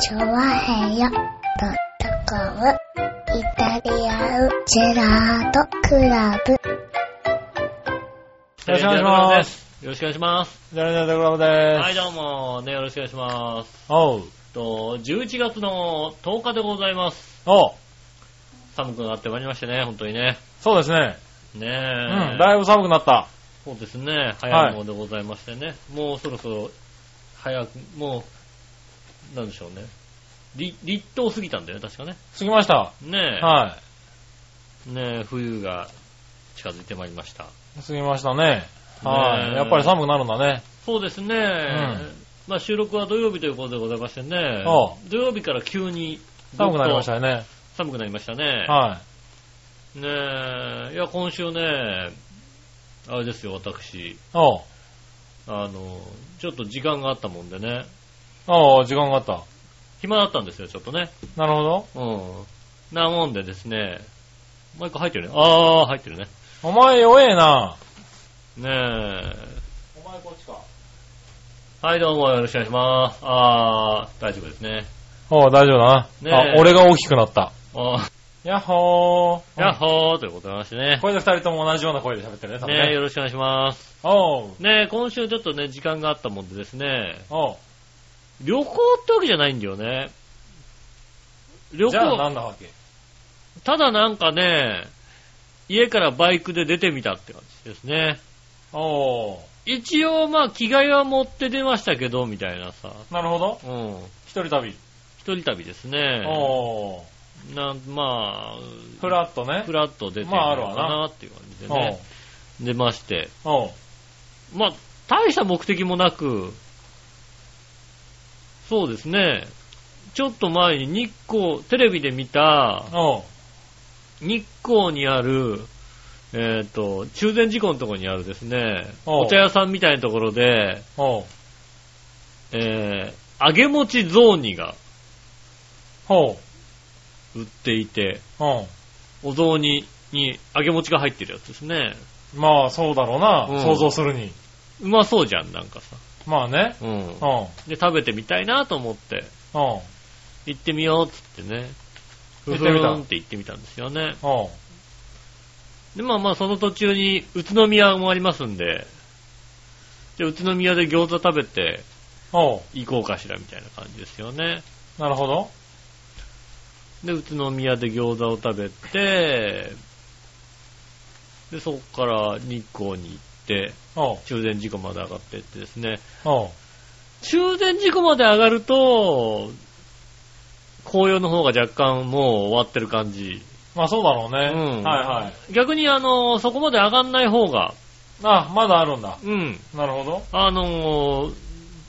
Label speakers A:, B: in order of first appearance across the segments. A: チョワヘヨドットコムイタリアンジェラートクラブ。
B: よろしくお願いしま。す
C: よろしくお願いします。
B: ジャルジャルドクラブで
C: はい、
B: す。
C: どうも、ね、よろしくお願いします。
B: おう。
C: と、11月の10日でございます。
B: おう。
C: 寒くなってまいりましてね、本当にね。
B: そうですね。
C: ねえ。
B: うん。だいぶ寒くなった。
C: そうですね、早いものでございましてね。もうそろそろ、早く、もう、なんでしょうね。り立冬過ぎたんだよね、確かね。
B: 過ぎました。
C: ねえ。
B: は
C: ねえ、冬が近づいてまいりました。
B: い。過ぎましたね。は
C: ね
B: い。
C: え
B: やっぱり寒くなるんだね。
C: そうですね。
B: ん
C: まあ収録は土曜日ということでございましてね。
B: お
C: 土曜日から急に
B: 寒くなりましたよね。
C: 寒くなりましたね。
B: は
C: ねえ、いや、今週ね、あれですよ、私、
B: い。おう。
C: あの、ちょっと時間があったもんでね、
B: おう、時間があった。
C: 暇だったんですよ、ちょっとね。
B: なるほど。
C: うん。なもんでですね、マイク入ってるね。あー、入ってるね。
B: お前弱えな。
C: ね
B: お前こっちか。
C: え。はい、どうもよろしくお願いします。あー、大丈夫ですね。
B: おう、大丈夫だ
C: ねえ
B: な。あ、俺が大きくなった。
C: あー、
B: やっほー。
C: やっほーということでましてね。
B: これで二人とも同じような声で喋ってるね、多分
C: ねえ、
B: ね。
C: よろしくお願いします。
B: おう。
C: ねえ、今週ちょっとね、時間があったもんでですね、
B: おう。
C: 旅行ってわけじゃないんだよね。旅
B: じゃ
C: 行
B: あ、、なんだわけ。
C: ただなんかね、家からバイクで出てみたって感じですね。
B: おう。
C: 一応まあ着替えは持って出ましたけど、みたいなさ。
B: なるほど。
C: うん。
B: 一人旅。
C: 一人旅ですね。
B: おう。
C: なまあ、
B: ふらっとね
C: ふ。らっと出てみ
B: まああ
C: よ
B: る
C: う
B: わ
C: か
B: な
C: なっていう感じで
B: おう
C: ね。。出まして。
B: おう。
C: まあ、大した目的もなく、そうですね。ちょっと前に日光、テレビで見た、
B: おう。
C: 日光にある、えっ、と、中禅寺湖のところにあるですね、
B: おう
C: お茶屋さんみたいなところで、
B: おう。
C: えー、揚げ餅雑煮が
B: おう。
C: 売っていて、
B: おう。
C: お雑煮に揚げ餅が入ってるやつですね。
B: まあ、そうだろうな。
C: うん
B: 想像するに。
C: うまそうじゃん、なんかさ。
B: まあね。
C: うん。
B: うん。
C: で、食べてみたいなと思って、
B: うん。
C: 行ってみようっつってね、
B: 行
C: う
B: っ
C: ふ
B: てみた
C: ーんって行ってみたんですよね。
B: うん。
C: で、まあまあ、その途中に宇都宮もありますんで、で、宇都宮で餃子食べて
B: おう。
C: 行こうかしらみたいな感じですよね。
B: なるほど。
C: で、宇都宮で餃子を食べて、で、そこから日光に行って、
B: おう。
C: 中禅寺湖まで上がっていってですね、
B: おう。
C: 中禅寺湖まで上がると、紅葉の方が若干もう終わってる感じ。
B: まあ、そうだろうね。
C: うん
B: はいはい。
C: 逆にあの、そこまで上がんない方が、
B: あ、まだあるんだ。
C: うん、
B: なるほど。
C: あのー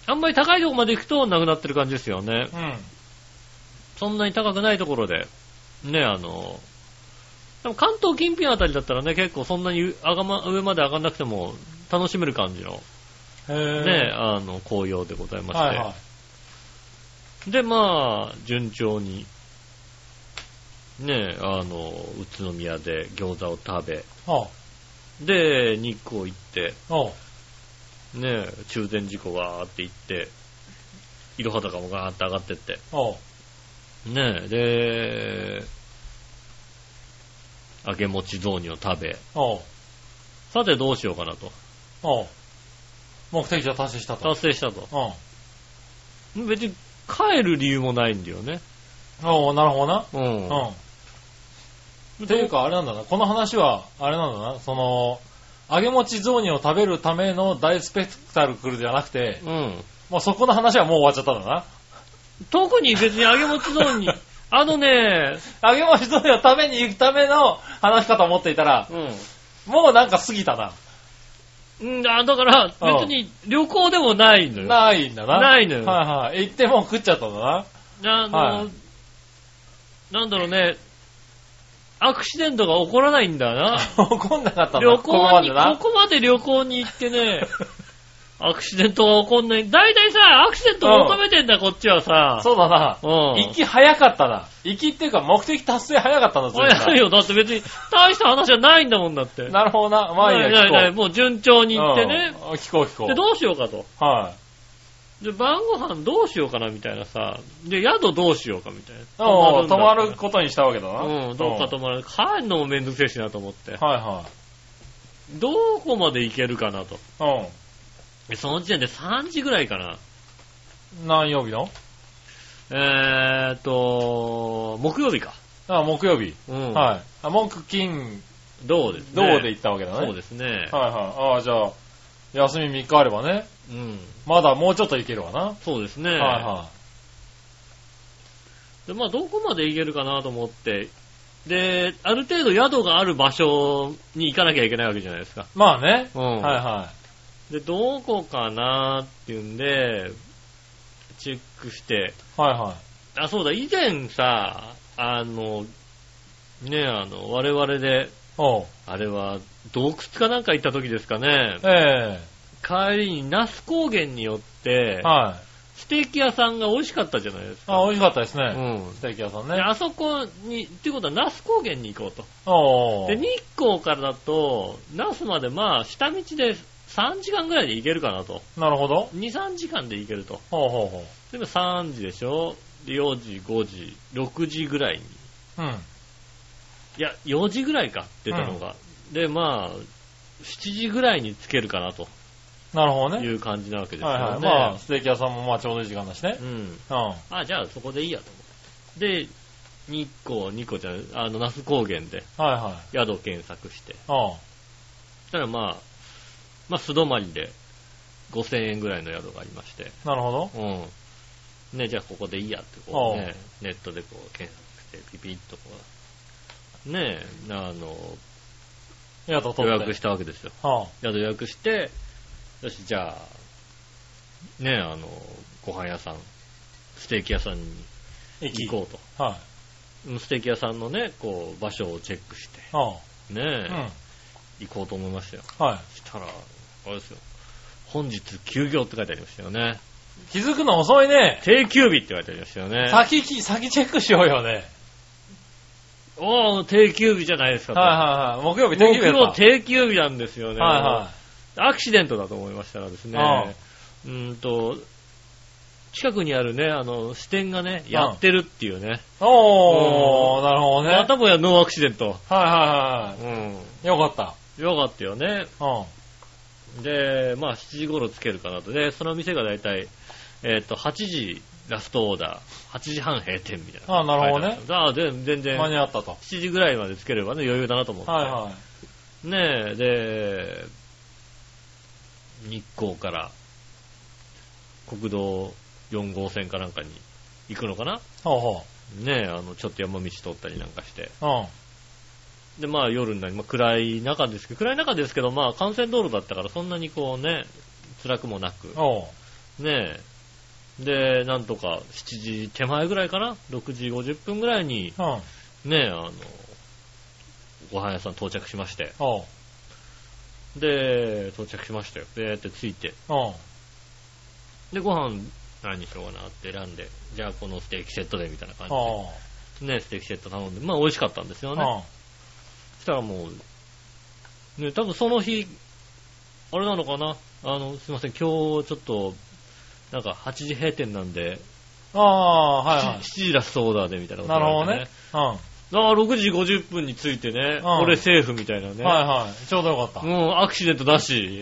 C: あんまり高いとこまで行くとなくなってる感じですよね。
B: うん。
C: そんなに高くないところで、ね、あの、でも関東近辺あたりだったらね、結構そんなに上が、ま、上まで上がんなくても楽しめる感じの、
B: へえ。
C: ね、あの、紅葉でございまして。
B: はいはい。
C: で、まあ、順調に、ね、あの、宇都宮で餃子を食べ、
B: おう。
C: で、日光行って、
B: おう。
C: ね、中禅寺湖わーって行って、いろはとかもガーって上がってって、
B: おう。
C: ねえ、で、揚げ餅雑煮を食べ、
B: おう。
C: さてどうしようかなと。
B: おう。目的地を達成したと。
C: 達成したと。
B: うん。
C: 別に帰る理由もないんだよね。
B: おう、なるほどな。
C: う。
B: うんん。っていうか、あれなんだな。この話は、あれなんだな。その、揚げ餅雑煮を食べるための大スペクタルクルじゃなくて、
C: うん。
B: もうそこの話はもう終わっちゃったんだ
C: 特に別に揚げ餅雑 煮、あのね、
B: な。揚げ餅雑煮を食べに行くための話し方を持っていたら、
C: う
B: もうなんか過ぎたな。
C: ん。うん、あだから
B: うん
C: 別に旅行でもないのよ。
B: ないんだな。
C: ないのよ
B: はいはい。行ってもう食っちゃったんだな。
C: あの、
B: はい
C: なんだろうね、アクシデントが起こらないんだな。
B: 怒んなかったんだ。
C: 旅
B: ここ
C: 行
B: ま
C: に、
B: で
C: こ
B: な。
C: こまで旅行に行って ね、アクシデントが起こんない。大体さ、アクシデントを求めてんだ、こっちはさ。
B: そうだな。
C: う。
B: 行
C: ん。
B: き早かったな。行きっていうか目的達成早かったんだ、随分な
C: 早いよ。だって別に、大した話じゃないんだもんだって。
B: なるほどな。まあいい
C: な
B: や、
C: いないない
B: 聞こ
C: もう順調
B: う。
C: に行ってね。
B: うん。聞こう聞こ
C: で、
B: う。
C: どうしようかと。
B: はい。
C: で、晩ご飯どうしようかなみたいなさ、で、宿どうしようかみたいな。
B: おう泊ま
C: んだ
B: る
C: っ
B: ことにしたわけだ
C: た
B: な。
C: らうん、どっか泊まる。帰るのもめんどくせえしなと思って。
B: はいは
C: どこまで行けるかなと。
B: い。
C: でその時点で3時ぐらいかな。
B: うん。何曜日の
C: えーっと、木曜日か。
B: あ、木曜日。
C: うん。
B: はい。あ、木、金、
C: い。どうです
B: 銅
C: ね。
B: で行ったわけだね。
C: そうですね。
B: はいはい。ああ、じゃあ、休み3日あればね、
C: うん。
B: まだもうちょっといけるわな。
C: そうですね。
B: はいは
C: で、まあ、どこまで行けるかなと思って、で、ある程度宿がある場所に行かなきゃいけないわけじゃないですか。
B: い。まあね。
C: うん。
B: はいは
C: で、どこかなっていうんで、チェックして、
B: い。はいは
C: あ、そうだ、以前さ、あの、ね、あの、我々で、
B: い。おう。
C: あれは、洞窟かなんか行った時ですかね、
B: え
C: 帰りに那須高原によって
B: え、はい。
C: ステーキ屋さんが美味しかったじゃないですか。
B: あ、美味しかったですね。
C: うん。
B: ステーキ屋さん
C: で
B: ね。
C: あそこに、っていうことは那須高原に行こうと。
B: おう。
C: で、日光からだと、那須までまあ、下道で3時間ぐらいで行けるかなと。
B: なるほど。
C: 2、3時間で行けると。
B: ほうほうほ
C: で、3時でしょで、4時、5時、6時ぐらいに。
B: う。うん。
C: いや、4時ぐらいか、出たのが。で、まあ、7時ぐらいに着けるかなと
B: なるほど
C: い
B: ね。
C: う感じなわけですよ
B: は
C: ね。
B: いはい。まあ、ステーキ屋さんもまあちょうどいい時間だしね
C: う。ん。
B: うん。は
C: あ、じゃあそこでいいやと思って。で、日光、日光じゃない、あの、那須高原で
B: いはい。
C: 宿を検索して。
B: うん。
C: そしたらまあ、まあ素泊まりで5000円ぐらいの宿がありまして、
B: なるほど。
C: うん。ね、じゃあここでいいやってこう、ね、ネットでこう検索して、ピピッとこう、ねえ、あの、予
B: 宿取って。
C: 約したわけですよ。
B: うん。
C: 宿予約して、よし、じゃあ、ねえ、あの、ご飯屋さん、ステーキ屋さんに行こうと。
B: はい。
C: うんステーキ屋さんのね、こう、場所をチェックして、
B: う
C: ね
B: ん。うん
C: え、。行こうと思いましたよ。
B: はい。
C: したら、あれですよ。本日休業って書いてありましたよね。
B: 気づくの遅いね。
C: 定休日って書いてありましたよね。
B: 先き、先チェックしようよね。
C: おー、定休日じゃないですかと。
B: はいはいはい。木曜日定休日
C: 僕
B: や
C: の
B: った。
C: 定休日なんですよね。
B: はいは
C: アクシデントだと思いましたらです
B: ああ
C: ね、うーんと、近くにあるね、あの、支店がね、
B: ん
C: やってるっていうね。
B: い。おー、なるほどね。
C: またもやノーアクシデント。
B: はいは
C: うん。
B: いはい。よかった。
C: よかったよね。
B: うん。
C: で、まあ7時頃つけるかなと。で、その店がだいたい、えっ、と、8時ラストオーダー、8時半閉店みたいな。
B: あなるほどね
C: 書いてあった。あで全然、
B: 間に
C: 7
B: 合ったと。は
C: 時ぐらいまでつければね、余裕だなと思っ
B: い
C: て。
B: は。
C: ねえ、で、日光から国道4号線かなんかに行くのかない
B: ほうほ
C: ねえ、あの、ちょっと山道通ったりなんかして。
B: う。うん。
C: で、まあ夜になり、まあ暗い中ですけど、暗い中ですけど、まあ幹線道路だったからそんなにこうね、辛くもなく。
B: おう。
C: ねえ。で、なんとか7時手前ぐらいかな ?6 時50分ぐらいに、
B: うん。
C: ねえ、あの、ご飯屋さん到着しまして。
B: おう。
C: で、到着しましたよ。で、って着いて。
B: うん。
C: で、ご飯何にしようかなって選んで、じゃあこのステーキセットでみたいな感
B: おう。
C: じで、ね、ステーキセット頼んで、まあ美味しかったんですよ
B: うん。
C: ね。
B: は
C: そしたらもう、ね、多分その日、あれなのかなあの、すいません、今日ちょっと、なんか8時閉店なんで、
B: ああ、はいは
C: 7時ラストオーダーでみたいなこと
B: なるほどね
C: 言われて。
B: い。うん。
C: ああ、6時50分に着いてね、
B: うん
C: 俺セーフみたいなね。
B: はいはい。ちょうどよかった。う
C: もうアクシデントだし、
B: ん。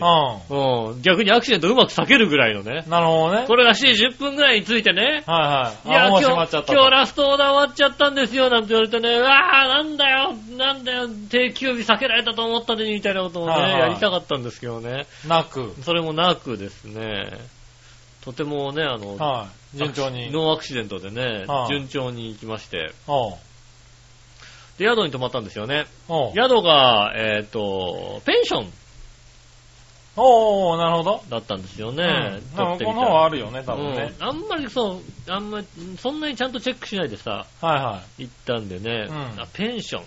C: うん、逆にアクシデントうまく避けるぐらいのね。
B: なるほどね。
C: これが7時10分ぐらいに着いてね、
B: はいはい。
C: いや、
B: あ、
C: 今
B: もう
C: 日、
B: 閉まっちゃ
C: 今
B: った
C: 日
B: と。
C: ラストオーダー終わっちゃったんですよ、なんて言われてね、うわあ、なんだよ、なんだよ、定休日避けられたと思ったのに、みたいなことをね、
B: はいはい
C: やりたかったんですけどね。
B: なく。
C: それもなくですね、とてもね、あの、
B: はい。順調に。
C: ノーアクシデントでね、
B: はい
C: 順調に行きまして、
B: おう。
C: で、宿に泊まったんですよね。
B: おう。
C: 宿が、えっ、と、ペンション
B: おう、なるほど。
C: だったんですよ
B: う
C: ね。
B: ん。
C: 取
B: な
C: っ
B: ん
C: て
B: か
C: みた
B: この
C: ら
B: 方はあるよね、多分ね。
C: うんあんまりそう、あんまり、そんなにちゃんとチェックしないでさ、
B: はいは
C: 行ったんでね、
B: うん
C: あペンション。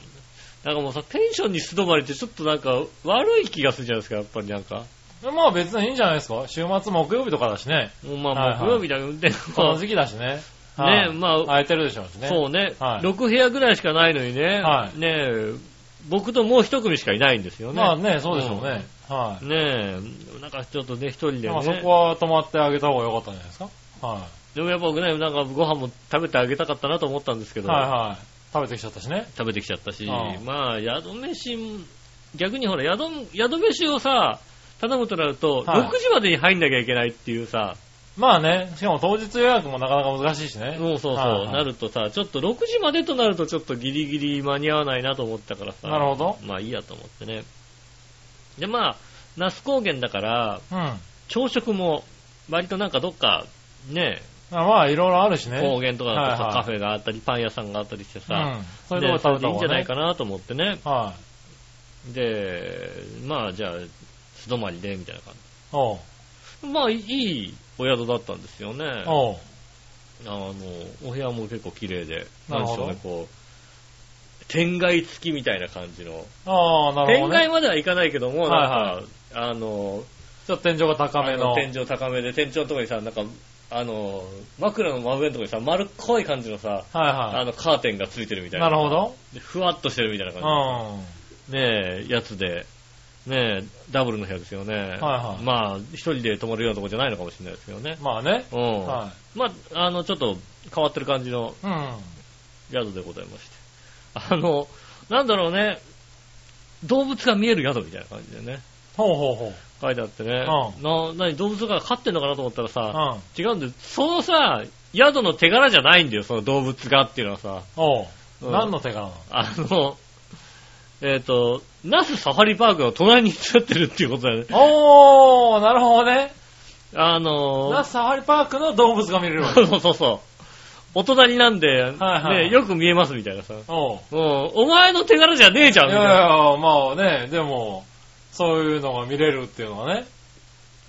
C: なんかもうさ、ペンションに素泊まりってちょっとなんか悪い気がするじゃないですか、やっぱりなんか。
B: い。まあ別にいいんじゃないですか。週末木曜日とかだしね。
C: もうま
B: はい
C: あ
B: はい
C: 木曜日だけど、で
B: この
C: も、
B: 時期だしね。
C: ね
B: はい
C: まあ
B: 空いてるでしょうしね。
C: そうね、
B: はい
C: 6部屋ぐらいしかないのにね、
B: はい
C: ねえ僕ともう一組しかいないんですよね。
B: まあね、そうでしょうね。はい。
C: ねえ、なんかちょっとね、一人で
B: まあそ
C: ね
B: こ。は泊まってあげた方が良かったんじゃないですか。は
C: でもやっぱ僕ね、なんかご飯も食べてあげたかったなと思ったんですけ
B: い。
C: ど、
B: はいはい。食べてきちゃったしね。
C: 食べてきちゃったし、
B: うん
C: まあ、宿飯、逆にほら、宿、宿飯をさ、頼むとなると、
B: はい
C: 6時までに入んなきゃいけないっていうさ、
B: まあね、しかも当日予約もなかなか難しいしね。
C: もうそうそう、
B: はいはい
C: なるとさ、ちょっと6時までとなるとちょっとギリギリ間に合わないなと思ったからさ、
B: なるほど。
C: まあいいやと思ってね。で、まあ、那須高原だから、
B: うん。ま
C: 朝食も、割となんかどっか、ね、
B: あまあ、いろいろあるしね。
C: 高原とかだとさ、
B: はいはい
C: カフェがあったり、パン屋さんがあったりしてさ、
B: うん。そういうとこ
C: で
B: で食べた
C: いいん
B: 方
C: じゃ
B: が
C: な
B: ね
C: いかなと思ってね。
B: はい。
C: で、まあじゃあ、素泊まりで、みたいな感
B: おう。
C: じ。まあいいお宿だったんですよね。あ
B: おう。
C: の、お部屋も結構綺麗で、
B: なるほど
C: なんでしょうね、こう、天外付きみたいな感じの。
B: ああ、なる
C: 天
B: ほど、ね
C: 外。まではいかないけども、
B: はい
C: なんか、あの、
B: ちょっと天井が高めの。
C: あ天井高めで、天井のとこにさ、なんか、あの、枕の真上のとこにさ、丸っこい感じのさ、あ
B: は
C: の、カーテンがついてるみ
B: いは
C: た
B: い。
C: い
B: な
C: な。
B: るほど。
C: でふわっとしてるみたいな
B: う
C: 感
B: ん。
C: じ。
B: は
C: ねえ、やつで、ねえ、ダブルの部屋ですよね。
B: はい
C: まあ、一人で泊まるようなとこじゃないのかもしれないですけどね
B: い。。まあね。
C: うん。
B: は
C: まあ、あの、ちょっと変わってる感じの
B: い。うん。
C: 宿でございまして。あの、なんだろうね、動物が見える宿みたいな感じでね、
B: ほうほうほう。
C: 書いてあってね、
B: う
C: な、なに動物が飼ってんのかなと思ったらさ、
B: うん。
C: 違うんだよ。そのさ、宿の手柄じゃないんだよ、その動物がっていうのはさ、
B: おう。
C: うん
B: 何の手かなの
C: あの、えっ、と、ナスサファリパークの隣に座ってるっていうことだよね。
B: おー、なるほどね。
C: あのー
B: ナスサファリパークの動物が見れるわけ。
C: そうそうそう。お隣なんで、
B: はい
C: ね、よく見えますみたいなさ。
B: おう。
C: うん、お前の手柄じゃねえじゃん
B: い
C: み
B: やい
C: たい
B: や、
C: な。
B: まあね、でも、そういうのが見れるっていうのはね、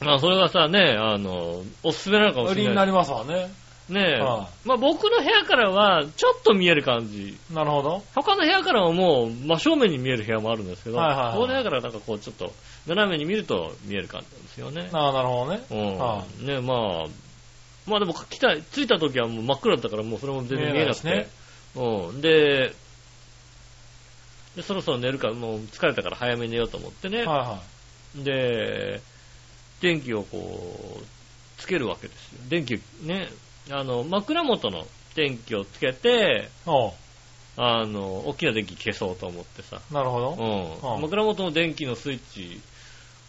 C: まあそれはさ、ね、あの、おすすめなのかもし
B: 売り
C: れ
B: に
C: な
B: な
C: い。
B: りますわね。
C: ねえ。
B: は
C: まあ僕の部屋からは、ちょっと見える感じ。
B: なるほど。
C: 他の部屋からはもう、真正面に見える部屋もあるんですけど、
B: はいはいはい
C: この部屋からなんかこう、ちょっと、斜めに見ると見える感じなんですよね。
B: ああ、なるほどね。
C: うん。
B: は
C: ねまあ、まあでも来た、着いた時はもう真っ暗だったからもうそれも全然見えなくて。
B: 見えない
C: う
B: で
C: ん。で、でそろそろ寝るから、もう疲れたから早めに寝ようと思ってね。
B: はいは
C: で、電気をこう、つけるわけですよ。電気、ね、あの、枕元の電気をつけて、
B: い。お
C: あの、大きな電気消そうと思ってさ。
B: うなるほど。
C: う。
B: うんん
C: 枕元の電気のスイッチ、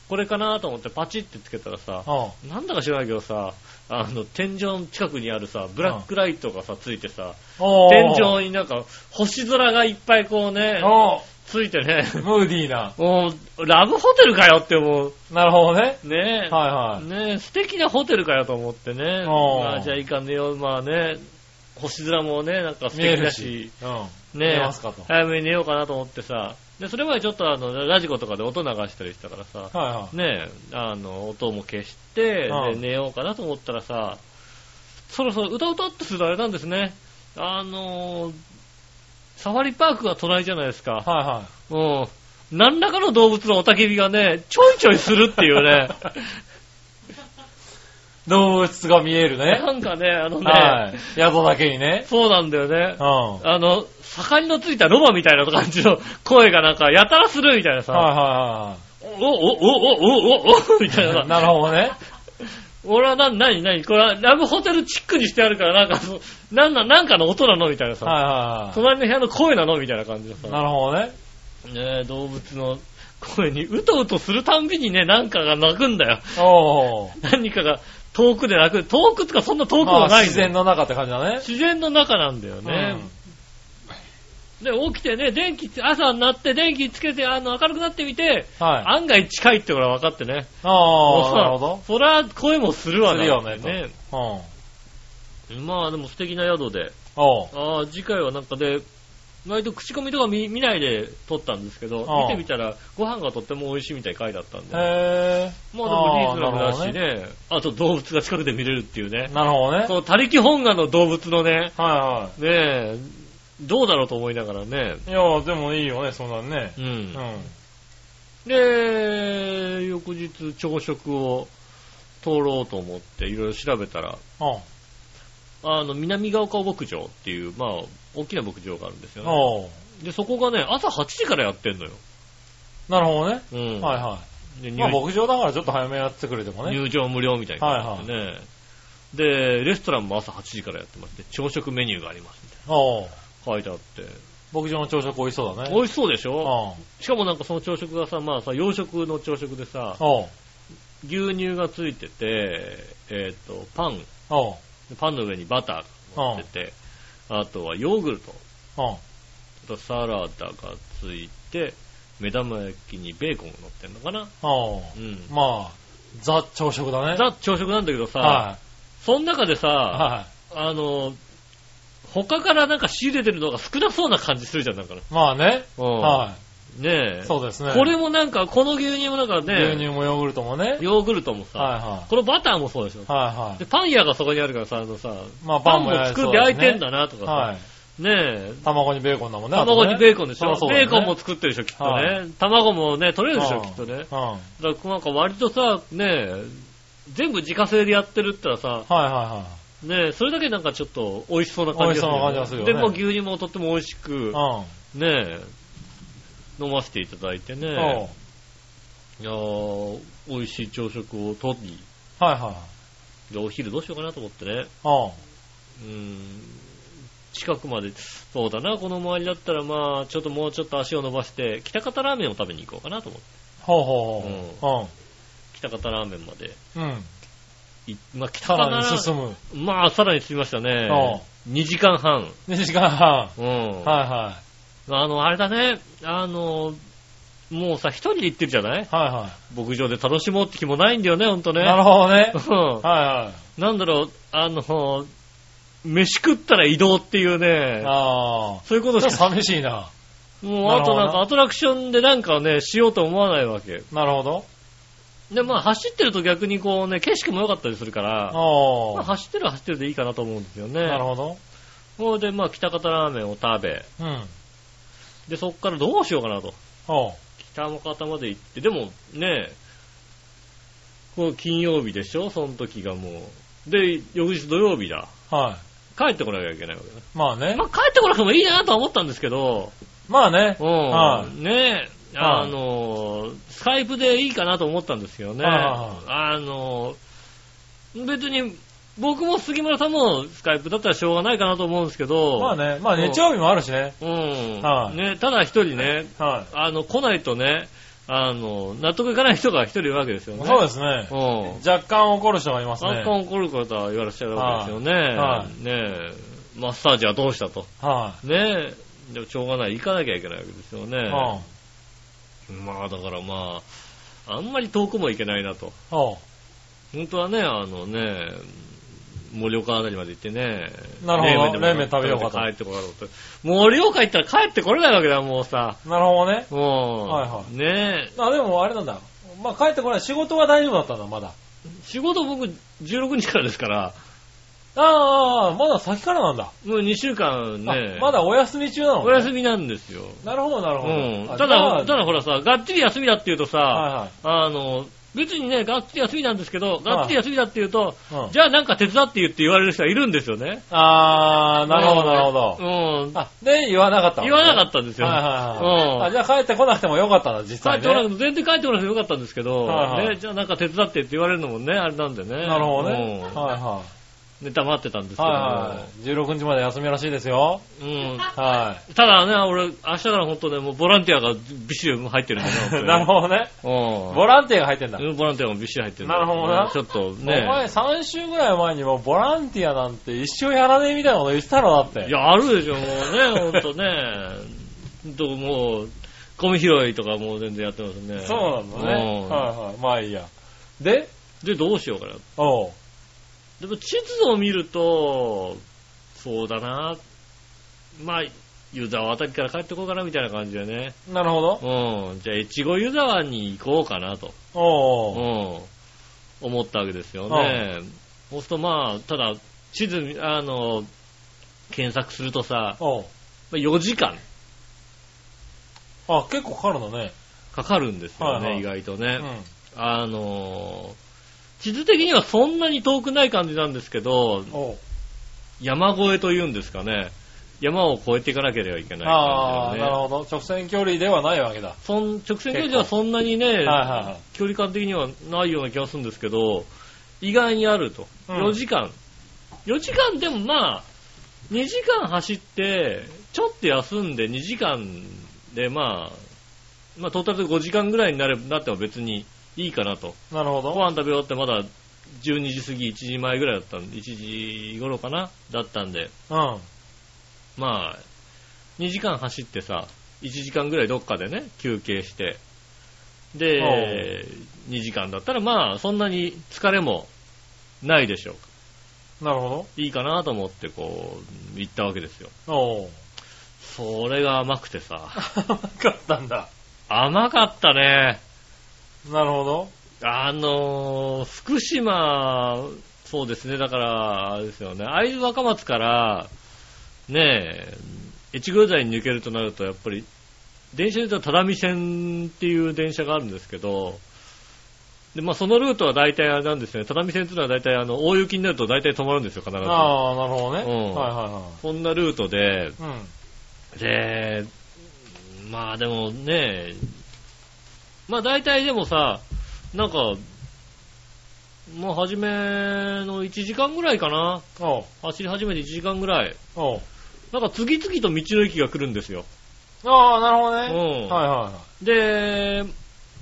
C: これかなと思ってパチってつけたらさ、
B: おう
C: なんだか知らないけどさ、あの、天井の近くにあるさ、ブラックライトがさ、ついてさ、
B: おう
C: 天井になんか、星空がいっぱいこうね、
B: おう
C: ついてね、
B: ムーディーな。
C: もう、ラブホテルかよって思う。
B: なるほどね。
C: ねえ。
B: はいはい。
C: ねえ、素敵なホテルかよと思ってね。
B: おー
C: まあ、じゃあいいかねよ。まあね、星空もね、なんか素
B: 見え
C: 敵だ
B: る
C: し
B: し、。うん。見
C: ね
B: え
C: え
B: ますかと。、
C: 早めに寝ようかなと思ってさ、で、それまでちょっとあの、ラジコとかで音流したりしたからさ、
B: はいはい。
C: ねえ、あの、音も消して、
B: う
C: で
B: ん
C: 寝ようかなと思ったらさ、そろそろ歌歌ってするとあれなんですね。あのー、サファリパークが隣じゃないですか。
B: はいはい。
C: うん。何らかの動物の雄たけびがね、ちょいちょいするっていうね。
B: 動物が見えるね。
C: なんかね、あのね、
B: はい。宿だけにね。
C: そうなんだよね
B: う。ん。はい
C: あの、盛りのついたロバみたいな感じの声がなんか、やたらするみたいな
B: はい
C: さ、
B: は
C: お、お、お、お、お、お、お、みた
B: い
C: いなさ
B: はい。。なるほどね。
C: 俺はな、なになにこれはラブホテルチックにしてあるから、なんかそう、なんな、なんかの音なのみたいなさ、
B: はいはいは
C: 隣の部屋の声なのみたいな感じで
B: い。な
C: さ、
B: るほどね。
C: ねえ、動物の声に、うとうとするたんびにね、なんかが鳴くんだよ。
B: おう。
C: 何かが遠くで鳴く。遠くとかそんな遠く
B: ま
C: は
B: あ
C: ないん
B: 自
C: だよ
B: 然の中って感じだね。
C: 自然の中なんだよね。で、起きてね、電気つ、朝になって電気つけて、あの、明るくなってみて、
B: うん。はい。
C: 案外近いって俺は分かってね。
B: あ
C: も
B: あ、
C: う
B: なるほ
C: そりゃ声もするわ
B: するよねと
C: ね。
B: ど。うん。
C: まあでも素敵な宿で。
B: おう。
C: ああ、次回はなんかで、割と口コミとか見見ないで撮ったんですけど、
B: ああ
C: 見てみたら、ご飯がとっても美味しいみたいに書いてあったんで、
B: へ
C: まあでもリーズナブルだ
B: あ
C: し
B: ー
C: ね、あと動物が近くで見れるっていうね
B: え。、なるほどね
C: そ。の他力本願の動物のね、
B: は
C: ねえ、どうだろうと思いながらね、
B: いはい。いや、でもいいよね、そんなんね
C: う。
B: うんん。。はい
C: で、翌日朝食を通ろうと思っていろいろ調べたら、あの、南ヶ丘牧場っていう、まあ、大きな牧場があるんですよね。
B: おう。
C: で、そこがね、朝8時からやってんのよ。
B: なるほどね。
C: うん。
B: はいは
C: で
B: まあ
C: 入
B: 牧場だからちょっと早めやってくれてもね。
C: 入場無料みたいな感じでね、で、レストランも朝8時からやってまして、朝食メニューがありますみたい
B: おう
C: な。書いてあって。
B: 牧場の朝食美味しそうだね。
C: 美味しそうでし
B: うん
C: ょしかもなんかその朝食がさ、まあさ、洋食の朝食でさ、
B: おう
C: 牛乳がついてて、えっ、と、パン、
B: おう
C: パンの上にバターが乗ってて、あとはヨーグルト、
B: おう
C: あとサラダがついて、目玉焼きにベーコンが乗ってんのかな
B: おう
C: うん。
B: まあ、ザ朝食だね。
C: ザ朝食なんだけどさ、
B: は
C: その中でさ、
B: い。は
C: あの、他からなんか仕入れてるのが少なそうな感じするじゃん、だから。
B: い。まあね。
C: うん
B: は
C: ねえ。
B: い。そうですね。
C: これもなんか、この牛乳もなんかね、
B: 牛乳もヨーグルトもね。はい
C: ヨーグルトもさ、
B: は
C: このバターもそうでしょ。
B: い。は
C: で、パン屋がそこにあるからさ、あのさ、
B: い。まあ
C: パ
B: パ
C: ン
B: ン
C: も
B: も
C: 作って
B: や
C: 焼い
B: りそう
C: て
B: です
C: ん
B: ね
C: だなとかさ、
B: はい。
C: ねえ、
B: 卵にベーコンだもんね。
C: 卵にベーコンでしょ、
B: あとね
C: ベーコンも作ってるでしょ、きっとね。
B: は
C: 卵もね、取れるでしょ、
B: うん
C: きっとね。だか
B: うん。はい
C: ら、なんか割とさ、ねえ、全部自家製でやってるったらさ、
B: はいは
C: ねえ、それだけなんかちょっと美味しそうな感じがするよね、
B: 美味しそうな感じがするよね
C: で、もう牛乳もとっても美味しく
B: い。、うん。
C: ねえ、飲ませていただいて
B: おう
C: ね、いやー美味しい朝食をとり、
B: はいはい。
C: でお昼どうしようかなと思ってね、
B: うん。
C: うーん、近くまで、そうだな、この周りだったらまあ、ちょっともうちょっと足を伸ばして、北方ラーメンを食べに行こうかなと思って、
B: ほうほうほ
C: 北方ラーメンまで。
B: う。うん。うん。
C: いまあ、北
B: さ
C: 方
B: ら
C: ラ
B: に進
C: ー
B: む。
C: メン、まあ、さらに進みましたね。2時間半。
B: 2時間半。
C: うん。
B: はいは
C: あの、あれだね、あの、もうさ、一人で行ってるじゃない
B: い。はいは
C: 牧場で楽しもうって気もないんだよね、ほんと
B: い。
C: ね。
B: なるほどね。
C: うん
B: はいはい。
C: なんだろう、あの、飯食ったら移動っていうね、
B: あ
C: そういうこ
B: あ。
C: と
B: ちょ
C: し
B: っと
C: か、
B: 寂しいな。
C: もうあとな
B: なる
C: ん
B: ほ
C: か
B: どな
C: アトラクションでなんかをね、しようと思わないわけ。
B: なるほど。
C: で、まあ走ってると逆にこうね、景色も良かったりするから、
B: お
C: まあ、
B: ー。
C: 走ってるは走ってるでいいかなと思うんですよね。
B: なるほど。
C: それでまあ北方ラーメンを食べ、
B: うん。
C: で、そっからどうしようかなと。
B: おう。
C: 北方まで行って、でもね、こう金曜日でしょその時がもう。で、翌日土曜日だ。
B: は
C: 帰ってこなきゃいけないわけだ。
B: い。まあね
C: ま。あ、帰ってこなくてもいいなとは思ったんですけど、
B: まあね。
C: うん。
B: は
C: ねえ、
B: はい
C: あのー、スカイプでいいかなと思ったんですけどね。
B: はいはい
C: あのー、別に、僕も杉村さんもスカイプだったらしょうがないかなと思うんですけど、
B: まあね。まあ日曜日もあるしね。
C: うん。
B: はい
C: ね、ただ一人ね、
B: は
C: あの、来ないとね、あの、納得いかない人が一人いるわけですよね。。
B: そうですすね。
C: うん。
B: 若干怒る人がいますね。
C: 参加を来る方は言われちゃうわけですよね。
B: は
C: ねえ、マッサージはどうしたと。
B: は
C: ねえ、でもしょうがない、行かなきゃいけないわけですよ
B: い。うん。
C: ね。まあだからまあ、あんまり遠くも行けないなと。
B: おう。
C: 本当はね、あのね、盛岡あたりまで行ってね、
B: なるほど
C: 冷
B: 冷
C: 麺
B: 麺
C: でも
B: 食べようかと
C: 帰ってこようかと。盛岡行ったら帰ってこれないわけだ、もうさ。
B: なるほどね。
C: もう、
B: はいはい
C: ねえ、
B: あ、でもあれなんだ。まあ帰ってこない。仕事は大丈夫だったんだ、まだ。
C: 仕事僕16日からですから、
B: ああ、まだ先からなんだ。
C: もう2週間ね
B: あ、まだお休み中なのね
C: お休みなんですよ。
B: なるほど、なる
C: う
B: ほど。
C: ん。た
B: あじゃ
C: だ、
B: あ
C: ただほらさ、がっつり休みだって言うとさ、
B: は
C: あの、別にね、がっつり休みなんですけど、がっつり休みだって言うと、
B: いはい。うん
C: じゃあなんか手伝って言って言われる人はいるんですよね。
B: あー、なるほど、なるほど。
C: うん。
B: あ、で、言わなかったのね
C: 言わなかったんですよ。
B: はいはいはい。
C: うん
B: あ、じゃあ帰ってこなくてもよかったな、
C: 帰
B: 実際
C: っ
B: ね。
C: てこなくて、全然帰ってこなくてよかったんですけど、
B: はいはい
C: ね、じゃあなんか手伝ってって言われるのもね、あれなんでね。
B: なるほどね。はい
C: う
B: は
C: ん。で、黙ってたんですけ
B: い。
C: ど、
B: はいはい。16日まで休みらしいですよ。
C: うん。
B: は
C: ただね、俺、明日から本当ね、もうボランティアがびっしり入ってるんだ
B: い。なるほどね。
C: ど
B: ボランティアが入ってんだ。
C: うん。ボランティアもびっしり入ってるんだ
B: なるほどな
C: ちょっと
B: お前
C: ね。
B: 3週ぐらい前にもうボランティアなんて一生やらねえみたいなこと言ってたろ、だって。
C: いや、あるでしょ、もうね、ほんとね。ほんともう、ゴミ拾いとかもう全然やってますね。
B: そうなんだね。
C: うん
B: はいはい。まあいいや。で、
C: で、どうしようかな。
B: おう。
C: でも地図を見ると、そうだな。まあ、湯沢あたりから帰ってこうかなみたいな感じでね。
B: なるほど。
C: うん。じゃあ、越後湯沢に行こうかなと。
B: おう。
C: うん。思ったわけですよね。そうするとまあ、ただ、地図、あの、検索するとさ、
B: おう。
C: まあ4時間
B: あ、結構かかるのね。
C: かかるんですよね、
B: はいはい
C: 意外とね。
B: うん。
C: あの、地図的にはそんなに遠くない感じなんですけど、
B: おう。
C: 山越えというんですかね。山を越えていかなければいけない
B: あ
C: 感
B: あ、
C: じ
B: な
C: だ
B: る
C: よね。
B: ほど。直線距離ではないわけだ。
C: そん直線距離ではそんなにね、
B: はいは
C: 距離感的にはないような気がするんですけど、意外にあると。
B: うん
C: 4時間。4時間でもまあ、2時間走って、ちょっと休んで2時間でまあ、まあトータルで5時間ぐらいになれなっても別にいいかなと。
B: い。なるほ
C: ご
B: ど。
C: 飯食べ終わってまだ12時過ぎ、1時前ぐらいだったんで、1時頃かなだったんで、
B: うん。
C: まあ、2時間走ってさ、1時間ぐらいどっかでね、休憩して、で、2時間だったらまあ、そんなに疲れもないでしょう。
B: なるほ
C: いいかなと思ってこう、行ったわけですよ。
B: ど。 おー。
C: それが甘くてさ、
B: 甘かったんだ。
C: 甘かったね。
B: なるほど。
C: あのー、福島、そうですね、だから、あれですよね、会津若松から、ねえ、越後台に抜けるとなると、やっぱり、電車で言うと只見線っていう電車があるんですけど、で、まあそのルートは大体あれなんですよね、只見線っていうのは大体あの、大雪になると大体止まるんですよ、必ず。
B: ああ、なるほどね。
C: うん
B: はいは
C: こんなルートで、
B: いはい。うん。
C: で、まあでもね、まあ大体でもさ、なんか、もう初めの1時間ぐらいかな。
B: おう。
C: 走り始めて1時間ぐらい。
B: おう。
C: なんか次々と道の駅が来るんですよ。
B: ああ、なるほど
C: う
B: ね。
C: ん
B: はいはいはい。
C: で、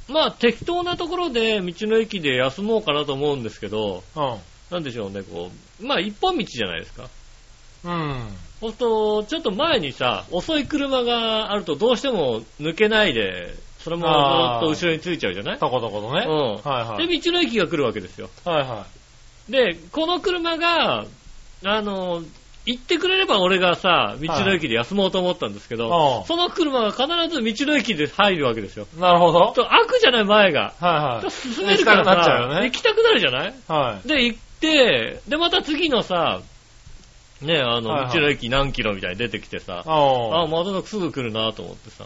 C: まあ適当なところで道の駅で休もうかなと思うんですけど、
B: う
C: なんでしょうね、こう、まあ一本道じゃないですか。
B: ん。うん。
C: ほんと、ちょっと前にさ、遅い車があるとどうしても抜けないで、そのままずっと後ろについちゃうじゃない
B: とことことね。
C: うん
B: はいはい。
C: で、道の駅が来るわけですよ。
B: はいは
C: で、この車が、あの、行ってくれれば俺がさ、道の駅で休もうと思ったんですけど、
B: はい
C: その車が必ず道の駅で入るわけですよ。
B: い。なるほど。
C: と悪じゃない前が。
B: はいはい。
C: 進めるからさ
B: 行きたくなっちゃうよね
C: 行きたくなるじゃない
B: はい。
C: で、行って、で、また次のさ、ね、あの、
B: はいはい
C: 道の駅何キロみたいに出てきてさ、あ、
B: おう。
C: またすぐ来るなと思ってさ。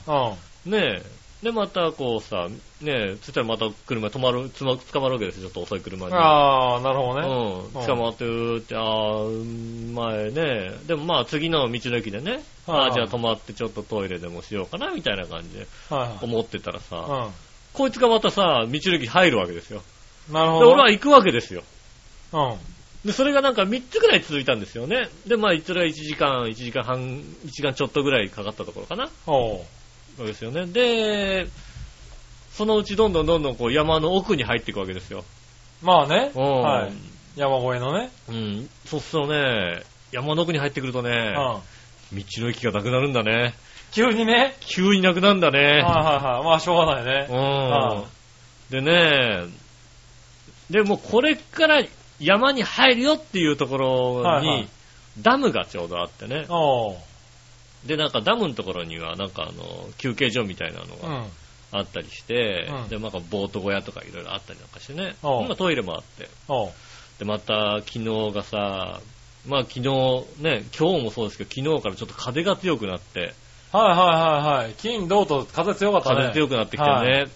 B: うん。
C: ねえ。で、またこうさ、ねえ、つったらまた車止まる、つま、捕まるわけですよ、ちょっと遅い車に。
B: ああ、なるほどね。
C: うん。捕まってうーって、ああ、前ね。でもまあ次の道の駅でね。
B: はい
C: ああ、じゃあ止まってちょっとトイレでもしようかな、みたいな感じで
B: はい
C: 思ってたらさ、
B: は
C: こいつがまたさ、道の駅入るわけですよ。
B: い。うん。なる
C: で、
B: ほど。
C: 俺は行くわけですよ。
B: は、
C: で、それがなんか3つぐらい続いたんですよね。で、まあ、それは1時間、1時間半、1時間ちょっとぐらいかかったところかな。
B: うん。おう。
C: そうですよね。で、そのうちどんどんどんどんこう山の奥に入っていくわけですよ。
B: まあね。
C: うん。
B: はい。山越えのね。
C: うん。そうするとね、山の奥に入ってくるとね、
B: うん。
C: 道の駅がなくなるんだね。
B: 急にね。
C: 急になくなるんだ
B: はい
C: ね。
B: はいはい。まあ、しょうがないね。は
C: うん。でね、で、もうこれから山に入るよっていうところ
B: はいは
C: に
B: い、
C: ダムがちょうどあってね。
B: おう。
C: で、なんかダムのところには、なんかあの、休憩所みたいなの
B: う
C: が
B: ん。
C: あったりして、
B: うん
C: で、なんかボート小屋とかいろいろあったりなんかしてね、
B: おう
C: 今トイレもあって、
B: おう。
C: で、また昨日がさ、まあ昨日ね、今日もそうですけど、昨日からちょっと風が強くなって、
B: はいはいはいはい。金、銅と風強かったね。
C: 風強くなってきてね、
B: はい
C: 冷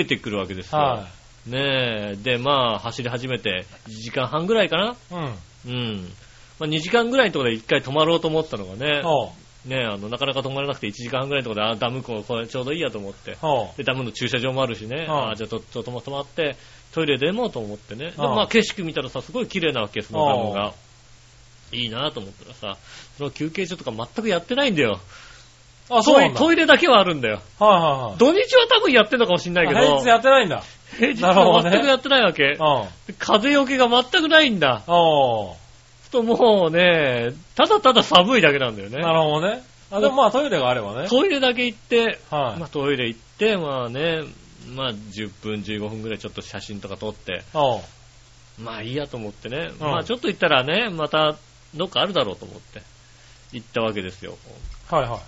C: えてくるわけですよ。
B: は
C: ねえ、で、まあ走り始めて1時間半ぐらいかな。
B: い。うん。
C: うん。まあ2時間ぐらいのところで1回止まろうと思ったのがね、
B: おう。
C: ねえ、あの、なかなか止まらなくて1時間半ぐらいのところで、あ、ダム湖、これちょうどいいやと思って、
B: おう。
C: で、ダムの駐車場もあるしね、
B: うん
C: あーじゃあちょっと止ま止まって、トイレ出ようと思ってね。で、
B: うん
C: まあ景色見たらさ、すごい綺麗なわけ、そのダムが。いいなと思ったらさ、その休憩所とか全くやってないんだよ。
B: あ、そうなんだ。
C: トイレだけはあるんだよ。
B: はいはいはい。
C: 土日は多分やってんのかもしんないけど、
B: 平日やってないんだ。
C: 平日
B: なるほ
C: は
B: どね
C: 全くやってないわけ。
B: うん。
C: 風よけが全くないんだ。
B: おう。
C: ちょっともうね、ただただ寒いだけなんだよね。
B: なるほどね。あ、でもまあトイレがあればね。
C: トイレだけ行って、
B: はい
C: まあ、トイレ行って、まあね、まあ10分15分ぐらいちょっと写真とか撮って、
B: おう。
C: まあいいやと思ってね、
B: ん
C: まあちょっと行ったらね、またどっかあるだろうと思って行ったわけですよ。
B: はいはい。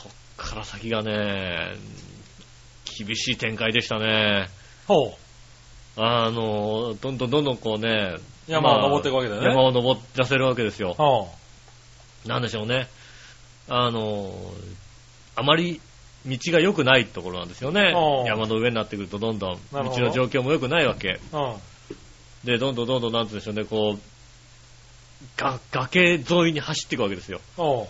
C: そっから先がね、厳しい展開でしたね。
B: ほう。
C: あの、どんどんどんどんこうね、
B: 山を登っていくわけだよね
C: まあ山を登らせるわけですよ。
B: おう。
C: なんでしょうね。あの、あまり道が良くないところなんですよね
B: お。う
C: 山の上になってくるとどんどん道
B: なるほど
C: の状況も良くないわけ。
B: うん。
C: で、どんどんどんどんなんて言うんでしょうね、こう、が、崖沿いに走っていくわけですよ。
B: おう。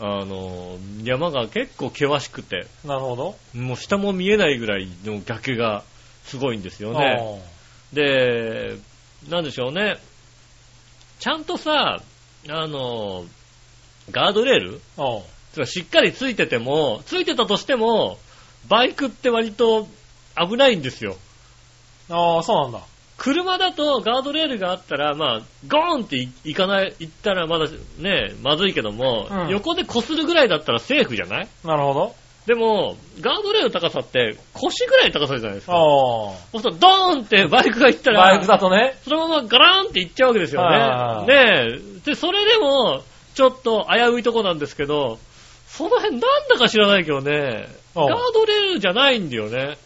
C: あの、山が結構険しくて、
B: なるほど。
C: もう下も見えないぐらいの崖がすごいんですよね。で、なんでしょうね。ちゃんとさ、あの、ガードレール
B: あーあー
C: つまりしっかりついてても、ついてたとしても、バイクって割と危ないんですよ。
B: あー、そうなんだ。
C: 車だとガードレールがあったら、まあ、ゴーンっていいかない、行ったらまだね、まずいけども、
B: うん
C: 横で擦るぐらいだったらセーフじゃない
B: なるほど。
C: でも、ガードレールの高さって腰ぐらいの高さじゃないですか。
B: ああ。
C: そうするとドーンってバイクが行ったら、
B: バイクだとね。
C: そのままガラーンって行っちゃうわけですよ
B: は
C: ね。
B: いは
C: ねえ。で、それでも、ちょっと危ういとこなんですけど、その辺なんだか知らないけどね、
B: うん
C: ガードレールじゃないんだよね。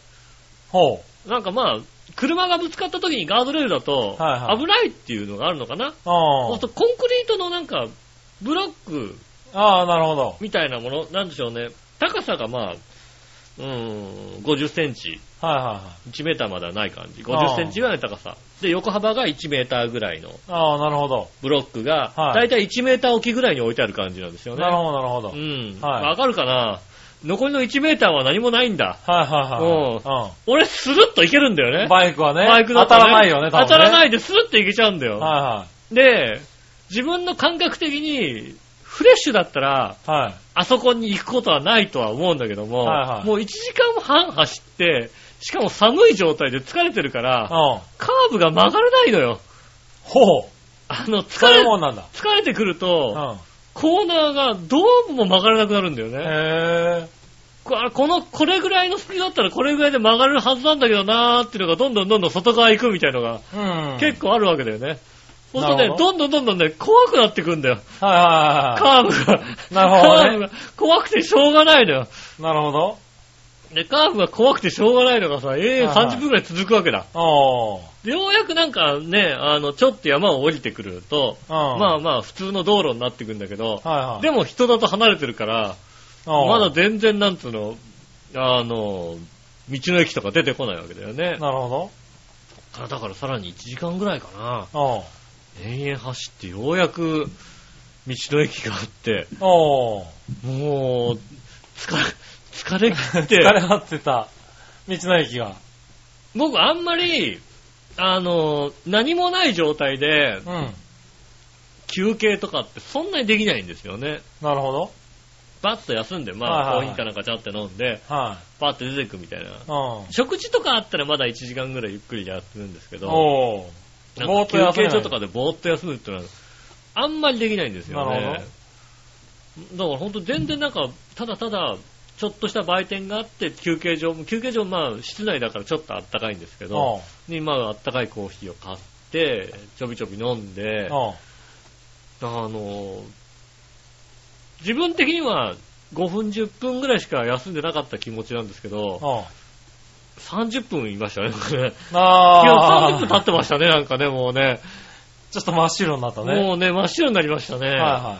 B: ほ
C: なんかまあ、車がぶつかった時にガードレールだと
B: はいは、い
C: 危ないっていうのがあるのかな。
B: う。あ
C: そう
B: あ
C: す。るとコンクリートのなんか、ブロック
B: ああ、なるほど。
C: みたいなもの、なんでしょうね。高さがまあ、うーん、50センチ、
B: はいはいはい。
C: 1メーターまではない感じ。50センチぐらいの高さ。で、横幅が1メーターぐらいの。
B: ああ、なるほど。
C: ブロックが、
B: はい
C: だいたい1メーター置きぐらいに置いてある感じなんですよね。
B: なるほど、なるほど。はい
C: うん。
B: はい
C: わかるかな残りの1メーターは何もないんだ。
B: はいはい。
C: 俺、スルッといけるんだよ
B: うん。
C: ね。
B: バイクはね、
C: バイクだ
B: 当
C: と
B: たらないよね、多分ね。。
C: 当たらないいでスルッといけちゃうんだよ。
B: は
C: で、自分の感覚的に、フレッシュだったら、
B: いはい。はい。
C: あそこに行くことはないとは思うんだけども、
B: はいはい
C: もう1時間半走って、しかも寒い状態で疲れてるから、
B: うん。
C: カーブが曲がらないのよ。
B: ほう。
C: あの、疲
B: そうい
C: れ
B: う、もんなんだ。
C: 疲れてくる
B: う
C: と、
B: ん。
C: コーナーがどうも曲がらなくなるんだよね。
B: へえ。
C: こあこの、これぐらいのスピードだったらこれぐらいで曲がるはずなんだけどなーっていうのがどんどんどんどん外側行くみたいのが
B: うん。
C: 結構あるわけだよね。ほんと
B: な
C: ね、
B: るほ
C: どんどんどんどんね、怖くなってくんだよ。
B: 構。はいはいは
C: カーブが。
B: なるほどね
C: カーブが怖くてしょうがないのよ。
B: い。なるほど。
C: で、カーブが怖くてしょうがないのがさ、ええ
B: はいはい
C: 30分くらい続くわけだ。
B: おー。
C: でようやくなんかね、あの、ちょっと山を降りてくると、
B: うん。
C: まあまあ普通の道路になってくんだけど、
B: あ、はいはい。
C: でも人だと離れてるから、
B: うん、
C: まだ全然なんつうの、あの、道の駅とか出てこないわけだよね。
B: なるほ
C: あだからさらに1時間ぐらいかな。
B: ど。おー。
C: 延々走ってようやく道の駅があって、
B: おー。
C: もう、疲れ、疲れ切っ
B: 疲れ
C: て、
B: 張ってた。道の駅が。
C: 僕あんまり、あの、何もない状態で
B: うん。
C: 休憩とかってそんなにできないんですよね。
B: なるほど。
C: バッと休んで、まあ、コー
B: はいはいはい
C: ヒーかなんかちゃって飲んで、
B: は
C: パッて出てくみたいな。
B: い。うん。
C: 食事とかあったらまだ1時間ぐらいゆっくりやってるんですけど、
B: おー。
C: なん
B: ぼ
C: か
B: ーっと休めない
C: 休憩所とかでぼーっと休むってのは、あんまりできないんですよね。
B: なる
C: だから本当全然なんか、ただただ、ちょっとした売店があって、休憩所、休憩所まあ室内だからちょっとあったかいんですけど、
B: おー。
C: にまああったかいコーヒーを買って、ちょびちょび飲んで、あ
B: おー。
C: の、自分的には5分10分ぐらいしか休んでなかった気持ちなんですけど、
B: おー。
C: 30分いましたね、これ。いや、
B: あ
C: 30分経ってましたね、なんかね、もうね。
B: ちょっと真っ白になったね。
C: もうね、真っ白になりましたね。
B: はいは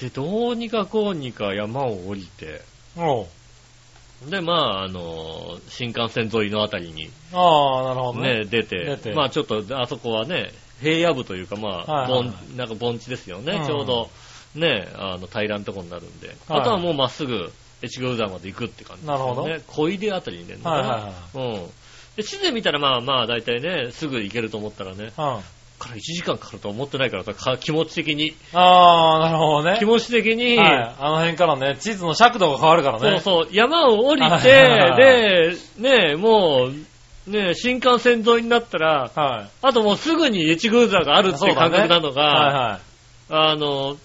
C: で、どうにかこうにか山を降りて、
B: い。おう
C: で、まあ、あの、新幹線沿いのあたりに
B: ああ、なるほどね。
C: ね、出て、
B: 出て
C: まあちょっと、あそこはね、平野部というか、まあ、
B: はいはいはい
C: 盆なんか盆地ですよね、
B: うん
C: ちょうど、ね、あの、平らのとこになるんで、
B: はい
C: あとはもうまっすぐ、越後浦まで行くって感じですよね。
B: なるほど。
C: 小出あたりに出るのかな。
B: はいはい
C: うん。で、地図で見たらまあまあ、大体ね、すぐ行けると思ったらね、
B: はい。うん。
C: から1時間かかると思ってないからさ、か気持ち的に、
B: ああ、なるほどね。
C: 気持ち的に、
B: はい。あの辺からね、地図の尺度が変わるから
C: そう
B: ね。う
C: そう、山を降り
B: はい
C: て、で、ねえ、もう、ねえ、新幹線沿いになったら、
B: は
C: あともうすぐに越後座がある
B: い。
C: っていう感覚なのが、
B: はいはい。
C: あの、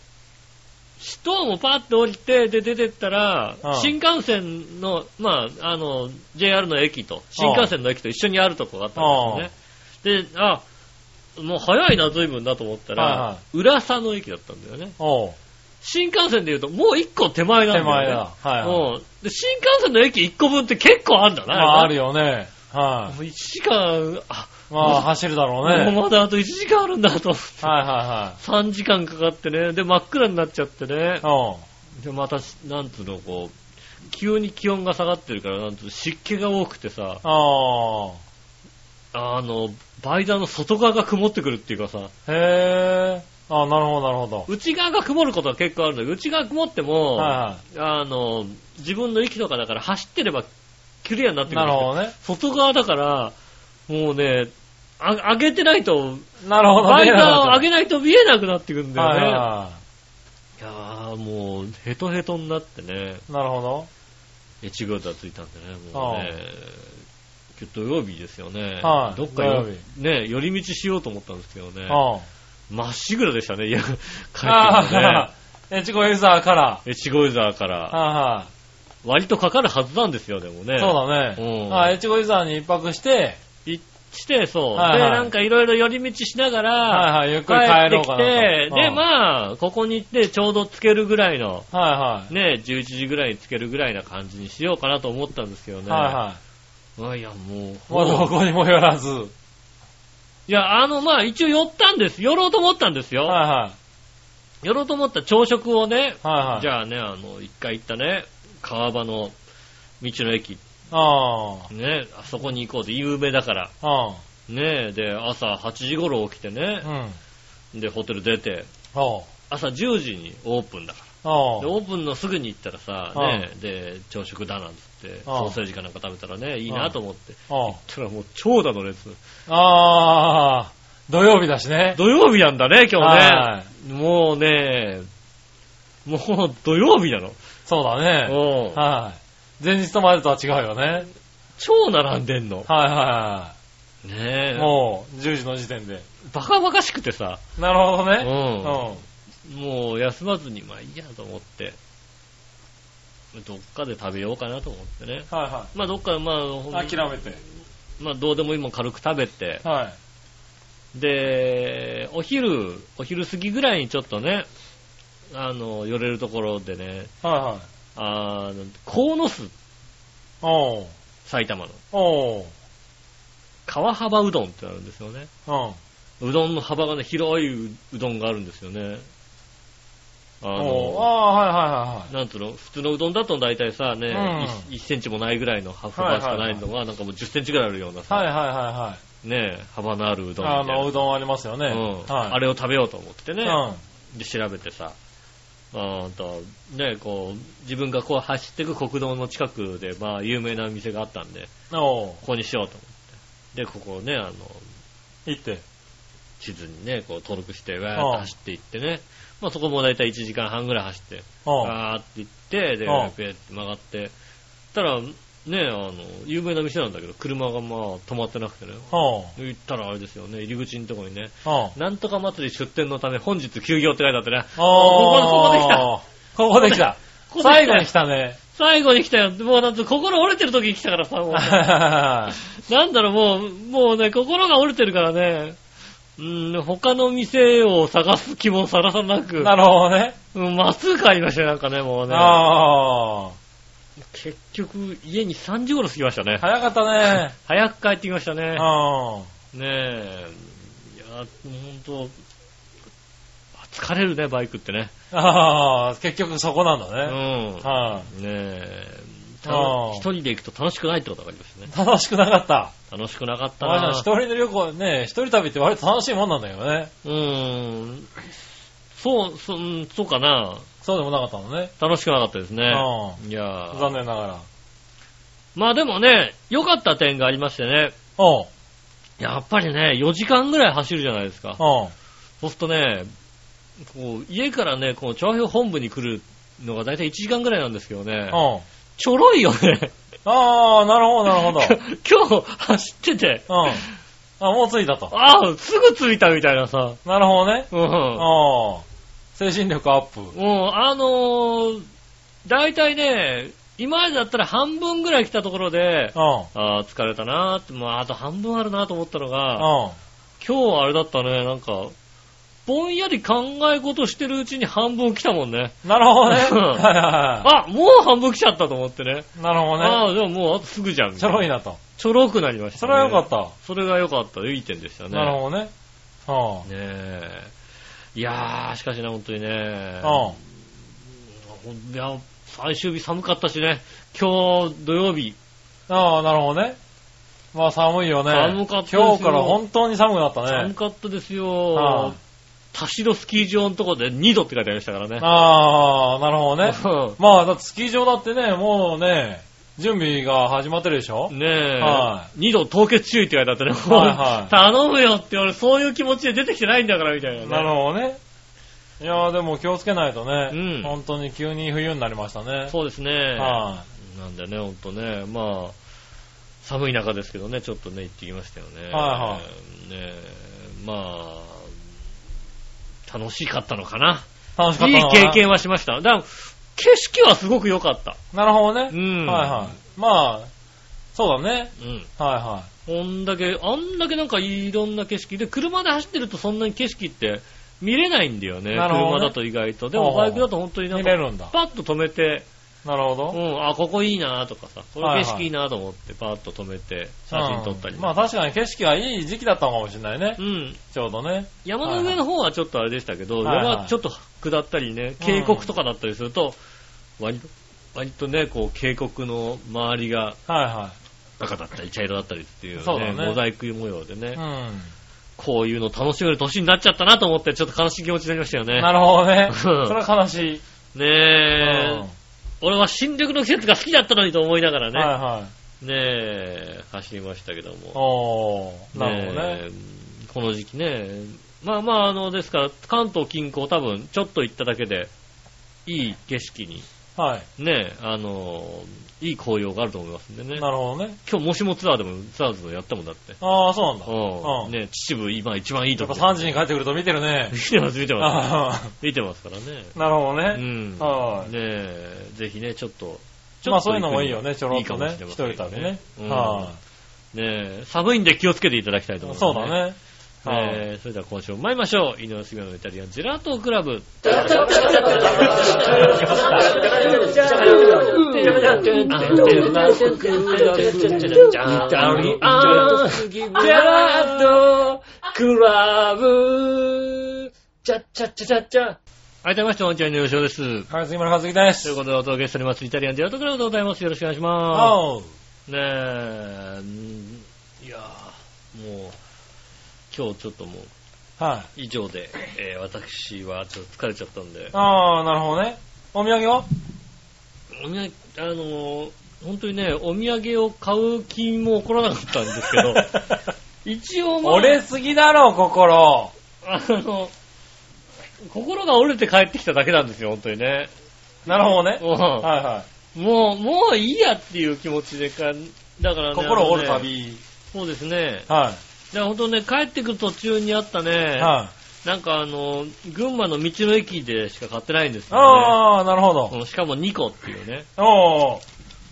C: 人もパッと降りて、で、出てったら、
B: うん
C: 新幹線の、まあ、あの、JR の駅と、新幹線の駅と一緒にあるとこがあったんですよね。で、あ、もう早いな、随分だと思ったら、
B: はいは
C: 浦佐の駅だったんだよね。
B: おう。
C: 新幹線で言うと、もう一個手前なんだ
B: 手
C: よね。
B: 前だ。はいはい。
C: うん。で、新幹線の駅1個分って結構あるんだな。
B: まあ、ある
C: よ。
B: よね。は
C: もう1時間、あ、
B: い。まあ、走るだろうね。はい
C: もうまだあと1時間あるんだと思って。
B: はいは
C: 3時間かかってね。で、真っ暗になっちゃってね
B: い。。おう。
C: で、また、なんつうの、こう、急に気温が下がってるから、なんつうの、湿気が多くてさ、
B: あ
C: あの、バイザーの外側が曇ってくるっていうかさ、
B: あ。へえ。あなるほど、なるほど。
C: 内側が曇ることは結構あるんだけど、内側曇っても、
B: は
C: あの、自分の息とかだから走ってればクリアになっ
B: い。
C: てく
B: な
C: るん
B: る
C: ですよ
B: ほどね。
C: 外側だから、もうね、あ上げてないと、
B: なるほどね。
C: バイザーを上げ
B: な
C: ないと見えなくなってくるんだよ
B: はい
C: ね。
B: はいいは
C: やー、もう、ヘトヘトになってね、
B: い。なるほど。
C: 越後座ついたんでね、もうね、今日土曜日ですよね。
B: はい
C: どっか
B: 土
C: よ
B: 曜、
C: ね、寄り道しようと思ったんですけどね、
B: うん。
C: まっしぐらでしたね、いや、帰 ってきたね
B: あ。あ、エチコエザーから。
C: 越後座から、
B: は
C: 割とかかるはずなんですよ、でも
B: いは
C: ね。
B: い。そうだね。
C: うん
B: ああ、エチゴエザーに一泊して、
C: 行って、そう。
B: はいはい
C: で、なんかいろいろ寄り道しながら、
B: はいはい、ゆっ
C: 帰
B: くり帰
C: って
B: ろう
C: き
B: かなと。
C: て、で、
B: あ。
C: まあ、ここに行ってちょうどつけるぐらいの、
B: はいはい。
C: ね、11時ぐらいにつけるぐらいな感じにしようかなと思ったんですけどね。
B: はいはい
C: や、いや、もう、
B: い。まあ、どこにもよらず。はい
C: いや、あの、まあ、一応寄ったんです。寄ろうと思ったんですよ。
B: は
C: 寄ろうと思った朝食をね、
B: い。はいはい。
C: じ
B: ゃ
C: ゃあね、あの、一回行ったね、川場の道の駅、
B: あ
C: ね、あそこに行こうで有名だから、
B: あ。うん。
C: ね、で、朝8時頃起きてね
B: う、ん。
C: で、ホテル出て、
B: おう。
C: 朝10時にオープンだから
B: お
C: で
B: う。
C: オープンのすぐに行ったらさ、
B: うん
C: ね、で、朝食だなんつって、
B: ん
C: ソーセージかなんか食べたらね、いいなと思って。
B: おう。
C: そしたらもう長蛇の列。
B: ああ、土曜日だしね。
C: 土曜日なんだね、今日
B: はい
C: ね。もうね、もう土曜日なの。
B: そうだね。
C: うん
B: はい。前日と前とは違うよね。
C: 超並んでんの。
B: はいは
C: ね
B: いはい。
C: え。
B: もう、10時の時点で。
C: バカバカしくてさ、
B: なるほど
C: う
B: ね。うん。
C: ん
B: はい
C: もう休まずに、まあいいやと思って、どっかで食べようかなと思ってね。
B: は
C: まあどっか、まあほん
B: い。諦めて。
C: まあどうでもいいもん軽く食べて、
B: はい。
C: で、お昼、お昼過ぎぐらいにちょっとね、あの、寄れるところでね、
B: はいはい。
C: あー鴻巣、
B: おう。
C: 埼玉の、
B: おう。
C: 川幅うどんってあるんですよね。
B: うん。
C: うどんの幅がね、広いううどんがあるんですよね。あ
B: おう
C: の、
B: ああ
C: なんつうの、普通のうどんだと大体さ、ね、
B: う
C: 1, センチもないぐらいの幅しかないのが、なんかもう10センチぐらいあるようなさ、
B: ー、はいはい。はいはいはいはい。
C: ね、幅のあるうどんみた
B: あ
C: いな
B: の、うどんありますよね。
C: うんあ
B: はい。
C: れを食べようと思ってね、
B: うん。
C: で調べてさ、うーんと、ね、こう、自分がこう走ってく国道の近くで、まあ、有名な店があったんで、
B: おう。
C: ここにしようと思って。で、ここをね、あの、
B: 行って。
C: 地図にね、こう登録して、わーっと走っていってね、まあそこもだいたい1時間半ぐらい走って、
B: おう。
C: わーって行って、で、
B: うん
C: ペーって曲がって、たら、ね、あの、有名な店なんだけど、車がまあ止まってなくてね、
B: おう。
C: 行ったらあれですよね、入り口のとこにね、
B: おう。
C: なんとか祭り出店のため本日休業って書いてあってね、
B: お
C: ここでここで来た
B: ここで来た。
C: ここで来た
B: 最後に来たね。
C: 最後に来たよ。もうなんと心折れてる時に来たからさ、もう
B: はいはいはいはい
C: なんだろう、もう、もうね、心が折れてるからね。うん、他の店を探す気もさらさなく、
B: なるほどね。
C: うんまっすぐ帰りましたよ、なんかね、もうね。
B: ああ。
C: 結局、家に3時頃過ぎましたね。
B: 早かったね。
C: 早く帰ってきましたね。
B: うん。
C: ねえ。いや、ほんと、疲れるね、バイクってね。
B: ああ、結局そこなん
C: う
B: だね。
C: ん。
B: は
C: ねえ。た
B: あー
C: 一人で行くと楽しくないってことが分かりますね。
B: い。楽しくなかった。
C: 楽しくなかった
B: まあ
C: な
B: 一人の旅行ね、一人旅って割と楽しいもんなんだけどね。
C: うーん。そう、そうんそうかな。
B: そうでもなかったのね。
C: 楽しくなかったですね。
B: う
C: いやー
B: 残念ながら。
C: まあでもね、良かった点がありましてね。
B: うん。うん。
C: やっぱりね、4時間ぐらい走るじゃないですか。そうするとね、こう、家からね、こう、調和表本部に来るのが大体1時間ぐらいなんですけどね。
B: うん。
C: ちょろいよね。
B: ああ、なるほど、なるほど。
C: 今日走ってて、
B: うん。あ、もう着いたと。
C: ああ、すぐ着いたみたいなさ。
B: なるほどね。
C: うん。も
B: ああ。精神力アップ。
C: う、あのー、大体ね、今までだったら半分ぐらい来たところで、
B: うん。
C: ああ、疲れたなーって、まあ、あと半分あるなと思ったのが、
B: うん。
C: 今日あれだったね、なんか、ぼんやり考え事してるうちに半分来たもんね。
B: なるほどね。
C: うん
B: はいはいは
C: あ、もう半分来ちゃったと思ってね。
B: い。なるほど
C: あ
B: ね。
C: あ、じゃあもうあとすぐじゃん。
B: ちょろい
C: な。
B: なと。
C: ちょろくなりました、。
B: それはよかったた。
C: それが良かった。いい点でしたね。
B: なるほどね。う
C: ねえ。いやー、しかしね、本当にね。
B: ん。うん。
C: いや、最終日寒かったしね。今日土曜日。
B: ああ、なるほどね。まあ寒いよね。
C: 寒かったですよ
B: 今日から本当に寒くなった
C: 寒
B: ね。
C: かったですよ。
B: は
C: 田代スキー場のとこで2度って書いてありましたからね。
B: ああ、なるほどね。
C: う
B: まあ、だってスキー場だってね、もうね、準備が始まってるでしょ
C: ん ねえ、
B: は
C: 2度凍結注意って書いてあったね。
B: は い
C: 頼むよって俺そういう気持ちで出てきてないんだからみたいなね。
B: なるほどね。いやーでも気をつけないとね、
C: うん
B: 本当に急に冬になりましたね。
C: そうですね。
B: は
C: なんでね、ほんとね、まあ、寒い中ですけどね、ちょっとね、行ってきましたよね。
B: は
C: ねえまあ、楽しかったのかな。
B: い。楽しか
C: い
B: っ
C: い
B: たのかない
C: 経験はしました。だから景色はすごく良かった。
B: なるほどね。
C: うん
B: はいはい。まあ、そうだね。
C: うん。
B: はいは
C: こんだけ、あんだけなんかいろんな景色で、車で走ってるとそんなに景色って見れないんだよね。
B: なるほどね
C: 車だと意外と。で
B: ほう
C: も
B: ほう
C: バイクだと本当になん
B: 見
C: か
B: れ、るんだ
C: パッと止めて、
B: い。なるほど。
C: うん、あ、ここいいなとかさ、こ
B: はい
C: れ
B: はい
C: 景色いいなと思って、パッと止めて、写真撮ったり。
B: うんまあ確かに景色がいい時期だったのかもしれないね
C: う。ん。
B: ちょうどね。
C: 山の上の方はちょっとあれでしたけど、
B: はいはい
C: 山ちょっと下ったりね、渓谷とかだったりすると、割と、割とね、こう、渓谷の周りが
B: は
C: 赤だったり茶色だったりっていう
B: そうだ
C: ね、
B: ね
C: モザイク模様で
B: い
C: ね、
B: はい。
C: こういうの楽しめる年になっちゃったなと思って、ちょっと悲しい気持ちになりましたよ
B: うん。
C: ね。
B: なるほど ね。
C: うん
B: それは悲しい。
C: ねえ、
B: うん
C: 俺は新緑の季節が好きだったのにと思いながらね、
B: はいはい。
C: ねえ、走りましたけども。
B: おー、なるほどね。
C: えこの時期ね。まあまあ、あの、ですから、関東近郊多分、ちょっと行っただけで、いい景色に、
B: はい。
C: ね、あの、いい紅葉があると思いますんでね。
B: なるほどね。
C: 今日、もしもツアーでも、ツアーズやったもんだって。
B: ああ、そうなんだ。
C: うん。
B: うん
C: ね、秩父、今一番いい
B: や
C: と
B: っぱ
C: こ。
B: 3時に帰ってくると見てるね。
C: 見てます、見てま
B: あ
C: す。見てますからね。
B: ーなるほど
C: う
B: ね。
C: ん。
B: はい
C: ねえ、ぜひね、ちょっと。ちょっと
B: まあそういうのもいいよね、ちょろ
C: い
B: っと
C: いかも
B: ね
C: し。れ
B: 一
C: ません
B: 人旅ね。
C: うん
B: は
C: ねえ、寒いんで気をつけていただきたいと
B: い
C: 思います、
B: そうだね。はい
C: えー、それでは今週も参りましょう。井上杉村のイタリアンジェラートクラブ。
D: ラートクラブチャッチャッチャチャッチャ
C: 改めまして、こんにちは、井上翔です。
B: はい、杉村和樹です。
C: ということでお届けしております、イタリアンジェラートクラブでございます。よろしくお願いしま
B: おう
C: す。ねえ、うんいやーもう、今日ちょっともう、
B: はい。
C: 以上で、えー私はちょっと疲れちゃったんで、
B: ああ、なるほどね。お土産は
C: お土産、あのー本当にね、お土産を買う気も起こらなかったんですけ ど、一応まあ、
B: 折れすぎだろ、心。
C: あの、心が折れて帰ってきただけなんですよ、本当にね。
B: なるほどね。
C: うん
B: はいは
C: もう、もういいやっていう気持ちでか、だからね。
B: い。心折る
C: あのね。
B: 旅。
C: そうですね。
B: は
C: じゃあ本当ね、帰ってくる途中にあった
B: い。
C: ね、
B: はい。
C: なんかあの、群馬の道の駅でしか買ってないんですよ、ね。
B: ああ、なるほど。
C: うんしかも2個っていうね。
B: おお。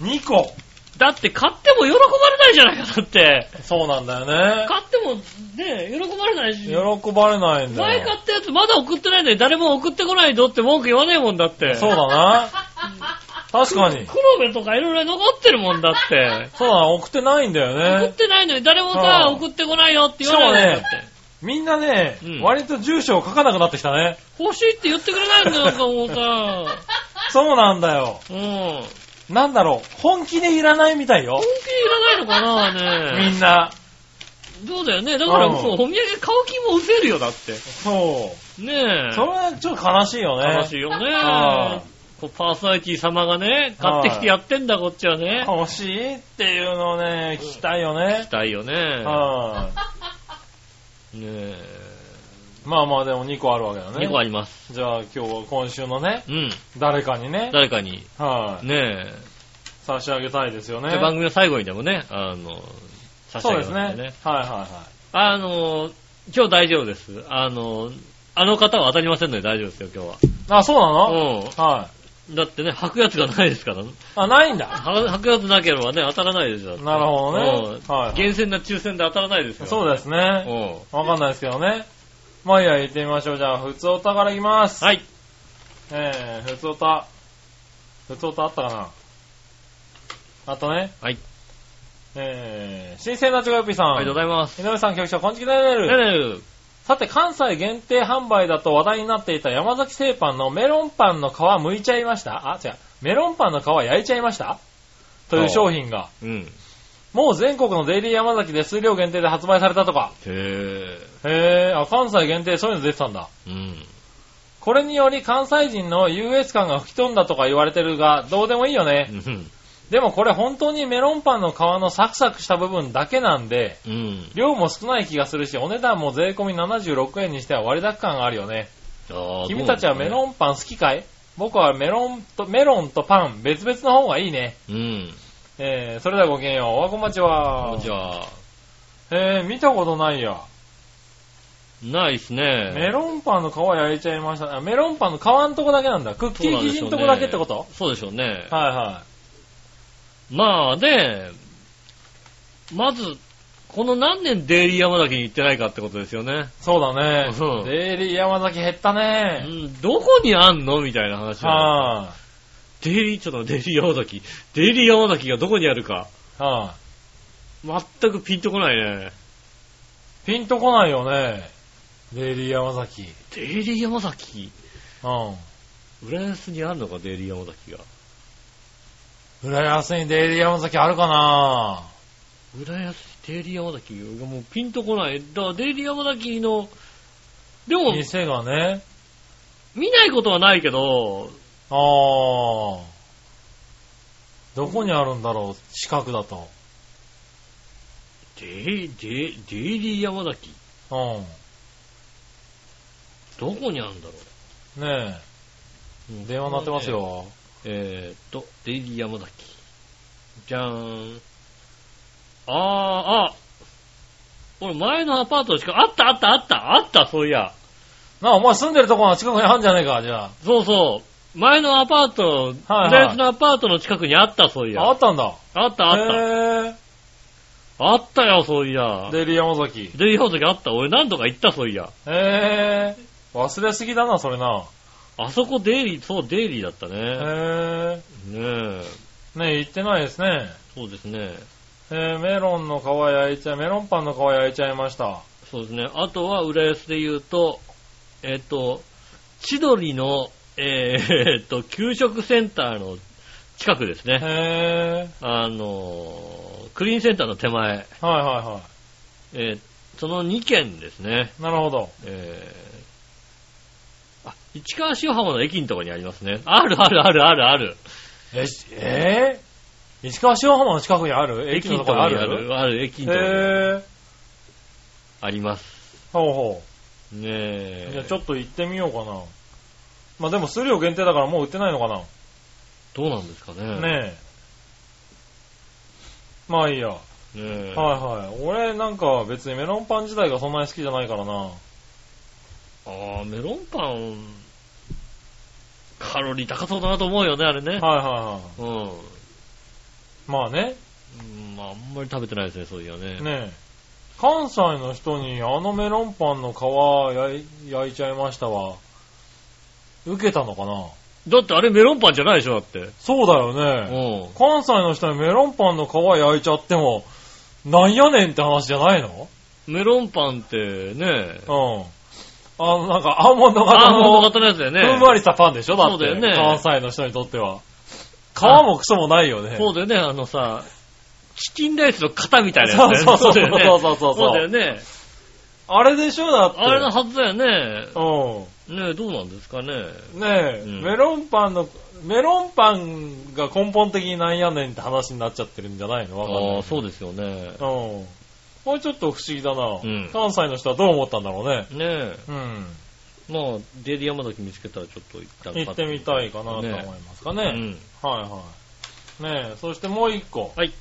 B: 2個。
C: だって買っても喜ばれないじゃないか、だって。
B: そうなんだよね。
C: 買ってもね、喜ばれないし。
B: 喜ばれないんだ
C: 前
B: よ。
C: 買ったやつまだ送ってないのに誰も送ってこないぞって文句言わねえもんだって。
B: そうだな。確かに。
C: 黒部とかいろいろ残ってるもんだって。
B: そうだな、送ってないんだよ
C: 送っ
B: ね。
C: てないのに誰も
B: は
C: さ、
B: あ
C: 送ってこないよって言わないんだって。
B: みんなね、
C: うん
B: 割と住所を書かなくなってきたね。
C: 欲しいって言ってくれないんだよ、なんかもう さ。
B: そうなんだよ。
C: うん。本
B: なんだろう、本気でいらないみたい
C: 気。
B: よ
C: にいらないのかな
B: み
C: ね。
B: んな。
C: そうだよね。だから
B: うん
C: そう、お土産買う気も失せるよ、だって。
B: そう。
C: ねえ。
B: それはちょっと悲しいよね。
C: 悲しいよ
B: は
C: ね
B: あ。
C: こうパーソナリティ様がね、買ってきてやってんだ、こっちはね。
B: 欲しいっていうのをね、聞きたいよ
C: し
B: ね。
C: たいよね。
B: はい。
C: ねえ。
B: まあまあでも2個あるわけだね。
C: 2個あります。
B: じゃあ今日は今週のね、
C: うん。
B: 誰かにね、
C: 誰かに。
B: はい、
C: ねえ。
B: 差し上げたいですよね
C: で。番組の最後にでもね、あの、差し
B: そう
C: 上
B: で
C: げ
B: す
C: ますん
B: ね。はい
C: で
B: はい
C: ね。
B: は
C: あの、今日大丈夫です。あの、あの方は当たりませんので大丈夫ですよ、今
B: い。あ、そうな
C: 日
B: の、
C: は。
B: はい。
C: うん。だってね、履くやつがないですから。は
B: あ、ないんだ。
C: 履くやつなければね、当たらないですよ。
B: なるほどね
C: うん
B: はい
C: 厳選な抽選で当たらないですよ。
B: そう
C: だ。
B: ですね。わかんないですけどね。まあいいや、行ってみましょう。じゃあ、普通おたからいきます。
C: はい。
B: えー、普通おた。普通おたあったかなあとね。
C: はい。
B: えー、新鮮なちごよっぴさん。
C: ありがとうございます。
B: 井上さん、局長、こんにちは。
C: ねえ
B: さて、関西限定販売だと話題になっていた山崎製パンのメロンパンの皮剥いちゃいましたあ、違う。メロンパンの皮焼いちゃいましたという商品が、
C: うん。
B: もう全国のデイリー山崎で数量限定で発売されたとか。
C: へえ。
B: へぇー、あ、関西限定そういうの出てたんだ。
C: うん。
B: これにより関西人の優越感が吹き飛んだとか言われてるが、どうでもいいよね。
C: うん。
B: でもこれ本当にメロンパンの皮のサクサクした部分だけなんで、
C: うん。
B: 量も少ない気がするし、お値段も税込み76円にしては割高感があるよね。
C: ああ
B: 君たちはメロンパン好きかい僕はメロンと、メロンとパン別々の方がいいね。
C: ン。うん。
B: えー、それではごきげんよう。おはこんばんちは。
C: じゃあ、
B: えー、見たことないや。
C: ないですね。
B: メロンパンの皮焼いちゃいましたね。あメロンパンの皮のとこだけなんだ。クッキ
C: そう
B: ー
C: なん
B: 生
C: で
B: 地
C: しょうね
B: のとこだけってこと
C: そうでしょうね。
B: はいは
C: まあね、まず、この何年デイリー山崎に行ってないかってことですよね。
B: い。そうだね。
C: うん
B: デイリー山崎減った
C: う
B: ね。
C: ん、どこにあんのみたいな話。
B: は
C: デイリー、ちょっと待ってデイリー山崎。デイリー山崎がどこにあるか。
B: い、はい、
C: 全くピンとこないね。
B: ピンとこないよね。デイリー山崎。
C: デイリー山崎
B: うん。
C: 浦安にあんのか、デイリー山崎が。
B: 浦安にデイリー山崎あるかな
C: 浦安、デイリー山崎がもうピンとこない。だからデイリー山崎の、でも、
B: 店がね。
C: 見ないことはないけど、
B: あー。どこにあるんだろう近くだと。
C: デイ、デイ、デイリー山崎
B: う
C: どこにあるんだろ
B: ん。ね
C: う
B: え。電話鳴ってます。よ。
C: えーっと、デイリー山崎。じゃーん。あー、あ、俺前のアパートしか、あったあったあったあった、そういや。
B: なあ、お前住んでるとこの近くにあるんじゃねえか、じゃ
C: そうそう。前のアパート、
B: はいはい
C: 浦安のアパートの近くにあった、そういや。
B: あ。あ
C: あ
B: あったんだ。
C: ったあった。
B: へー
C: あったよ、そういや。
B: デイリー山崎。
C: デイリー山崎あった。俺何度か行った、そういや。
B: へぇー。忘れすぎだな、それな。
C: あそこデイリー、そう、デイリーだったね。
B: へ
C: ねえ。
B: ぇー。ねえ、行ってないですね。
C: そうですね。
B: えー、メロンの皮焼いちゃい、メロンパンの皮焼いちゃいました。
C: そうですね。あとは、浦安で言うと、えっ、と、千鳥の、えーえっと、給食センターの近くですね。
B: へ
C: あのー、クリーンセンターの手前、
B: ぇー。はいはいは
C: えーその2軒ですね。
B: い。なるほど。
C: えーあ、市川塩浜の駅のところにありますね。あるあるあるあるある。
B: え、しえぇ、ー、石川塩浜の近くにある駅のところある
C: あるある、駅のところに
B: へぇー。
C: あります。
B: ほうほ
C: ね
B: う。
C: え。
B: じゃあちょっと行ってみようかな。まあでも数量限定だからもう売ってないのかな。
C: どうなんですかね。
B: ねえ。まあいいや。はい
C: え。ねえ
B: はい。俺なんか別にメロンパン自体がそんなに好きじゃないからな。
C: ああ、メロンパン、カロリー高そうだなと思うよね、あれね。
B: はいはいは
C: うん。
B: い。まあね。
C: うんまあ、あんまり食べてないですね、そういうのね。
B: ねえ。関西の人にあのメロンパンの皮焼い焼いちゃいましたわ。受けたのかな
C: だってあれメロンパンじゃないでしょ、だって。
B: そうだよね。
C: うん。
B: 関西の人にメロンパンの皮焼いちゃっても、なんやねんって話じゃないの
C: メロンパンってね、
B: うん。あの、なんか、アーモンド型
C: あー、
B: の
C: もう型のやつだよね。
B: ふんわりしたパンでしょだって。
C: そうだよね
B: 関西の人にとっては。皮もクソもないよね。
C: そうだよね、あのさ、チキンライスの型みたいなやつだよね。
B: そうそうそう
C: だよね
B: そうそうそうそう
C: そうだよね。
B: あれでしょだって。
C: あれのはずだよね。
B: う
C: ねえ、どうなんですかね。
B: ん。ねえ、
C: うん
B: メロンパンの、メロンパンが根本的になんやねんって話になっちゃってるんじゃないのわかんない。
C: ああ、そうですよね。
B: うん。これちょっと不思議だな、
C: ん
B: 関西の人はどう思ったんだろうね。
C: ねえ。
B: うん。
C: まあ、デイリー山崎見つけたらちょっと行った
B: 行ってみたいかなと思いますかね。
C: うん。
B: はいはい。ねえ、そしてもう一個。
C: はい。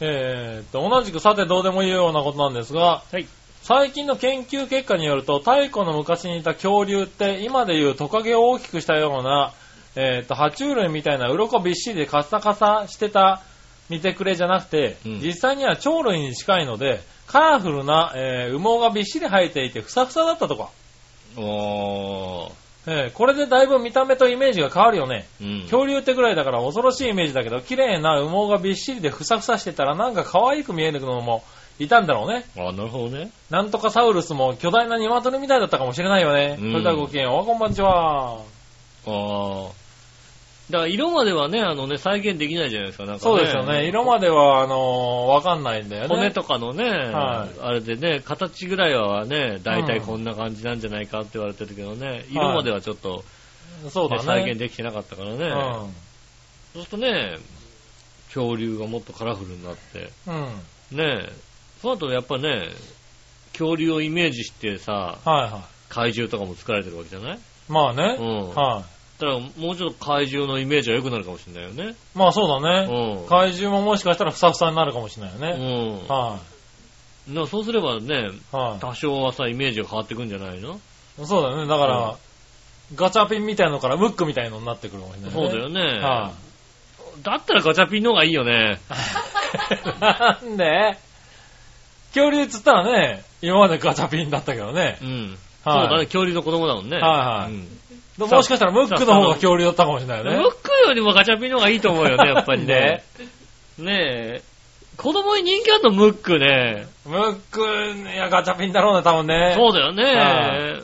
B: えーっと、同じくさてどうでもいいようなことなんですが、
C: はい
B: 最近の研究結果によると、太古の昔にいた恐竜って、今でいうトカゲを大きくしたような、えーっと、爬虫類みたいな鱗びっしりでカサカサしてた、見てくれじゃなくて、
C: うん
B: 実際には鳥類に近いので、カラフルな、えー羽毛がびっしり生えていて、ふさふさだったとか。
C: ああ、
B: えーこれでだいぶ見た目とイメージが変わるよね。
C: うん。
B: 恐竜ってぐらいだから恐ろしいイメージだけど、綺麗な羽毛がびっしりでふさふさしてたらなんか可愛く見えるのもいたんだろうね。
C: あなるほどね。
B: なんとかサウルスも巨大な鶏みたいだったかもしれないよね。
C: うん
B: それではごきげんよう、こんばんちは。
C: ああ。だから色まではね、あのね、再現できないじゃないですか、なんか、ね。
B: そうですよね。色までは、あのーわかんないんだよね。
C: 骨とかのね、
B: はい
C: あれでね、形ぐらいはね、大体こんな感じなんじゃないかって言われてるけどね、色まではちょっと、
B: そうだ
C: ね
B: ね。
C: 再現できてなかったからね、
B: うん。
C: そうするとね、恐竜がもっとカラフルになって、
B: うん。
C: ねえ、その後やっぱね、恐竜をイメージしてさ、
B: はいは
C: 怪獣とかも作られてるわけじゃない
B: い。まあ
C: う
B: ね。
C: ん。
B: は
C: だからもうちょっと怪獣のイメージは良くなるかもしれないよね。
B: い。まあそうだね。
C: うん。
B: 怪獣ももしかしたらふさふさになるかもしれないよね。
C: うん。
B: は
C: なそうすればね、
B: い。は
C: 多少はさ、イメージが変わってくんじゃないの
B: い。そうだよね。だから、ガチャピンみたいのからムックみたいのになってくるかもしれない、
C: そうだよね。
B: は
C: だったらガチャピンの方がいいよね。
B: い。 なんで恐竜っつったらね、今までガチャピンだったけどね
C: う。ん。そう
B: はい
C: だね、恐竜の子供だもんね。
B: はいはい
C: うん
B: もしかしたらムックの方が恐竜だったかもしれないよね。
C: ムックよりもガチャピンの方がいいと思うよね、やっぱりね。ねえ。子供に人気あるのムックね。
B: ムック、いや、ガチャピンだろうな、多分 ね。
C: そうだよ
B: は
C: ね。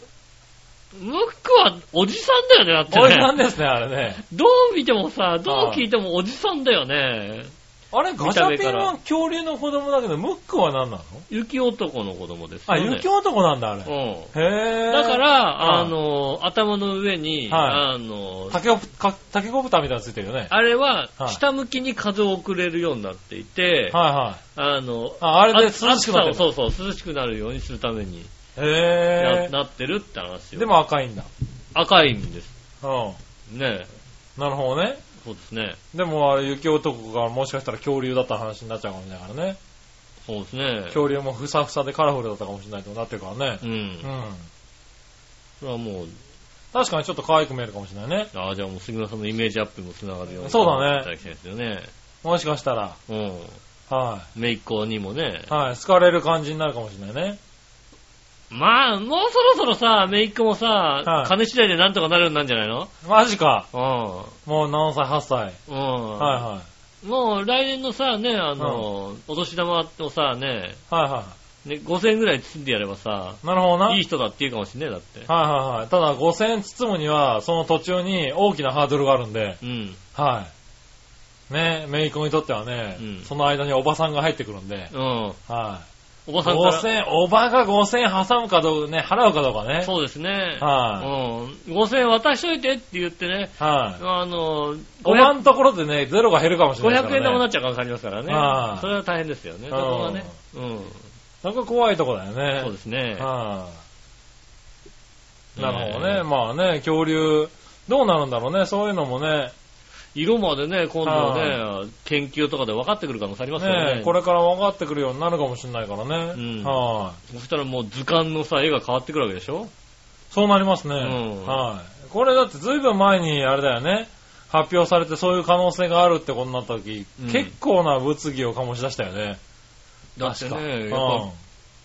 C: ムックはおじさんだよね、だってね。
B: おじさんですね、あれね。
C: どう見てもさ、どう聞いてもおじさんだよね。
B: あれ、ガチ ャ
C: 見
B: ピ
C: た目
B: ン
C: か
B: は
C: ら
B: 恐竜の子供だけど、ムックは何なの
C: 雪男の子供ですよ
B: あ、
C: ね。
B: 雪男なんだ、あれ。
C: うん。
B: へぇ
C: だか、ら、
B: はい
C: あの、頭の上に、
B: は
C: あの、
B: タケオプかタケコプターみたいなのついてるよね。
C: あれは
B: はい
C: 下向きに風を送れるようになっていて、
B: はいはい。
C: あの、
B: あ、あれで涼
C: あ
B: しくなって
C: 暑さをそうそう、涼しくなるようにするために
B: る。へ
C: やなってるって話
B: ぇ
C: よ。
B: で、も赤いんだ。
C: 赤いんです。
B: うん。
C: ね
B: なるほどね。
C: そうですね。
B: でも、あれ、雪男がもしかしたら恐竜だった話になっちゃうかもしれないからね。
C: そうですね。
B: 恐竜もふさふさでカラフルだったかもしれないとかなってるからね
C: う。ん
B: う。ん。
C: それはもう、
B: 確かにちょっと可愛く見えるかもしれないね。
C: ああ、じゃあもう杉村さんのイメージアップにもつながるように
B: そうだね
C: いただきたいですよね。
B: もしかしたら。
C: うん。
B: は
C: 姪っ子にもね
B: い。。はい。好かれる感じになるかもしれないね。
C: まあ、もうそろそろさ、姪っ子もさ、
B: い
C: 金次第でなんとかなるようになるんじゃないの
B: マジか。
C: うん。
B: もう何歳 ?8 歳。
C: うん。
B: は
C: もう来年のさ、ね、あの、お年玉をさ、ね、
B: いはい。はいは
C: ね5000円ぐらい包んでやればさ、
B: い。なるほどな。
C: いい人だって言うかもしんねえ、だって。
B: はいはいはい。ただ5000円包むには、その途中に大きなハードルがあるんで、
C: うん。
B: はい。ね、メイコにとってはね、
C: うん
B: その間におばさんが入ってくるんで、
C: うん。
B: は
C: お
B: い。
C: ばさんから。
B: 5000円、おばが5000円挟むかどうかね、払うかどうかね。
C: そうですね。
B: は
C: うん。5000円渡しといてって言ってね、
B: はい。
C: あの、
B: 5
C: 500,
B: 万のところでね、ゼロが減るかもしれない、
C: 500円玉にな
B: な
C: っちゃうかもかりますからね
B: は。い
C: それは大変ですよね。そこはね。うん。
B: なんか怖いとこだよね。
C: そうですね。
B: はい。なるほど
C: ね
B: ね。
C: え
B: まあね、恐竜、どうなるんだろうね。そういうのもね、
C: 色までね、今度はね、研究とかで分かってくる可能性ありますよ
B: ね
C: ね。
B: これから分かってくるようになるかもしれないからね。
C: うん
B: はい。
C: そしたらもう図鑑のさ、絵が変わってくるわけでしょ
B: そうなりますね。
C: うん
B: はい。これだって随分前に、あれだよね、発表されてそういう可能性があるってことになった時、
C: うん
B: 結構な物議を醸し出したよね。
C: だって
B: 確か
C: ね、やっ
B: うん。
C: ぱ
B: は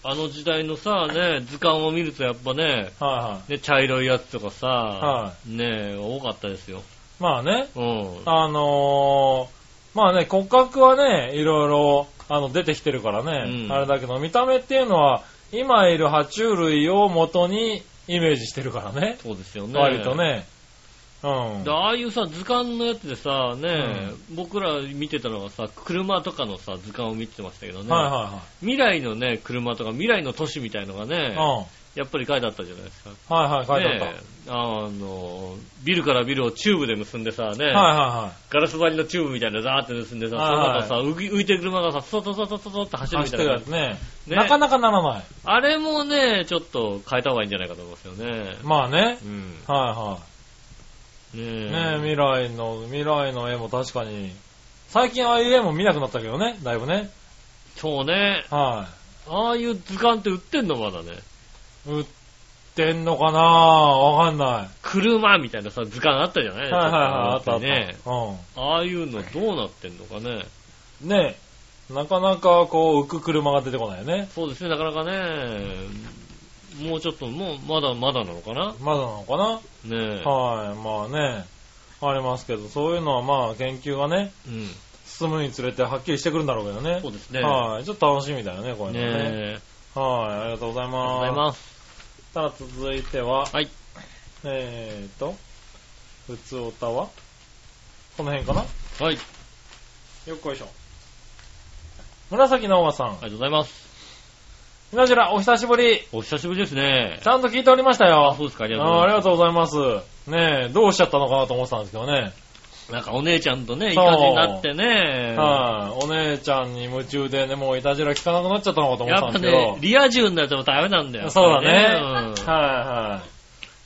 C: あの時代のさ、ね、図鑑を見るとやっぱね、
B: いはい。
C: ね、茶色いやつとかさ、
B: は
C: ね、多かったですよ。
B: まあね、
C: うん。
B: あのー、まあね、骨格はね、いろいろ、あの、出てきてるからね、
C: うん
B: あれだけど、見た目っていうのは、今いる爬虫類を元にイメージしてるからね。
C: そうですよね。
B: 割と。ね。うん。
C: で、ああいうさ、図鑑のやつでさ、ね、僕ら見てたのがさ、車とかのさ、図鑑を見てましたけどね、
B: はいは
C: 未来のね、車とか未来の都市みたいのがね
B: い、はい。
C: やっぱり書いてあったじゃないですか。
B: うん。はいはい、書いてあった。
C: ねあの、ビルからビルをチューブで結んでさ、ね、
B: はいはいはい。
C: ガラス張りのチューブみたいなのザーって盗んでさ、
B: はいはい
C: その中さ、浮き浮いてる車がさ、トトトトトトって走るみ
B: 走
C: た
B: っ
C: い
B: てる
C: な
B: や。つね。
C: ね
B: なかなかならない。
C: あれもね、ちょっと変えた方がいいんじゃないかと思いますよね。
B: まあね。
C: うん。ね
B: は
C: え
B: いはい。ね未来の、未来の絵も確かに、最近ああいう絵も見なくなったけどね、だいぶね。
C: そうね。
B: は
C: ああいう図鑑って売ってんのまだね。
B: い。売ってんのかなわかんない。
C: 車みたいなさ、図鑑あったじゃない
B: はいはいはい、あ
C: あ
B: ったあっ
C: ね。
B: た。う
C: ああいうのどうなってんのかね。
B: ん。ねなかなかこう、浮く車が出てこないよね。
C: そうですね、なかなかね、もうちょっと、もうまだまだなのかな
B: まだなのかな、
C: ねえ。
B: はい。まあね。ありますけど、そういうのはまあ研究がね、
C: うん。
B: 進むにつれてはっきりしてくるんだろうけどね
C: そう。ですね。
B: はい。ちょっと楽しみだよね、こういう
C: ね
B: のね。
C: え。
B: はい、ありがとうござい
C: ありがとうござ
B: ます。
C: います。
B: さあ、続いては、
C: はい。
B: えーと、普通おたはこの辺かな
C: はい。あり
B: よっこいしょ。紫のおばさん。
C: がとうございます。
B: ひなじら、お久しぶり。
C: お久しぶりですね
B: ち。ゃんと聞いておりましたよ。
C: あ、そうですか、ありがとう
B: あーあ
C: ご
B: り
C: ざいま
B: がとうございます。ねえ、どうしちゃったのかなと思ってたんですけどね。
C: す。なんかお姉ちゃんとね、いい
B: そう
C: 感じになってね。
B: はい、お姉ちゃんに夢中でね、もういたじら聞かなくなっちゃったのかと思っ
C: や
B: たん
C: っぱ
B: ですけど。
C: ね、リア充になるとダメなんだよ。
B: そうだね
C: やっぱりね
B: はいは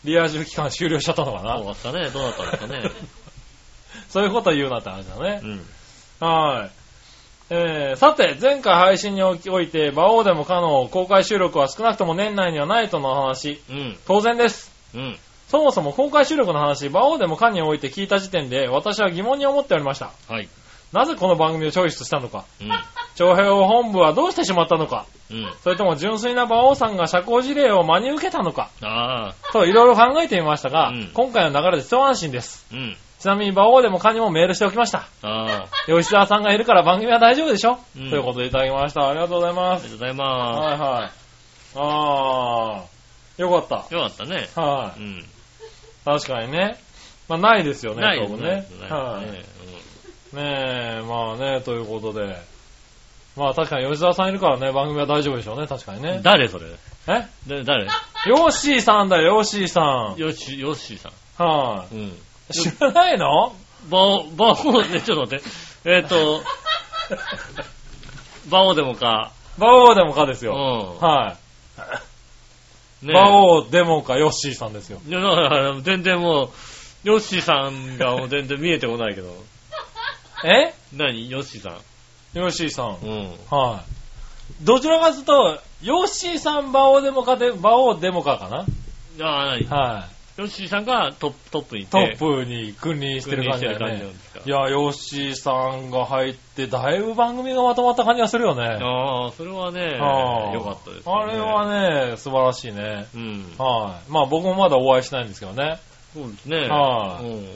B: い。リア充期間終了しちゃったのか
C: うん。どう
B: な。
C: だったね、どうだったんですかね。
B: そういうこと言うなって話だね
C: う。ん。
B: はい。えー、さて、前回配信において、馬王でも可能公開収録は少なくとも年内にはないとの話、
C: うん。
B: 当然です。
C: うん。
B: そもそも公開収録の話、馬王でも可において聞いた時点で、私は疑問に思っておりました。
C: はい。
B: なぜこの番組をチョイスしたのか、
C: う
B: 長編を本部はどうしてしまったのか、
C: ん。うん。
B: それとも純粋な馬王さんが社交辞令を真に受けたのか、
C: あ
B: といろいろ考えてみましたが、
C: うん
B: 今回の流れで一安心です。
C: あ。うん。
B: ちなみに馬王でもカにもメールしておきました。
C: ああ。
B: 吉沢さんがいるから番組は大丈夫でしょ、
C: うん
B: ということでいただきました。ありがとうござい
C: あ
B: ま
C: りがと
B: す。
C: うござい
B: はい
C: ま
B: はい。あー、よかった。
C: す。よかったね。
B: は
C: う
B: い、
C: ん。
B: 確かにね。まあ、ないですよね、
C: ないです
B: 多
C: ね
B: 分
C: な
B: ね。
C: い
B: は
C: ですね
B: い、ねえ、まあね、ということで。まあ確かに吉沢さんいるからね、番組は大丈夫でしょうね、確かに
C: うん
B: ね。
C: 誰それ
B: え
C: だ 誰
B: ヨッシーさんだよ、ヨッシーさん。はい、
C: よし、よしさん。うん。
B: 知らないの
C: バオ、バオ、ね、ちょっと待って。えっ、 と、バオでもか。
B: 馬王でもかです
C: う
B: よ。
C: ん。
B: は
C: ねえ
B: い。馬王デモかヨッシーさんですよ。
C: いや、だから、全然もう、ヨッシーさんがもう全然見えてこないけど。
B: え
C: 何ヨッシーさ
B: ヨッシーさん
C: ん。。うん。
B: はい。どちらかというと、ヨッシーさん、馬王デモかで、馬王デモかかな
C: ああ、何
B: は
C: ヨッシーさんがトップ、トップにい
B: い。
C: て。
B: トップに君臨してる感じだ
C: 君臨してる感
B: よ
C: じなん
B: ね
C: ですか。
B: いや、ヨッシーさんが入って、だいぶ番組がまとまった感じがするよね。
C: ああ、それはね、
B: はい
C: よかったです、
B: あれはね、素晴らしいね。
C: ね。うん。
B: はい。まあ僕もまだお会いしないんですけどね。
C: そうですね。
B: はい
C: うん。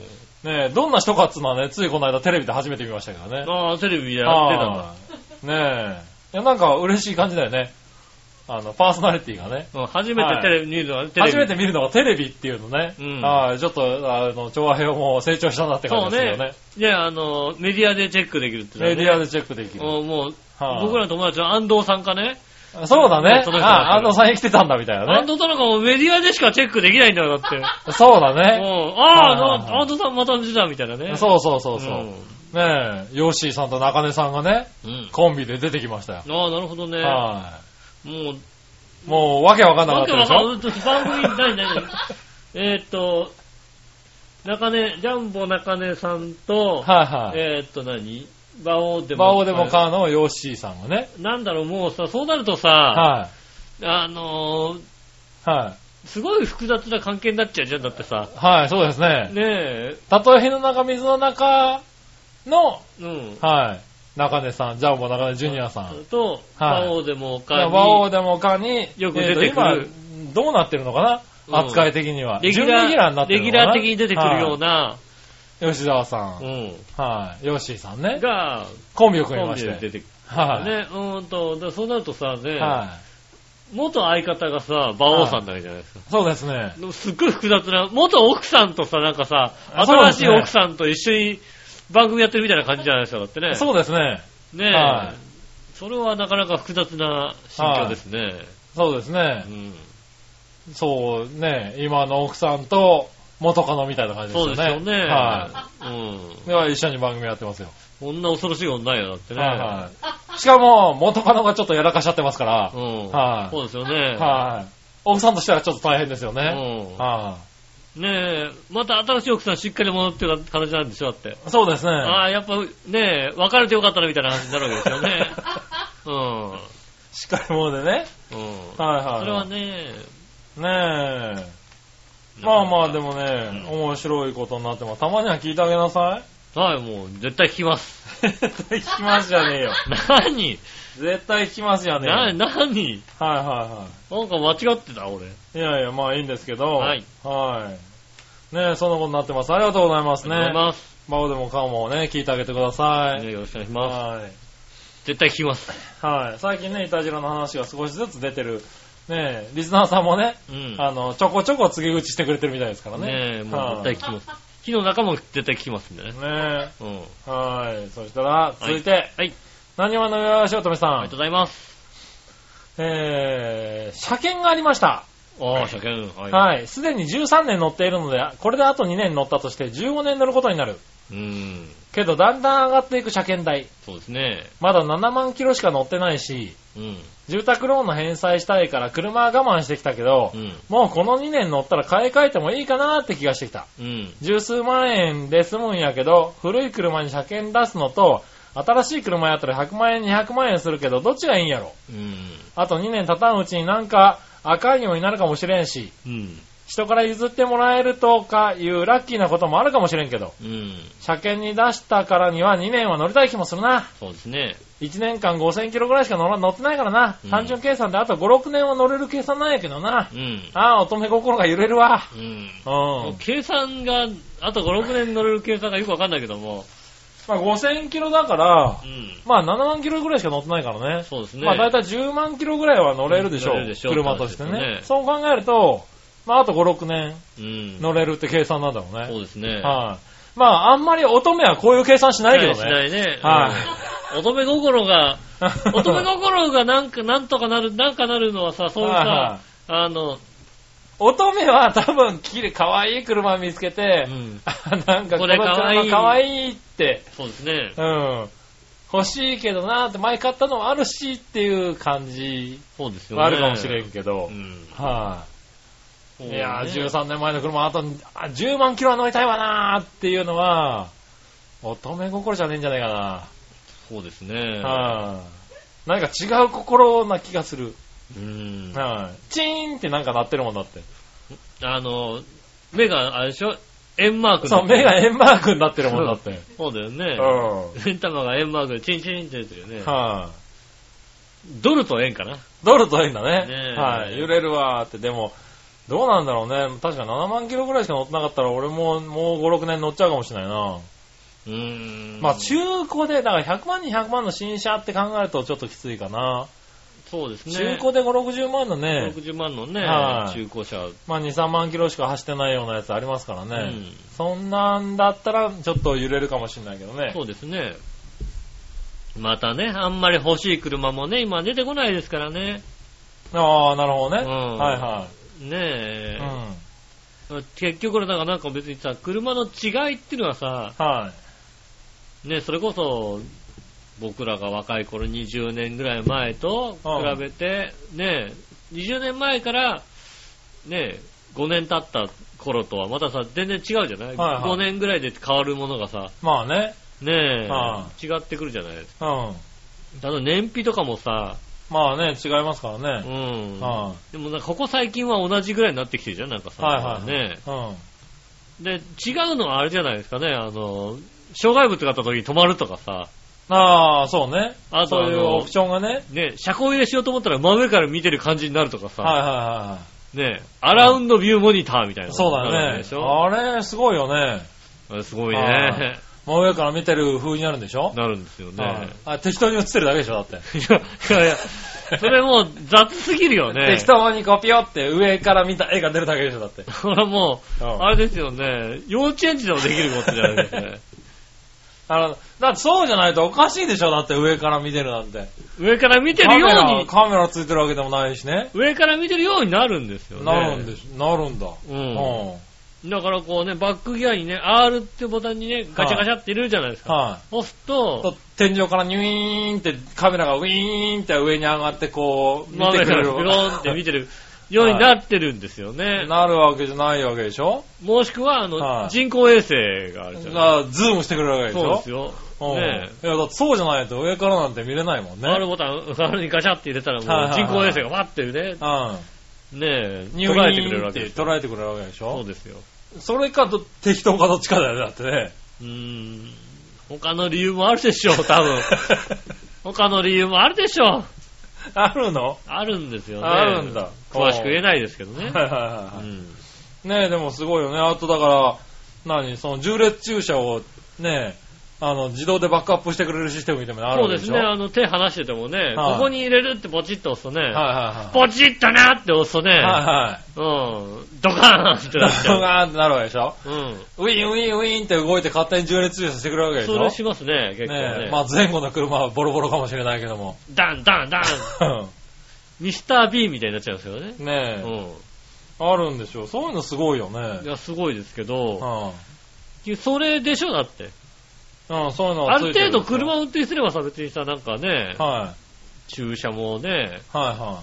B: ねどんな人かっつうのはね、ついこの間テレビで初めて見ましたけどね。
C: ああ、テレビやってたんだ
B: は。いねえ。いや、なんか嬉しい感じだよね。あの、パーソナリティがね。
C: うん初めてテレビ見るのはねテレビ。
B: 初めて見るのがテレビっていうのね。
C: うん
B: はい、ちょっと、あの、調和平和も成長したなって感じですよね。
C: いや、あの、メディアでチェックできるって、
B: メディア
C: で。
B: でチェックできる。
C: もう、もう
B: はい
C: 僕らの友達は安藤さんかね。
B: そうだね
C: そ。の人
B: あ、安藤さん生きてたんだみたいな
C: 安
B: ね。
C: 藤さんなんかもうメディアでしかチェックできないんだよ、だ って。
B: そうだ
C: う
B: ね。
C: んああ、
B: はいはいはい
C: あの安藤さんまた出たみたいなね。う
B: そうそうそうそう。
C: ん
B: ねえ、ヨッシーさんと中根さんがね、
C: うん。
B: コンビで出てきましたよ。
C: ああ、なるほどね。
B: は
C: もう、
B: い。もう、わけわかんなか
C: わ
B: っ
C: け
B: たで
C: わ
B: し
C: か
B: ょ
C: んない。番組、何、 何えーっと、中根、ジャンボ中根さんと、
B: はいはい。
C: えーっと何、バオでも。
B: バオデモ。カーのヨッシーさんがね。
C: なんだろう、もうさ、そうなるとさ、
B: は
C: あのー、
B: い。はい。
C: すごい複雑な関係になっちゃうじゃん、だってさ。
B: はい、そうですね。
C: ねえ、
B: たとえ火の中、水の中の、
C: うん。
B: はい、中根さん、ジャンボ中根ジュニアさん。
C: と、
B: はい
C: バオでも
B: い
C: か
B: や和王でもかに、
C: よく出てくる
B: えーと今、どうなってるのかな、
C: うん
B: 扱い的には。
C: レギュ
B: 準
C: ラ
B: レギュラーになっ
C: ー、
B: て
C: レギュ
B: るのかな
C: ラー的に出てくるような、
B: はい吉沢さん、
C: う
B: はい、ヨッシーさん
C: ん。
B: ね。
C: が、
B: コンビを組み
C: コン
B: まし
C: ビ
B: て。
C: で出てく
B: は
C: る。
B: い、
C: ね、うーんと、だからそうなるとさ、ね、
B: は
C: 元相方がさ、馬王さんだけじゃないですか。
B: い。そうですね。
C: でもすっごい複雑な、元奥さんとさ、なんかさ、
B: あそうで
C: 新
B: す
C: し
B: ね
C: い奥さんと一緒に番組やってるみたいな感じじゃないですか、だってね。
B: そうですね。
C: ねえ、
B: は
C: それはなかなか複雑な心境ですね。
B: そうですね
C: う。ん
B: そうね、今の奥さんと元カノみたいな感じです
C: そう
B: よね。
C: ですよね。
B: は
C: うん。
B: い。では一緒に番組やってますよ。
C: こんな恐ろしいことないよ、だってね。
B: はいはい。しかも、元カノがちょっとやらかしちゃってますから、
C: うん。
B: はい
C: そうですよね。
B: はい。奥さんとしてはちょっと大変ですよね。は
C: うん。ねえ、また新しい奥さんしっかり戻ってる形なんでしょ、だって。
B: い。そうですね。
C: ああ、やっぱねえ、別れてよかったなみたいな話になるわけですよ ね。うん。うん。
B: しっかり者でね。はいはい。
C: それは。ね、
B: ねえ。まあまあで
C: も。
B: もね、面白いことになってます。たまには聞いてあげなさ い。
C: はい、もう絶対聞きます。
B: 絶対聞きますじゃねえよ。
C: 何
B: 絶対聞きますじゃねえよ。
C: な、何
B: はいは
C: なんか間違ってた、俺。
B: いはい。いやいや、まあいいんですけど。
C: はい。
B: はい。ねえ、そんなことになってます。ありがとうございます
C: ありがとうござい
B: ね。
C: ます。
B: バオでもカオもね、聞いてあげてください。
C: ねよろしくお願いします。
B: はい。
C: 絶対聞きます。
B: はい。最近ね、イタジラの話が少しずつ出てる。ねえ、リスナーさんもね、
C: うん。
B: あの、ちょこちょこ告げ口してくれてるみたいですからね。
C: ねえ、もう絶対聞きます。火の中も絶対効きますんでね。
B: ね
C: うん。あり
B: え。はい。そしたら、続いて、
C: はい。
B: 何話のよよしおとめさ
C: がとうんご。ざいます。
B: えー、車検がありました。
C: ああ、車検。はい。
B: はい。すでに13年乗っているので、これであと2年乗ったとして15年乗ることになる。
C: うーん。
B: けど、だんだん上がっていく車検代。
C: そうですね。
B: まだ7万キロしか乗ってないし、
C: うん。
B: 住宅ローンの返済したいから車は我慢してきたけど、
C: うん。
B: もうこの2年乗ったら買い替えてもいいかなって気がしてきた。
C: うん。
B: 十数万円で済むんやけど、古い車に車検出すのと、新しい車やったら100万円、200万円するけど、どっちがいいんやろ。
C: うん。
B: あと2年経たんうちになんか赤いようになるかもしれんし、
C: うん。
B: 人から譲ってもらえるとかいうラッキーなこともあるかもしれんけど、
C: うん。
B: 車検に出したからには2年は乗りたい気もするな。
C: そうですね。
B: 1年間5000キロぐらいしか乗ら乗ってないからな。
C: うん
B: 単純計算であと5、6年は乗れる計算なんやけどな。
C: うん。
B: ああ、乙女心が揺れるわ。
C: うん。
B: うん。
C: 計算が、あと5、6年乗れる計算がよくわかんないけども、
B: まあ5000キロだから
C: う、ん。
B: まあ7万キロぐらいしか乗ってないからね。
C: そうですね。
B: まあ大体10万キロぐらいは乗れるでしょ
C: 乗れる
B: う。
C: でしょう
B: 車としてね
C: って話ですよね
B: そう考えると、まああと5、6年
C: うん。
B: 乗れるって計算なんだろうね。
C: そうですね。
B: はい。まあ、あんまり乙女はこういう計算しないけどね。
C: しないね。
B: はい
C: うん乙女心が、乙女
B: が、
C: 心がなんか、なんとかなる、なんかなるのはさ、そういう
B: はいは
C: さ
B: い、
C: あの、
B: 乙女は多分、きれい、可愛い車見つけて
C: う、ん。
B: あ なんか
C: これ
B: の車
C: 可愛い
B: 可愛いって、
C: そうですね。
B: うん。欲しいけどなって、前買ったのもあるしっていう感じ
C: そうですよね。
B: はあるかもしれんけど
C: う、ん。
B: はい、いやー、
C: そうね
B: 13年前の車、あとあ10万キロは乗りたいわなーっていうのは、乙女心じゃねえんじゃないかな。
C: そうですね。
B: はい、なんか違う心な気がする。
C: うん。
B: はい。チーンってなんか鳴ってるもんだって。
C: あの、目が、あれでしょ円マーク
B: そう、目が円マークになってるもんだって。
C: そうだよ
B: う
C: ね
B: ん。。は
C: 目玉が円マークでチンチンって出てるよね
B: い、。
C: ドルと円かな。
B: ドルと円だね。
C: ねえ
B: はい。揺れるわーって。でも、どうなんだろうね。確か7万キロぐらいしか乗ってなかったら、俺ももう5、6年乗っちゃうかもしれないな。
C: うーん。
B: まあ、中古で、だから100万、200万の新車って考えるとちょっときついかな。
C: そうですね。
B: 中古で5、60万のね、
C: 60万のね、
B: はい
C: 中古車。
B: まあ2、3万キロしか走ってないようなやつありますから
C: う
B: ね。
C: ん。
B: そんなんだったら、ちょっと揺れるかもしれないけどね。
C: そうですね。またね、あんまり欲しい車もね、今出てこないですからね。
B: ああ、なるほどね。
C: うん
B: はいは
C: ね
B: い。
C: え
B: う。ん。
C: 結局これだからなんか別にさ、車の違いっていうのはさ、
B: はい。
C: ね、それこそ、僕らが若い頃20年ぐらい前と比べて、ね、20年前から、ね、5年経った頃とはまたさ、全然違うじゃない、
B: はいはい
C: ?5 年ぐらいで変わるものがさ、
B: まあね。
C: ね
B: は
C: 違ってくるじゃないです
B: うん。
C: か。あと燃費とかもさ、
B: まあね、違いますから
C: う
B: ね。
C: ん。
B: は
C: でもなんかここ最近は同じぐらいになってきてるじゃん、なんか
B: い。
C: さ、
B: はいはい。
C: ね。
B: うん。
C: で、違うのはあれじゃないですかね、あの、障害物があった時に止まるとかさ、
B: ああ、そうね。
C: あと
B: そう
C: あ
B: いう
C: の
B: オプションがね。
C: ね、車庫入れしようと思ったら真上から見てる感じになるとかさ、
B: はいはいは
C: ね、アラウンドビューモニターみたい
B: い。
C: な。
B: そう
C: な
B: だ
C: る
B: ね
C: でし。ょ
B: あれ、すごいよね。
C: あすごい
B: は
C: ね。
B: 真上から見てる風になるんでしょ
C: なるんですよ
B: はい
C: ね。
B: あ、適当に映ってるだけでしょだって。
C: いや、いやいや、それもう雑すぎるよね
B: 適。当にこうピヨって上から見た絵が出るだけでしょだって。
C: それはもう、
B: うん
C: あれですよね。幼稚園児でもできることじゃないですね。
B: あの、だってそうじゃないとおかしいでしょだって上から見てるなんて。
C: 上から見てるよう
B: カメラ
C: に、
B: カメラついてるわけでもないしね。
C: 上から見てるようになるんですよね。
B: なるんです。なるんだ。
C: う。
B: うんん。
C: だからこうね、バックギアにね、R ってボタンにね、ガチャガチャって入れるじゃないですか。
B: はい。
C: 押すと、
B: と天井からニュイーンってカメラがウィーンって上に上がってこう見
C: 真
B: て
C: 上
B: く
C: か
B: れ
C: ら
B: る
C: ビローンって見てるようになってるんですよね。
B: なるわけじゃないわけでしょ
C: もしくは、あ
B: は
C: の、
B: い
C: 人工衛星があるじゃない
B: がズームしてくれるわけでしょ
C: そうですよ。ね
B: うんいやだってそうじゃないと上からなんて見れないもん
C: え。
B: ね。
C: R ボタン、R にガチャって入れたら
B: はいはい
C: もう
B: はい
C: 人工衛星がわってね、ねえ、
B: うん。
C: 捉えてくれるわけ
B: ニュイーン
C: で
B: っ
C: す
B: て
C: よ。
B: 捉えてくれるわけでし
C: そう
B: ょ
C: ですよ。
B: それかど適当かどっちかだよね、だってね。
C: うーん。他の理由もあるでしょう、多分。他の理由もあるでしょう。
B: あるの
C: あるんですよね。
B: あるんだ。
C: 詳しく言え
B: ない。
C: ないですけどね。
B: はいはいは
C: う
B: い
C: ん。
B: ねえ、でもすごいよね。あとだから、何、その重列駐車をね、あの、自動でバックアップしてくれるシステムみたいなのある
C: そ
B: わ
C: うで
B: けですしょ
C: ね、あの、手離しててもね、
B: はい
C: ここに入れるってポチッと押すとね、
B: はいはい
C: ポチッとなって押すとね、
B: はい。はいはい。
C: うん、ドカーンってなっちゃう。
B: ガーンってなるわけでしょ
C: うん。
B: ウィンウィンウィンって動いて勝手に重列駐車してくれるわけでしょ
C: それしますね、結構ね。
B: ねえ、まあ前後の車はボロボロかもしれないけども。
C: ダンダンダンミスター B みたいになっちゃうんですよね。
B: ねえ、
C: う
B: あるんでしょう。そういうのすごいよね。
C: ん。いや、すごいですけど、
B: う
C: それでしょ、だって。
B: ん。うん、そういうの
C: あ
B: はつ
C: る
B: いて
C: 程
B: んで
C: 度
B: すよ
C: 車を運転すればさ、別にさ、なんかね、
B: は
C: 駐車もね、
B: い。はいは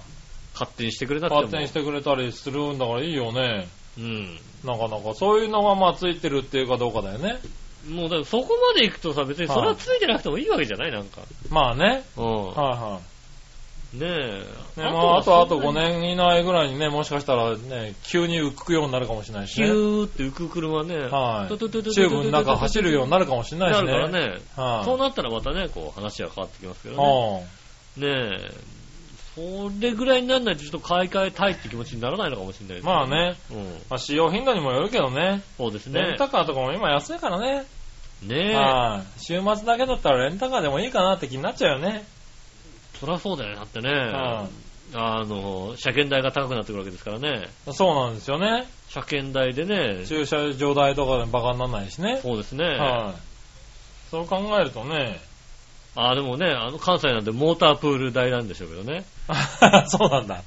C: 勝手にしてくれ
B: い。
C: なくても。
B: 勝手にしてくれたりするんだからいいよね。
C: うん。
B: なかなか。そういうのがまあついてるっていうかどうかだよね。
C: もうだからそこまで行くとさ、別にそれはついてなくてもいいわけじゃないなんか。
B: まあね。
C: うん。
B: は
C: ねえ。
B: いはい。ね、まああとあと5
C: ね
B: 年以内ぐらいにね、もしかしたらね、急に浮くようになるかもしれないし
C: ヒ
B: ね。
C: ューって浮く車ね。
B: はい
C: トゥトゥトゥトゥ
B: チューブの中走るようになるかもしれない
C: な
B: し
C: る
B: ね。
C: からね。
B: はい。
C: そうなったらまたね、こう話が変わってきますけどね。
B: うん
C: ねえ。それぐらいにならないとちょっと買い替えたいって気持ちにならないのかもしれないです
B: まあ。ね、
C: うん。
B: まあ、使用頻度にもよるけどね。
C: そうです
B: レン
C: ね。
B: タカーとかも今安いからね。
C: ねえ。
B: はい週末だけだったらレンタカーでもいいかなって気になっちゃうよね。
C: そりゃそうだよね。だってね。
B: は
C: あの、車検代が高くなってくるわけですからね。
B: そうなんですよね。
C: 車検代でね。
B: 駐車場代とかでもバカにならないしね。
C: そうですね。
B: はいそう考えるとね。
C: ああ、でもね、あの関西なんでモータープール代なんでしょうけどね。
B: そうな んだ。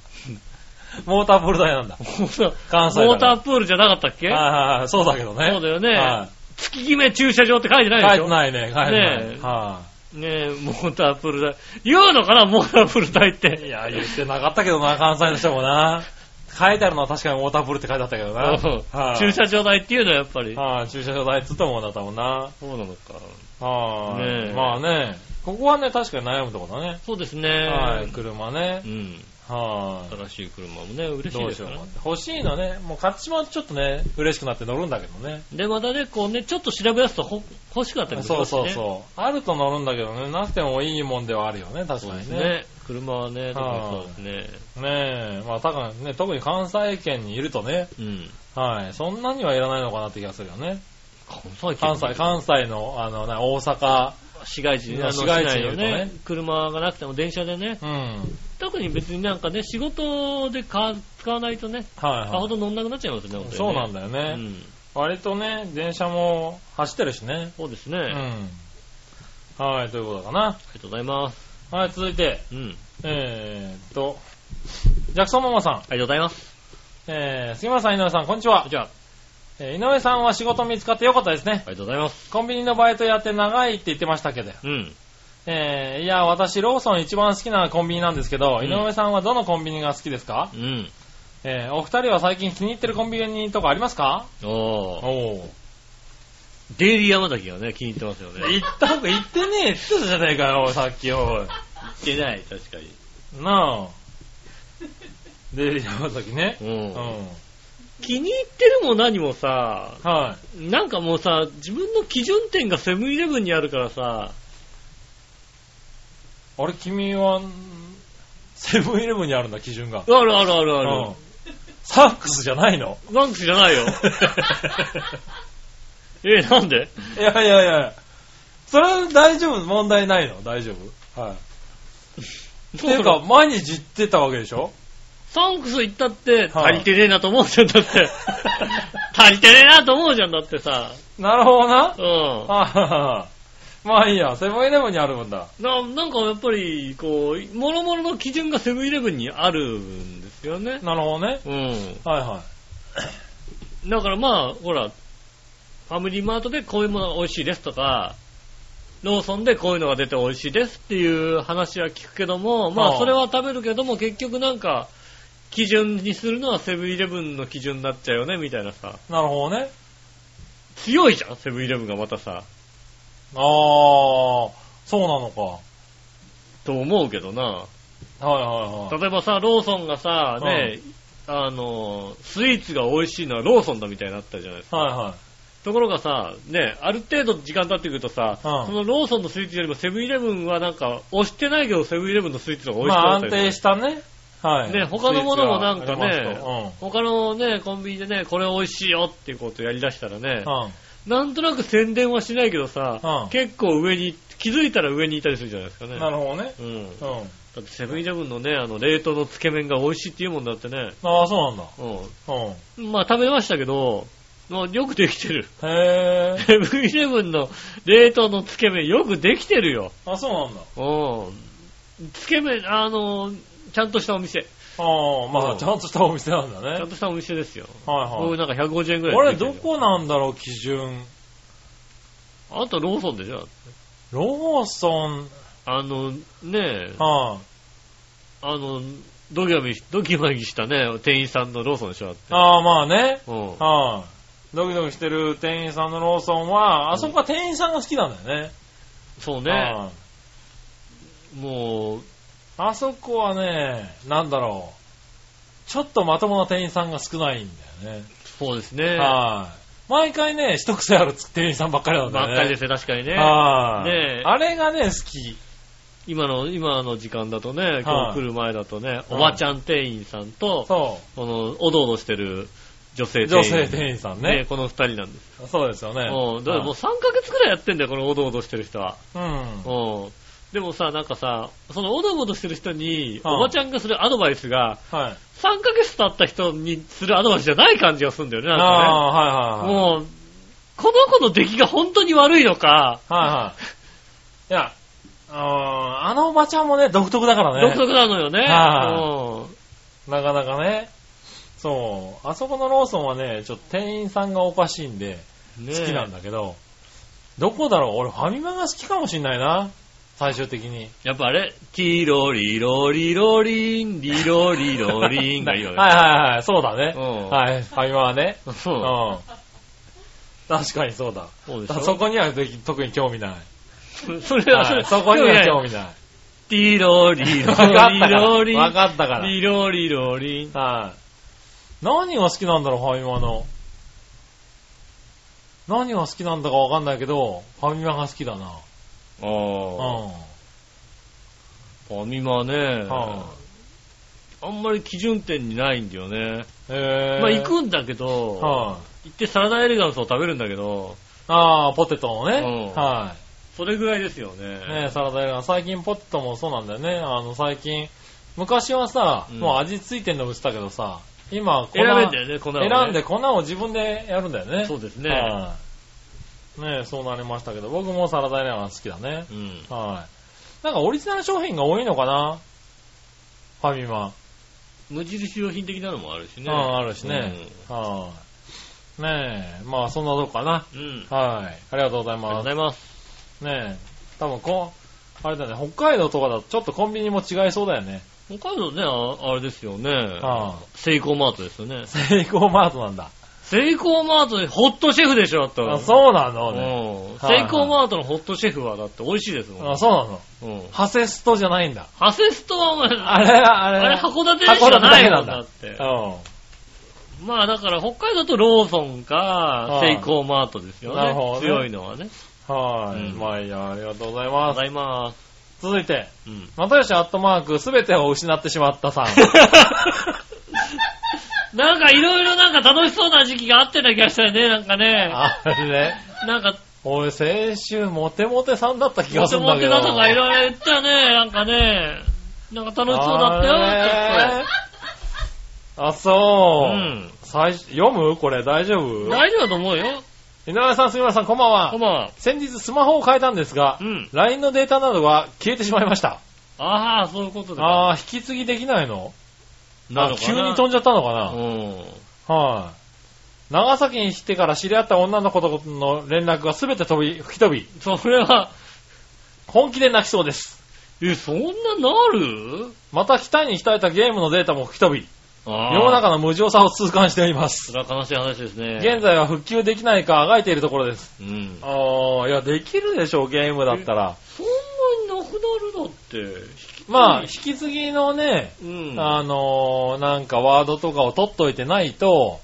B: モータープール代なんだ。
C: モー
B: 関西だ
C: タ
B: か
C: ー
B: ら
C: プールじゃなかったっけ
B: はいはいはい。そうだけどね。
C: そうだよね
B: は
C: 月決め駐車場って書いてないい
B: 書
C: でし
B: い
C: てょ
B: ないね。書いてない。
C: ねえ
B: は
C: ねえ、モータープール代。言うのかなモータープール代っ
B: いい
C: て。
B: や、言ってなかったけどな、関西の人もな。書いてあるのは確かにモータープールって書いてあったけどな。
C: うん
B: はい
C: 駐車場代っていうのはやっぱり。
B: ああ、駐車場代っつってもんだったもんな。
C: そうなのか。
B: ああ、
C: ねえ
B: まあね、ここはね、確かに悩むとこだね。
C: そうですね。
B: はい、車ね
C: う。ん。
B: は
C: 新しい車もね、
B: い。
C: 嬉し
B: ど
C: いうで
B: し
C: す
B: よう
C: か
B: からな。欲しいのね、もう買ってしまうとちょっとね、嬉しくなって乗るんだけどね。
C: で、またね、こうね、ちょっと調べ出すとほ欲しくなったりもし
B: そ
C: ま
B: う
C: すしね。
B: そうそう。あると乗るんだけどね、なくてもいいもんではあるよね、確
C: そう
B: か
C: で
B: に
C: す
B: ね。
C: ね。車はね、特にそうですね。
B: ねえ、まあ、たかね、特に関西圏にいるとね、
C: うん。
B: はい、そんなにはいらないのかなって気がするよね。
C: 関西圏
B: 関西、関西の、あの、な大阪、
C: 市街地、
B: うん
C: あの
B: 市
C: 市
B: 街地
C: 街地の
B: にいる
C: ね
B: とね、
C: 車がなくても電車でね、
B: うん、はい
C: 特に別になんかね、仕事でか使わないとね、さほ
B: は
C: ど乗んなくなっちゃいますよね、
B: い。そうなん
C: だ
B: だよね。
C: うん。
B: 割とね、電車も走ってるしね。
C: そうですね。
B: う
C: あり
B: ん。はい、ということかな。
C: がとうございます。
B: はい、続いて、
C: うん。あり
B: えーっと、ジャクソンママさん、
C: がとうございます。
B: えー、杉村さん、井上さん、こんにちは。
C: じゃあ、
B: えー井上さんは仕事見つかってよかったですね
C: あ。りがとうございます。
B: コンビニのバイトやって長いって言ってましたけど、
C: うん。
B: えー、いや、私、ローソン一番好きなコンビニなんですけど、
C: うん
B: 井上さんはどのコンビニが好きですか、
C: うん。
B: えー、お二人は最近気に入ってるコンビニとかありますか
C: おー。
B: おー。
C: デイリー山崎がね、気に入ってますよね。
B: 言った、言ってねえって言ってたじゃねえかよ、さっき、おい。
C: ってない、確かに。
B: なあ。で、山崎ね。
C: う。
B: うんん。
C: 気に入ってるも何もさ、
B: は
C: なんかもうさ、自分の基準点がセブンイレブンにあるからさ、
B: い。あれ、君は、んセブンイレブンにあるんだ、基準が。
C: あるあるあるある。
B: うん。サンクスじゃないの
C: バンクスじゃない よ。え、なんで
B: いやいやいやそれは大丈夫、問題ないの大丈夫。はい。っていうか、毎日行ってたわけでしょ
C: サンクス行ったって、
B: はい
C: 足りてねえなと思うじゃん、だ って。足りてねえなと思うじゃん、だってさ。
B: なるほどな
C: う。ん。
B: あはは まあいいや、セブンイレブンにあるんだ。
C: ななんかやっぱり、こう、もろもろの基準がセブンイレブンにあるんですよね。
B: なるほどね。
C: うん。
B: はいは
C: だからまあ、ほら、ファミリーマートでこういうものが美味しいですとか、ローソンでこういうのが出て美味しいですっていう話は聞くけども、ま
B: あ
C: あ
B: あ
C: それは食べるけども、結局なんか、基準にするのはセブンイレブンの基準になっちゃうよね、みたいなさ。
B: い。なるほどね。
C: 強いじゃん、セブンイレブンがまたさ。
B: あー、そうなのか。
C: と思うけどな。
B: はいはいはい。
C: 例えばさ、ローソンがさ、ね、あの、スイーツが美味しいのはローソンだみたいになったじゃないですか。
B: はいはい。
C: ところがさ、ね、ある程度時間経ってくるとさ、
B: うん
C: そのローソンのスイーツよりもセブンイレブンはなんか、押してないけどセブンイレブンのスイーツの方が美
B: ま
C: 味しく
B: あ
C: なったり
B: 安定したね。はい。
C: ね他のものもなんかね
B: スイーツがありますと
C: 他のね、コンビニでね、これ美味しいよっていうことやりだしたらね、
B: うん。うん。
C: なんとなく宣伝はしないけどさ、
B: うん
C: 結構上に、気づいたら上にいたりするじゃないですかね。
B: なるほどね。
C: うん。
B: う
C: だ
B: ん。
C: ってセブンイレブンのね、あの、冷凍のつけ麺が美味しいって言うもんだってね。
B: ああ、そうなんだ。
C: う
B: うん。
C: ん。まあ食べましたけど、まあよくできてる。
B: へえ。
C: セブンイレブンの冷凍のつけ麺よくできてるよ。
B: あ、そうなんだ。
C: うん。つけ麺、あの、ちゃんとしたお店。ち
B: ああ、ま
C: う
B: あ、
C: ん
B: ちゃんとしたお店なんだね。は
C: ゃん
B: い
C: としたお店ですよ。こうい
B: は
C: う
B: い。
C: なんか150円ぐらい
B: あ
C: で
B: れ、
C: できてる
B: どこなんだろう、基準。
C: あとローソンでしょ
B: ローソン、
C: あの、ねえ、
B: あ
C: あの、ドギマギ、ドギマギしたね、店員さんのローソンでしょだって
B: あ、ああ、まあね。
C: うん。
B: はい。ドキドキしてる店員さんのローソンは、あそこは店員さんが好きなんだよね。
C: そうね。
B: はい
C: もう、
B: あそこはね、なんだろう。ちょっとまともな店員さんが少ないんだよね。
C: そうですね。
B: はい。毎回ね、一癖ある店員さんばっかりなんだよ
C: ば
B: ね。
C: っかりですね、確かにね。
B: はい。
C: ねえ
B: あれがね、好き。
C: 今の、今の時間だとね、今日来る前だとね、おばちゃん店員さんと、
B: そ
C: この、おどおどしてる女性
B: う。
C: 店員。
B: 女性店員さん
C: ね
B: ね。
C: この二人なんです。
B: そうですよね。
C: うん。だからもう
B: はい
C: 3ヶ月くらいやってんだよ、このおどおどしてる人は。
B: うん。
C: うん。でもさ、なんかさ、そのおどおどしてる人に、
B: うん
C: おばちゃんがするアドバイスが、
B: はい。
C: 3ヶ月経った人にするアドバイスじゃない感じがするんだよね、なん
B: ああ
C: か
B: ー、
C: ね。
B: はいはいはい。
C: もう、この子の出来が本当に悪いのか、
B: はいはい。いや、あーあのおばちゃんもね、独特だからね。
C: 独特なのよね。
B: は
C: う
B: なかなかね。そう。あそこのローソンはね、ちょっと店員さんがおかしいんで、
C: んね
B: 好
C: え
B: きなんだけど、どこだろう俺ファミマが好きかもしんないな。最終的に。
C: やっぱあれ、ティロリロリロリン、リロリロリンがいいよね。
B: はいはいはい、そうだね。
C: うん
B: はい、ファミマはね。
C: うん
B: うん。確かにそうだ。
C: そうでし
B: だ
C: ょ
B: そこにはぜひ特に興味ない。
C: それは、
B: はいそこには興味ない。
C: ティロリロ
B: わかったか
C: リロリ
B: ら。 わ
C: ン、
B: かったから。
C: リロリロリン。
B: はい。何が好きなんだろう、ファミマの。何が好きなんだかわかんないけど、ファミマが好きだな。
C: あ
B: うん。
C: あ、ファミマね、
B: は
C: あんまり基準点にないんだよね。
B: えー、
C: まあ行くんだけど、
B: はい、
C: 行ってサラダエレガンスを食べるんだけど、
B: ああ、ポテトのね。
C: うん
B: は
C: それぐらいですよね。
B: い。ねサラダエレガン。最近ポテトもそうなんだよね。あの、最近。昔はさ、
C: うん
B: もう味ついてんの売ってたけどさ、今、粉
C: 選べんだよね、粉をね、
B: 選んで粉を自分でやるんだよね。
C: そうですね
B: はいねそうなりましたけど、僕もサラダエレガン好きだね。
C: うん。
B: はい。なんかオリジナル商品が多いのかなファミマ。
C: 無印良品的なのもあるしね。
B: うん、あるしね。はい。ねえ、まあそんなとこかな。
C: うん。うん。
B: はい。ありがとうござい
C: ありがとうご
B: ま
C: ざいます。
B: す。ねえ、多分こう、あれだね、北海道とかだとちょっとコンビニも違いそうだよね。
C: 北海道ね、ああれですよね。
B: は
C: セイコーマートですよね
B: い。。セイコーマートなんだ。
C: セイコーマートでホットシェフでしょ、だったら。
B: あそうな
C: う
B: のね。
C: ん。
B: はい
C: セイコーマートのホットシェフはだって美味しいですもん。
B: あそうなの。
C: うん。
B: ハセストじゃないんだ。
C: ハセストはお前、
B: あれ、あれ。
C: あれ函館でしかないもんだって
B: う。
C: まあだから北海道とローソンか、セイコーマートですよね。
B: なるほどね
C: 強いのはね。
B: ん。はい。
C: うん
B: まあいいや、ありがとうご
C: あ
B: ざい
C: りがとうご
B: ます。
C: ざいます。
B: 続いて、
C: うん。
B: またよしアットマーク、すべてを失ってしまったさん。
C: なんかいろいろなんか楽しそうな時期があってな気がしたよね、なんかね。
B: あれ
C: なんか、
B: 俺、先週、モテモテさんだった気が
C: モ
B: す
C: テ
B: るんだ
C: モ
B: け
C: テ
B: ど。
C: だとかいろいろ言ったよね、なんかね。なんか楽しそうだった
B: あ
C: よ、
B: れ
C: ち
B: あ、そ
C: ょっと。う
B: う。
C: ん。
B: 最初読むこれ、大丈夫
C: 大丈夫だと思うよ。
B: 井上さん、杉村さん、こんばん
C: こ
B: は
C: ん。ばんは。
B: 先日、スマホを変えたんですが
C: う、ん。
B: LINE のデータなどが消えてしまいました。
C: ああ、そういうことだ。
B: あー、引き継ぎできないの
C: なの
B: あ
C: か
B: 急
C: な
B: に飛んじゃったのかな
C: うん。
B: はい。長崎に来てから知り合った女の子との連絡がすべて飛び、吹き飛び、
C: それは、
B: 本気で泣きそうです。
C: え、そんななる
B: また北に鍛えたゲームのデータも吹き飛び、
C: ああ。
B: 世の中の無情さを痛感しています。
C: それは悲しい話ですね。
B: 現在は復旧できないかあがいているところです。
C: うん。
B: ああ、いや、できるでしょう、ゲームだったら。
C: そんなになくなるだって。
B: まあ、引き継ぎのね、
C: うん。
B: あのーなんかワードとかを取っといてないと、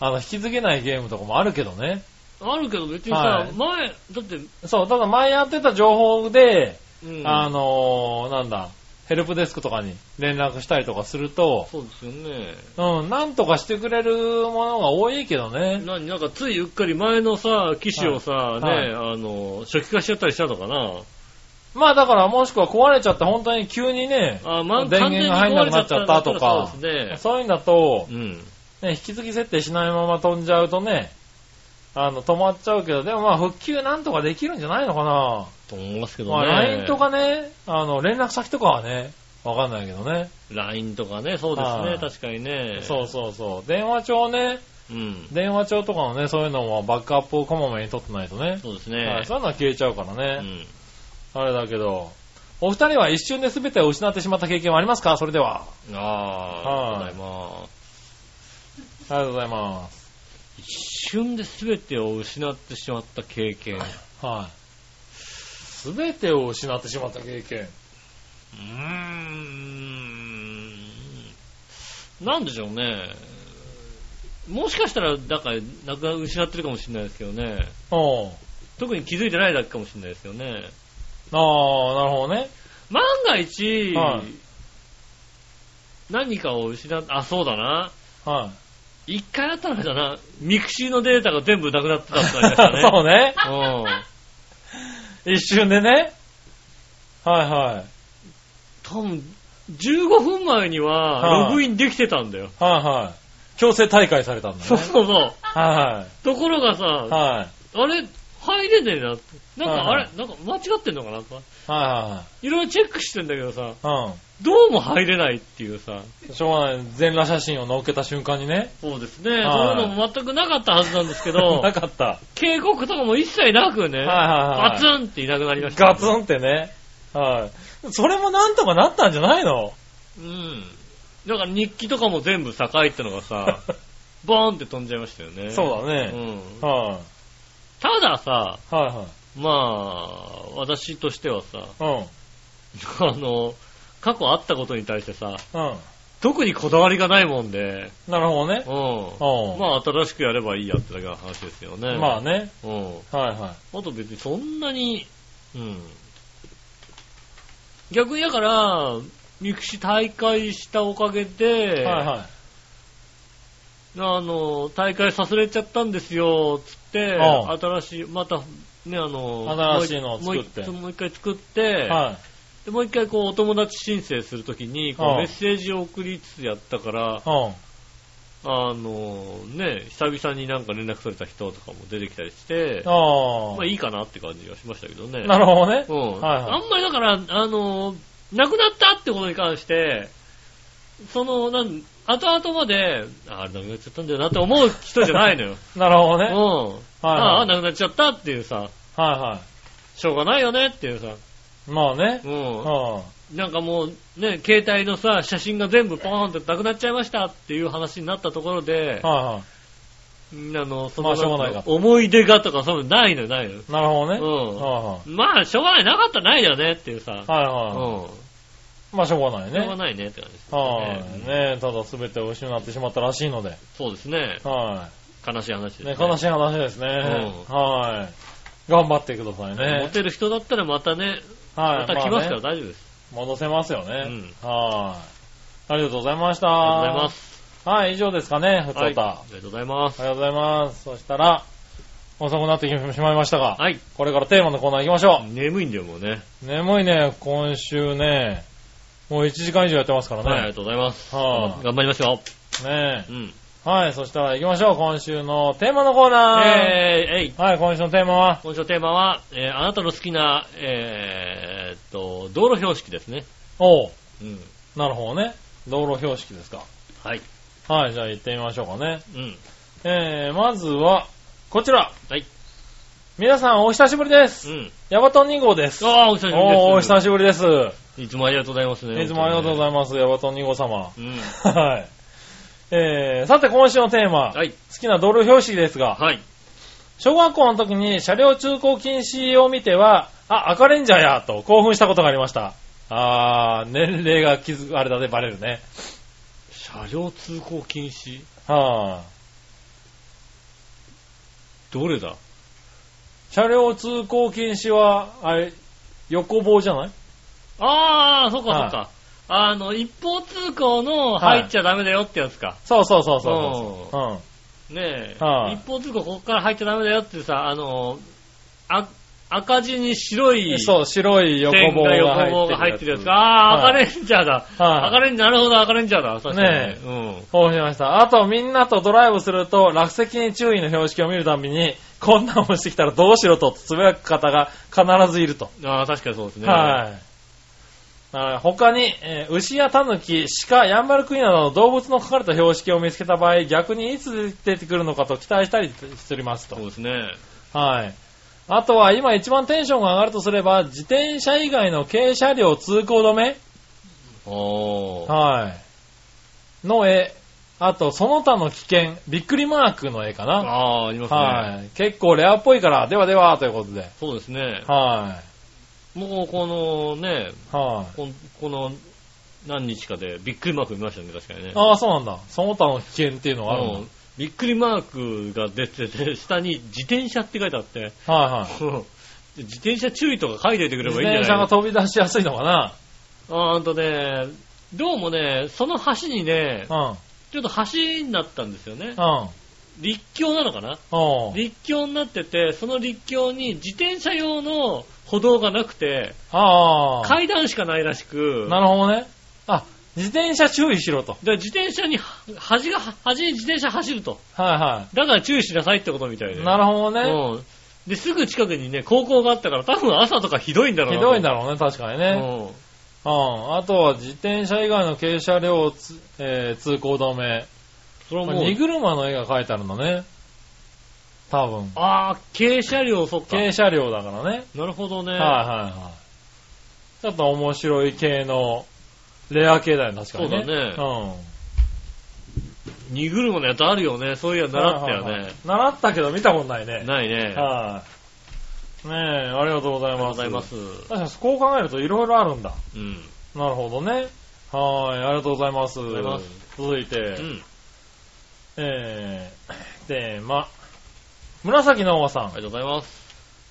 B: あの、引き継げないゲームとかもあるけどね。
C: あるけど別にさ、
B: はい
C: 前、だって、
B: そう、ただ前やってた情報で、
C: うん
B: あのー、なんだ、ヘルプデスクとかに連絡したりとかすると、
C: そうですよね。
B: うん、なんとかしてくれるものが多いけど ね。
C: なになんかついうっかり前のさ、機種をさ、
B: はい
C: ね、あの、初期化しちゃったりしたのかな。
B: まあだからもしくは壊れちゃって本当に急にね、
C: あ、まあ、
B: 電
C: 完
B: 源
C: 全に
B: が入んな
C: 壊れ
B: くな
C: ちゃ
B: っ
C: っ
B: ち
C: た
B: ゃったとか
C: そうですね。
B: そういうんだと
C: う、ん。
B: ね、引き継ぎ設定しないまま飛んじゃうとね、あの、止まっちゃうけど、でもまあ復旧なんとかできるんじゃないのかな。
C: と思いますけどね。
B: まあ LINE と。かね、あの、連絡先とかはね、わかんないけどね。
C: LINE とかね、そうで
B: はい
C: すね、確かにね。
B: そうそうそう。電話帳ね、
C: う。うん。
B: 電話帳とかのね、そういうのもバックアップをこまめに取ってないとね。
C: そうです
B: は
C: ね
B: い、。そういうのは消えちゃうから
C: う
B: ね。
C: ん。
B: あれだけど。お二人は一瞬で全てを失ってしまった経験はありますかそれでは。
C: ああ、ありがとうご
B: はい
C: ざいます。
B: ありがとうございます。
C: 一瞬で全てを失ってしまった経験。う
B: はい。全てを失ってしまった経験。
C: ーん。なんでしょうね。もしかしたら、だから、なくな失ってるかもしれないですけどね。
B: おう
C: 特に気づいてないだけかもしれないですよね。
B: ああ、なるほどね。
C: 万が一、
B: はい
C: 何かを失っあ、そうだな。
B: はい。
C: 一回あったのかな。ミクシーのデータが全部なくなってたってありましたね。
B: そうね。
C: うん。
B: 一瞬でね。はいはい。
C: 多分、15分前には、
B: はい
C: ログインできてたんだよ。
B: はいはい。強制大会されたんだ
C: そう
B: ね。
C: そうそう。
B: は
C: ところがさ、
B: いはい。はい
C: あれ、入れねえなって。なんか、
B: はい
C: あ
B: はい
C: れ、なんか間違ってんのかなとか。
B: はい
C: ろいろチェックしてんだけどさ、
B: いはい。
C: どうも入れないっていうさ。
B: うん。しょうがない。全裸写真を載っけた瞬間にね。
C: そうですね。そういう
B: はい
C: のも全くなかったはずなんですけど
B: な、かった。は
C: 警告とかも一切なくね、
B: いはいは
C: ガ
B: い。
C: ツンっていなくなりました。
B: ガツンってね。はい。それもなんとかなったんじゃないの
C: うん。だから日記とかも全部境ってのが さ、ボーンって飛んじゃいましたよね。
B: そうだね
C: うん。
B: は
C: たださ、
B: い。は
C: まあ、私としてはさ、
B: いはい。
C: あの、過去あったことに対してさ、
B: うん。う
C: 特にこだわりがないもんで、
B: ん。なるほどね
C: う。ん。
B: うん。
C: まあ、新しくやればいいやってだけの話ですよね。
B: まあ。ね。
C: う
B: はいは
C: ん。あと別にそんなに、うん。逆にだから、ミクシー大会したおかげで、
B: い。はいは
C: あの、大会さすれちゃったんですよ、つって、
B: うん
C: 新しい、また、ね、あの、
B: 新しいのを作って
C: もう一もう一回作って、
B: い。は
C: でもう一回こう、お友達申請するときに、こ
B: うん
C: う、メッセージを送りつつやったから、
B: い。うん。
C: あの、ね、久々になんか連絡取れた人とかも出てきたりして、
B: あ
C: まあいいかなって感じがしましたけどね。
B: あ。なるほどね。
C: うん。
B: はいはい
C: あんまりだから、あの、亡くなったってことに関して、その、なん、後々まで、ああ、亡くなっちゃったんだよなって思う人じゃないの よ。
B: なるほどね。はい
C: うん。
B: はい
C: ああ、なくなっちゃったっていうさ、
B: は
C: しょうがないよねっていうさ、
B: い。まあね。
C: う
B: うん。
C: ん。なんかもう、ね、携帯のさ、写真が全部ポーンってなくなっちゃいましたっていう話になったところで、
B: はいは
C: うんあの、そ
B: ま
C: の
B: あしょうがない
C: ん
B: か
C: か思い出がとか、そういうのないのよないのよ。
B: い。なるほどね。
C: うん
B: は
C: まあ、しょうがない、なかったらないよねっていうさ
B: い、はい。
C: う
B: はい
C: ん。
B: は
C: し
B: い。まあしょうがない
C: ょうが
B: ね。
C: ないねって感じです
B: はい。
C: ね。
B: ねただ全てを失ってしまったらしいので。
C: そうですね。
B: は
C: 悲しい話
B: い。
C: です
B: ね、悲しい話ですね。
C: う
B: はい。頑張ってください
C: モ
B: ね。
C: テる人だったらまたね、
B: は
C: ま
B: い。
C: た来ます
B: あ
C: か
B: ね
C: ら大丈夫です。
B: 戻せますよね。
C: う
B: はい。ありがとうございました。
C: ありがとうございます。
B: はい、以上ですかね、ふつ
C: は
B: お
C: い
B: た。
C: あ
B: あ
C: りがとうございます。
B: りがとうございます。そしたら、遅くなってしまいましたが、
C: はい。
B: これからテーマのコーナー行きましょ
C: 眠いんだよ、もうね。
B: う。眠いね、今週ね、もう1時間以上やってますから
C: はい、あり
B: ね。
C: がとうございます。
B: は
C: 頑張りましょ
B: い。ね
C: う。うん。
B: えはい、そしたら行きましょう、今週のテーマのコー
C: えー
B: ナー。、
C: えい。
B: はい、今週のテーマは、
C: 今週のテーマは、えーあなたの好きな、えーっと、道路標識ですね。
B: おう、
C: うん。
B: なるほどね。道路標識ですか。
C: はい。
B: はい、じゃあ行ってみましょうかね。
C: うん。
B: えー、まずは、こちら。
C: はい。
B: 皆さんお久しぶりで
C: う
B: す。
C: ん。
B: ヤバトン2号です。
C: ああ、お久しぶりです。
B: おーお久しぶりです。
C: いつもありがとうございますね。
B: いつもありがとうございます、ヤバトン2号 様。
C: す。うん。
B: はい。えー、さて今週のテーマ、
C: はい。
B: 好きな道路標識ですが、
C: はい。
B: 小学校の時に車両通行禁止を見ては、あ、赤レンジャーや、と興奮したことがありました。あー、年齢が気づ、あれだね、バレるね。
C: 車両通行禁止
B: はぁ、
C: どれだ
B: 車両通行禁止は、あれ、横棒じゃない
C: ああ、そっかそっか。あの、一方通行の入っちゃダメだよってやつか。
B: そうそうそうそうそう。うん。
C: ねえ、
B: はい
C: 一方通行ここから入っちゃダメだよってさ、あの、あ赤字に白い
B: そう、白い横
C: 線
B: 棒
C: が
B: が入ってるやつ。
C: 横棒が入ってるやつか。ああ、
B: はい
C: 赤レンジャーだ。
B: はい
C: 赤レンジャー、なるほど、赤レンジャーだ。確かに
B: ね
C: うん。
B: こうしました。あと、みんなとドライブすると、落石に注意の標識を見るたびに、こんなもんしてきたらどうしろと、つぶやく方が必ずいると。
C: ああ、確かにそうですね。
B: はい。はい他に、えー牛やタヌキ、鹿、ヤンバルクイナなどの動物の書かれた標識を見つけた場合、逆にいつ出てくるのかと期待したりしておりますと
C: そう。ですね。
B: はい。あとは、今一番テンションが上がるとすれば、自転車以外の軽車両通行止め
C: おー。
B: はい。の絵。あと、その他の危険、びっくりマークの絵かな。
C: ああ、ありますね。
B: はい。結構レアっぽいから、ではでは、ということで。
C: そうですね。
B: は
C: もう、このね、
B: い。はい。
C: こんこの何日かでびっくりマーク見ましたね、確かにね。
B: ああ、そうなんだ。その他の危険っていうのがあるんだ
C: うんびっくりマークが出てて、下に自転車って書いてあ って、
B: はいはい。
C: うん自転車注意とか書いておいてくれ
B: 自
C: ばいいんじゃな
B: 転
C: い
B: 車が
C: の
B: 飛び出しやすいのかな。
C: あーあとね、どうもね、その橋にね、
B: うん。うん。
C: ちょっと橋になったんですよね。
B: うん。
C: 立橋なのかな
B: おう
C: 立橋になってて、その立橋に自転車用の歩道がなくて、
B: ああ。
C: 階段しかないらしく、
B: なるほどね。あ、自転車注意しろと。
C: で自転車に、端が、端に自転車走ると。
B: はいは
C: だから注意しなさいってことみたい
B: い。
C: で。
B: なるほどね。
C: うん。で、すぐ近くにね、高校があったから、多分朝とかひどいんだろう
B: ひ
C: な。
B: どいんだろうね、確かにね。
C: ね。
B: うん。あとは自転車以外の軽車両をつ、えー通行止め。
C: それは
B: こ
C: も
B: れ荷
C: う、
B: 車の絵が描いてあるんだね。多分。
C: ああ、軽車両、そっか。
B: 軽車両だからね。
C: なるほどね。
B: はいはいはい。ちょっと面白い系の、レア系だよね、確かにね。
C: そうだね
B: ね。
C: 荷車のやつあるよね。そういや、
B: うん。
C: 習ったよ
B: はいはいは
C: ね
B: い。。習ったけど見たことないね。
C: ないね。あ
B: はい。ねえ、ありがとうござい
C: りがとう
B: ま
C: ご
B: す。
C: ざいます。
B: 確かに、こう考えるといろいろあるんだ。
C: うん。
B: なるほどね。はい、ありがとうございます。
C: りがとうござい
B: 続いて、
C: うん。
B: えー、テーマ。紫のおばさん
C: あ。りがとうございます。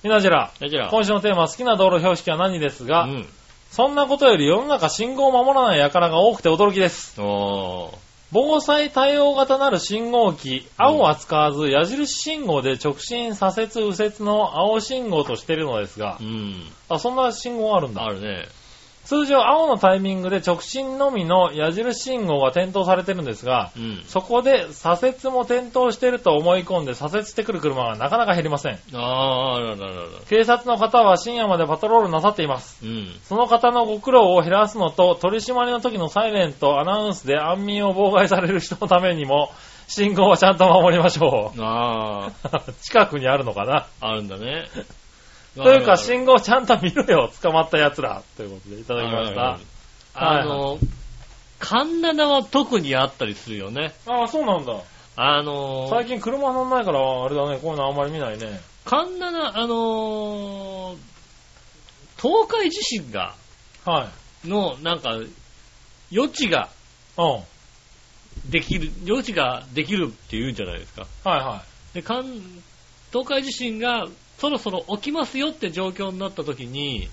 B: みなじら。
C: 大丈夫
B: 今週のテーマ、好きな道路標識は何ですが、
C: うん。
B: そんなことより世の中信号を守らない輩が多くて驚きです。
C: おー。
B: 防災対応型なる信号機、
C: うん
B: 青は使わず矢印信号で直進左折右折の青信号としているのですが
C: う、ん。
B: あ、そんな信号あるんだ
C: あ。るね。
B: 通常青のタイミングで直進のみの矢印信号が点灯されてるんですが、
C: うん。
B: そこで左折も点灯してると思い込んで左折してくる車がなかなか減りません。
C: あー、あるあるあるある。
B: 警察の方は深夜までパトロールなさっています。
C: うん。
B: その方のご苦労を減らすのと、取り締まりの時のサイレント、アナウンスで安眠を妨害される人のためにも、信号はちゃんと守りましょ
C: あー、
B: う。 近くにあるのかな。
C: あるんだね。 あ
B: というか、
C: るある
B: 信号ちゃんと見ろよ、捕まった奴ら。ということで、いただきました。
C: はいあの、カンナナは特にあったりするよね。
B: ああ、そうなんだ。
C: あの、
B: 最近車乗んないから、あれだね、こういうのあんまり見ないね。
C: カンナナ、あの、東海地震が、
B: はい。
C: の、なんか、余地が
B: うん。はい
C: できる、余地ができるって言うんじゃないですか。
B: は
C: で、関東海地震がそろそろ起きますよって状況になった時に、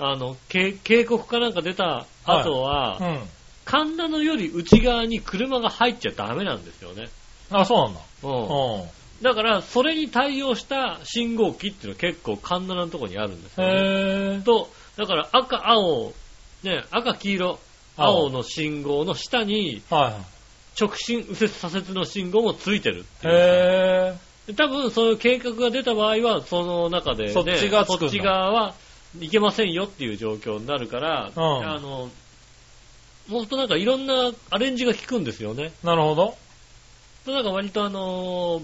C: あの、け警告かなんか出た後は、
B: い。うん。
C: カンナナより内側に車が入っちゃダメなんですよね。
B: あ、そうなんだ。
C: うん
B: うん。
C: だから、それに対応した信号機っていうのは結構カンナナのとこにあるんですよ、ね。
B: へー。
C: と、だから赤、青、ね、赤、黄色、青の信号の下に
B: は
C: 直進、右折、左折の信号もついてるって
B: い。
C: いう。
B: へ
C: で多分、そういう計画が出た場合は、その中で、ね、
B: そっちがつくんだ
C: そっち側はいけませんよっていう状況になるから、
B: うん
C: あの、もっとなんかいろんなアレンジが効くんですよね。
B: ー。なるほど。
C: なんか割とあのー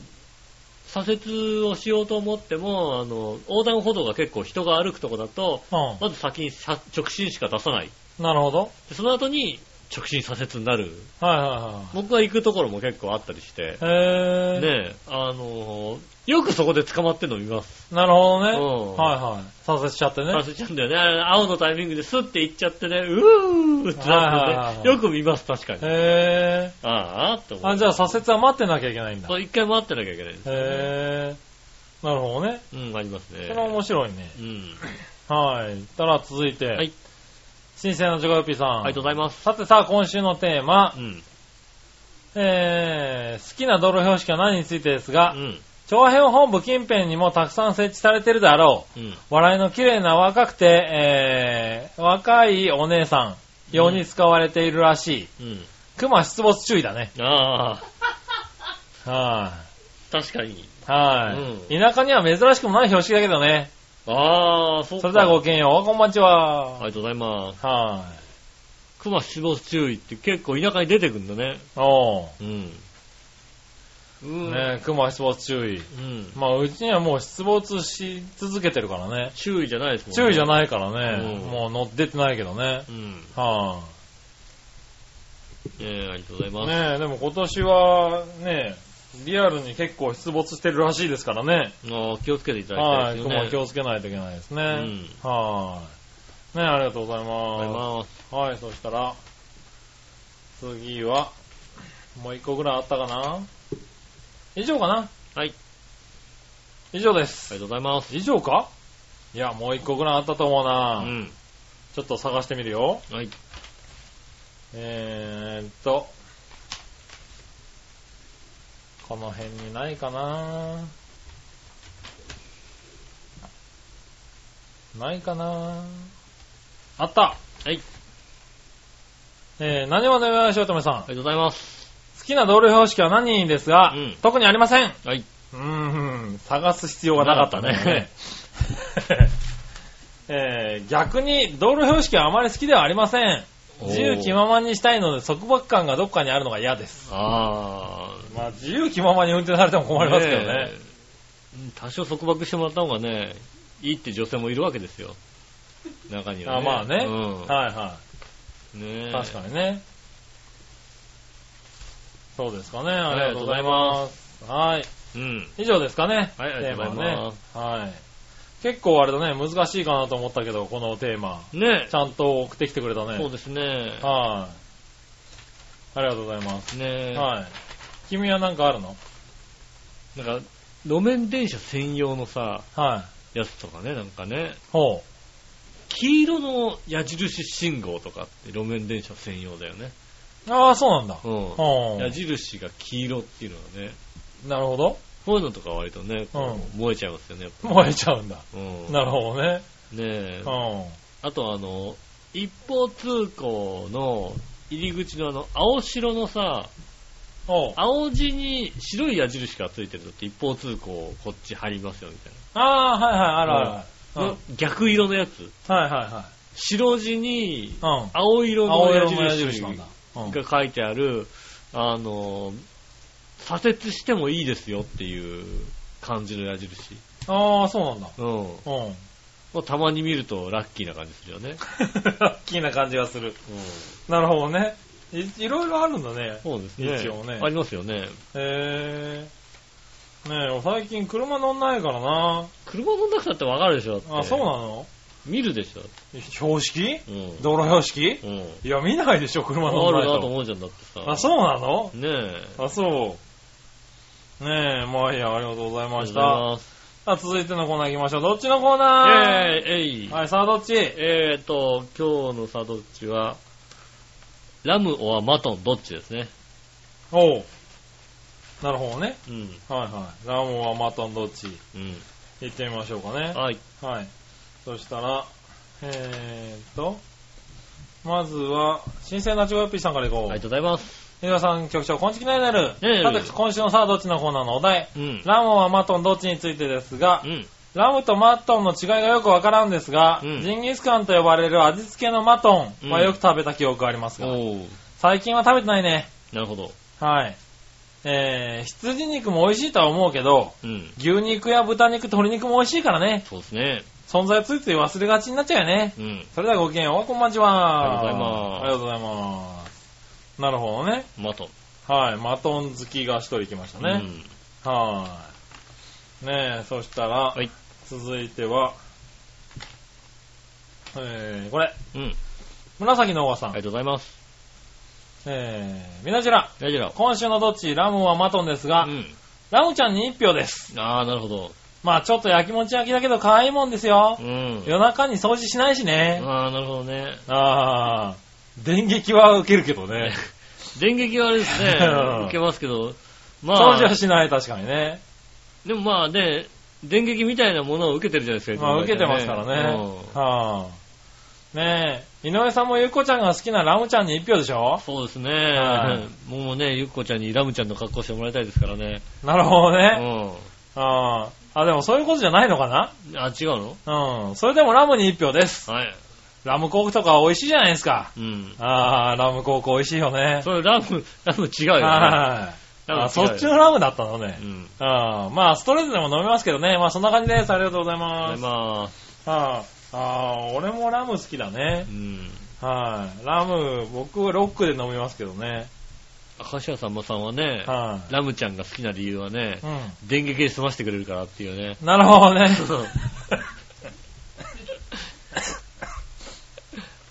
C: 左折をしようと思っても、あの、横断歩道が結構人が歩くとこだと、
B: う
C: まず先にさ直進しか出さない。
B: ん。なるほど。
C: でその後に直進左折になる。
B: はいは
C: 僕が行くところも結構あったりして
B: い、はい。へー。
C: ねえ、あのーよくそこで捕まってるの見ます。
B: なるほどね。
C: うん
B: はいはい。左折しちゃってね。
C: 忘れちゃうんだよね。あれ青のタイミングでスッて行っちゃってね、うーって
B: はいはい
C: な
B: は
C: っ
B: い
C: て
B: は
C: ね、
B: い
C: よく見ます、確かに。
B: へ
C: ああ、って思
B: ー。あ、
C: う。
B: じゃあ左折は待ってなきゃいけないんだ。
C: そう一回回ってなきゃいけないですよね、
B: へー。なるほどね。
C: うん、ありますね。
B: それは面白いね。
C: うん。
B: はい。たら続いて、
C: はい
B: 新鮮なジョコヨッピーさん。
C: ありがとうございます。
B: さてさあ、今週のテーマ
C: う、ん。
B: えー、好きな道路標識は何についてですが、
C: うん。
B: 長編本部近辺にもたくさん設置されてるであろう。
C: うん。
B: 笑いの綺麗な若くて、えー、若いお姉さん用に使われているらしい。
C: うん。
B: 熊出没注意だね。
C: ああ、
B: は
C: 確かに。
B: い、はい、田舎には珍しくもない標識だけどね。
C: ああ、そう
B: それではごきげんよう。こんばんちは。
C: ありがとうございます。
B: は
C: 熊死亡注意って結構田舎に出てくんだね。
B: い。おう。
C: うん。うん。
B: ねえ、熊出没注意。
C: うん。
B: まあ、うちにはもう出没し続けてるからね。
C: 注意じゃないですもん
B: 注意じゃ
C: い。
B: ないからね。
C: うん
B: もう乗ってってないけどね。
C: うん。
B: は
C: ええありがとうござい
B: い、
C: ます。
B: ねえ、でも今年は、ねえ、リアルに結構出没してるらしいですからね。
C: ああ気をつけていただ
B: は
C: きたい
B: い、
C: ですよね。
B: 熊気をつけないといけないですね。
C: うん
B: はい、ねえ、ありがとうござ
C: あ
B: い
C: りがとうござ
B: ま
C: います。
B: す。はい、そしたら、次は、もう一個ぐらいあったかな以上かな
C: はい。
B: 以上で
C: あ
B: す。
C: りがとうございます。
B: 以上かいや、もう一個ぐらいあったと思う
C: う
B: な、
C: ん。
B: ちょっと探してみるよ。
C: はい。
B: えーっと、この辺にないかなないかなあった
C: はい。
B: えー、何をのよしおとめさん。
C: ありがとうございます。
B: 好きな道路標識は何ですが、
C: うん
B: 特にありません。
C: はい。
B: うーん、探す必要はなかったね。 えー逆に道路標識はあまり好きではありません。自由気ままにしたいので束縛感がどっかにあるのが嫌です。
C: ああ。
B: まあ自由気ままに運転されても困りますけどね。
C: えうん多少束縛してもらった方がね、いいって女性もいるわけですよ。中には、ね。
B: あまあね、
C: うん。
B: はいは
C: ね
B: い。
C: え
B: 確かにね。そうですかね。ありがとうございます。はい。
C: うん。
B: 以上ですかね。
C: はいありがとうございます
B: テーマはね。はい。結構あれだね、難しいかなと思ったけど、このテーマ。
C: ね
B: ちゃんと送ってきてくれたね。
C: え。そうですね。
B: はい。ありがとうございます。
C: ねえ。
B: はい。君はなんかあるの
C: なんか、路面電車専用のさ、
B: はい。
C: やつとかね、なんかね、
B: ほ
C: 黄色の矢印信号とかって路面電車専用だよね。
B: う。ああ、そうなんだ。
C: う
B: ほ
C: ん。矢印が黄色っていうのはね、
B: う。なるほど。
C: こういうのとか割とね、こう燃えちゃいますよね、やっぱり
B: 燃えちゃうんだ。
C: うん。
B: なるほどね。
C: ねえ。
B: う
C: あとあの、一方通行の入り口のあの、青白のさ、
B: ん。おう
C: 青字に白い矢印がついてるのって一方通行こっち入りますよみたい
B: ああ、はいはい、あるあ
C: な。
B: る。
C: の逆色のやつ。
B: うんはいは
C: 白字に
B: いはい。うん。
C: 青色の
B: 青
C: 矢
B: 色の矢印
C: 印
B: なんだ。うん
C: が書いてある、あの、左折してもいいですよっていう感じの矢印。
B: ああ、そうなんだ。
C: うん。
B: うん。
C: をたまに見るとラッキーな感じするよね。
B: ラッキーな感じがする。なるほどね。いいろいろあるんだね。
C: そうですね。
B: 一応ね
C: ありますよね。
B: へえ。ねえ、最近車乗んないからな。
C: 車乗んなくたってわかるでしょだって
B: あ、そうなの
C: 見るでしょ
B: 標識
C: うん。
B: 道路標識
C: うん。
B: いや、見ないでしょ、車乗
C: あ
B: んない
C: るなと
B: と。
C: 思うじゃんだってさ。
B: あ、そうなの
C: ねえ。
B: あ、そう。ねえ、まあいいや、ありがとうござい
C: あ
B: ま
C: り
B: し
C: がとうござい
B: た。
C: ます。
B: さあ、続いてのコーナー行きましょう。どっちのコーナー
C: えー、えい。
B: はい、さあ、どっち
C: えーと、今日のサドッチは、ラムオアマトンどっちですね。
B: おう。なるほどね。
C: うん。
B: はいはい。ラモはマトンどっち
C: うん。
B: 行ってみましょうかね。
C: はい。
B: はい。そしたら、えーっと、まずは、新鮮なチョコヨッピーさんからいこ
C: ありが
B: う。
C: とうございます。
B: 皆さん、局長、こんちきないなる。
C: ねえ
B: さて、今週のさあ、どっちのコーナーのお題。
C: うん。
B: ラムはマトンどっちについてですが
C: う、ん。
B: ラムとマトンの違いがよくわからんですが、
C: うん
B: ジンギスカンと呼ばれる味付けのマトンは
C: うん
B: よく食べた記憶がありますが、
C: おー。
B: 最近は食べてないね。
C: なるほど。
B: はい。えー、羊肉も美味しいとは思うけど、
C: うん。
B: 牛肉や豚肉、鶏肉も美味しいからね。
C: そうですね。
B: 存在をついつい忘れがちになっちゃうよね。
C: うん。
B: それではごきげんよう。こんばんちは。
C: ありがとうございます
B: ありがとうございます。なるほどね。
C: マトン。
B: はい。マトン好きが一人来ましたね。はい。ねえ、そしたら、
C: はい
B: 続いては、えー、これ、
C: うん。うん。
B: 紫のおばさ
C: あ
B: ん。
C: りがとうございます。
B: えー、みなじら、
C: 大丈夫
B: 今週のどっち、ラムはマトンですが、
C: うん。
B: ラムちゃんに1票です。
C: あー、なるほど。
B: まあちょっと焼きもち焼きだけど可愛いもんですよ
C: う。ん。
B: 夜中に掃除しないしね。
C: ああ、なるほどね。
B: ああ、電撃は受けるけどね。
C: 電撃はあれです ね
B: うん、
C: 受けますけど、ま
B: 掃除は
C: あ、
B: しない、確かにね。
C: でもまあね、電撃みたいなものを受けてるじゃないですか。
B: まあ受けてますからね。はあ、ねえ、井上さんもゆっこちゃんが好きなラムちゃんに一票でし
C: う
B: ょ
C: んそうです
B: は
C: ね。もうね、ゆっこちゃんにラムちゃんの格好してもらいたいですからね。
B: なるほど
C: う
B: ね。
C: ん。
B: ああ、でもそういうことじゃないのか
C: あ、違うの
B: なうん。それでもラムに一票です。
C: はい。
B: ラムコークとか美味しいじゃないですか。
C: うん。
B: ああ、ラムコーク美味しいよね。
C: それラム、 ラム違うよね。
B: はい。
C: ラム違うよ
B: あそっちのラムだったのね
C: う。ん。
B: あーまあ、ストレートでも飲めますけどね。まあ、そんな感じです。ありがとうござい
C: あ
B: ま
C: れ
B: す。
C: まあ、
B: あーあー、俺もラム好きだね
C: う。ん。
B: はい。ラム、僕はロックで飲みますけどね。
C: 明石家さんまさんはね、
B: は
C: ラムちゃんが好きな理由はね
B: い。、う
C: 電撃で済ませてくれるからっていうね。
B: ん。なるほ どね。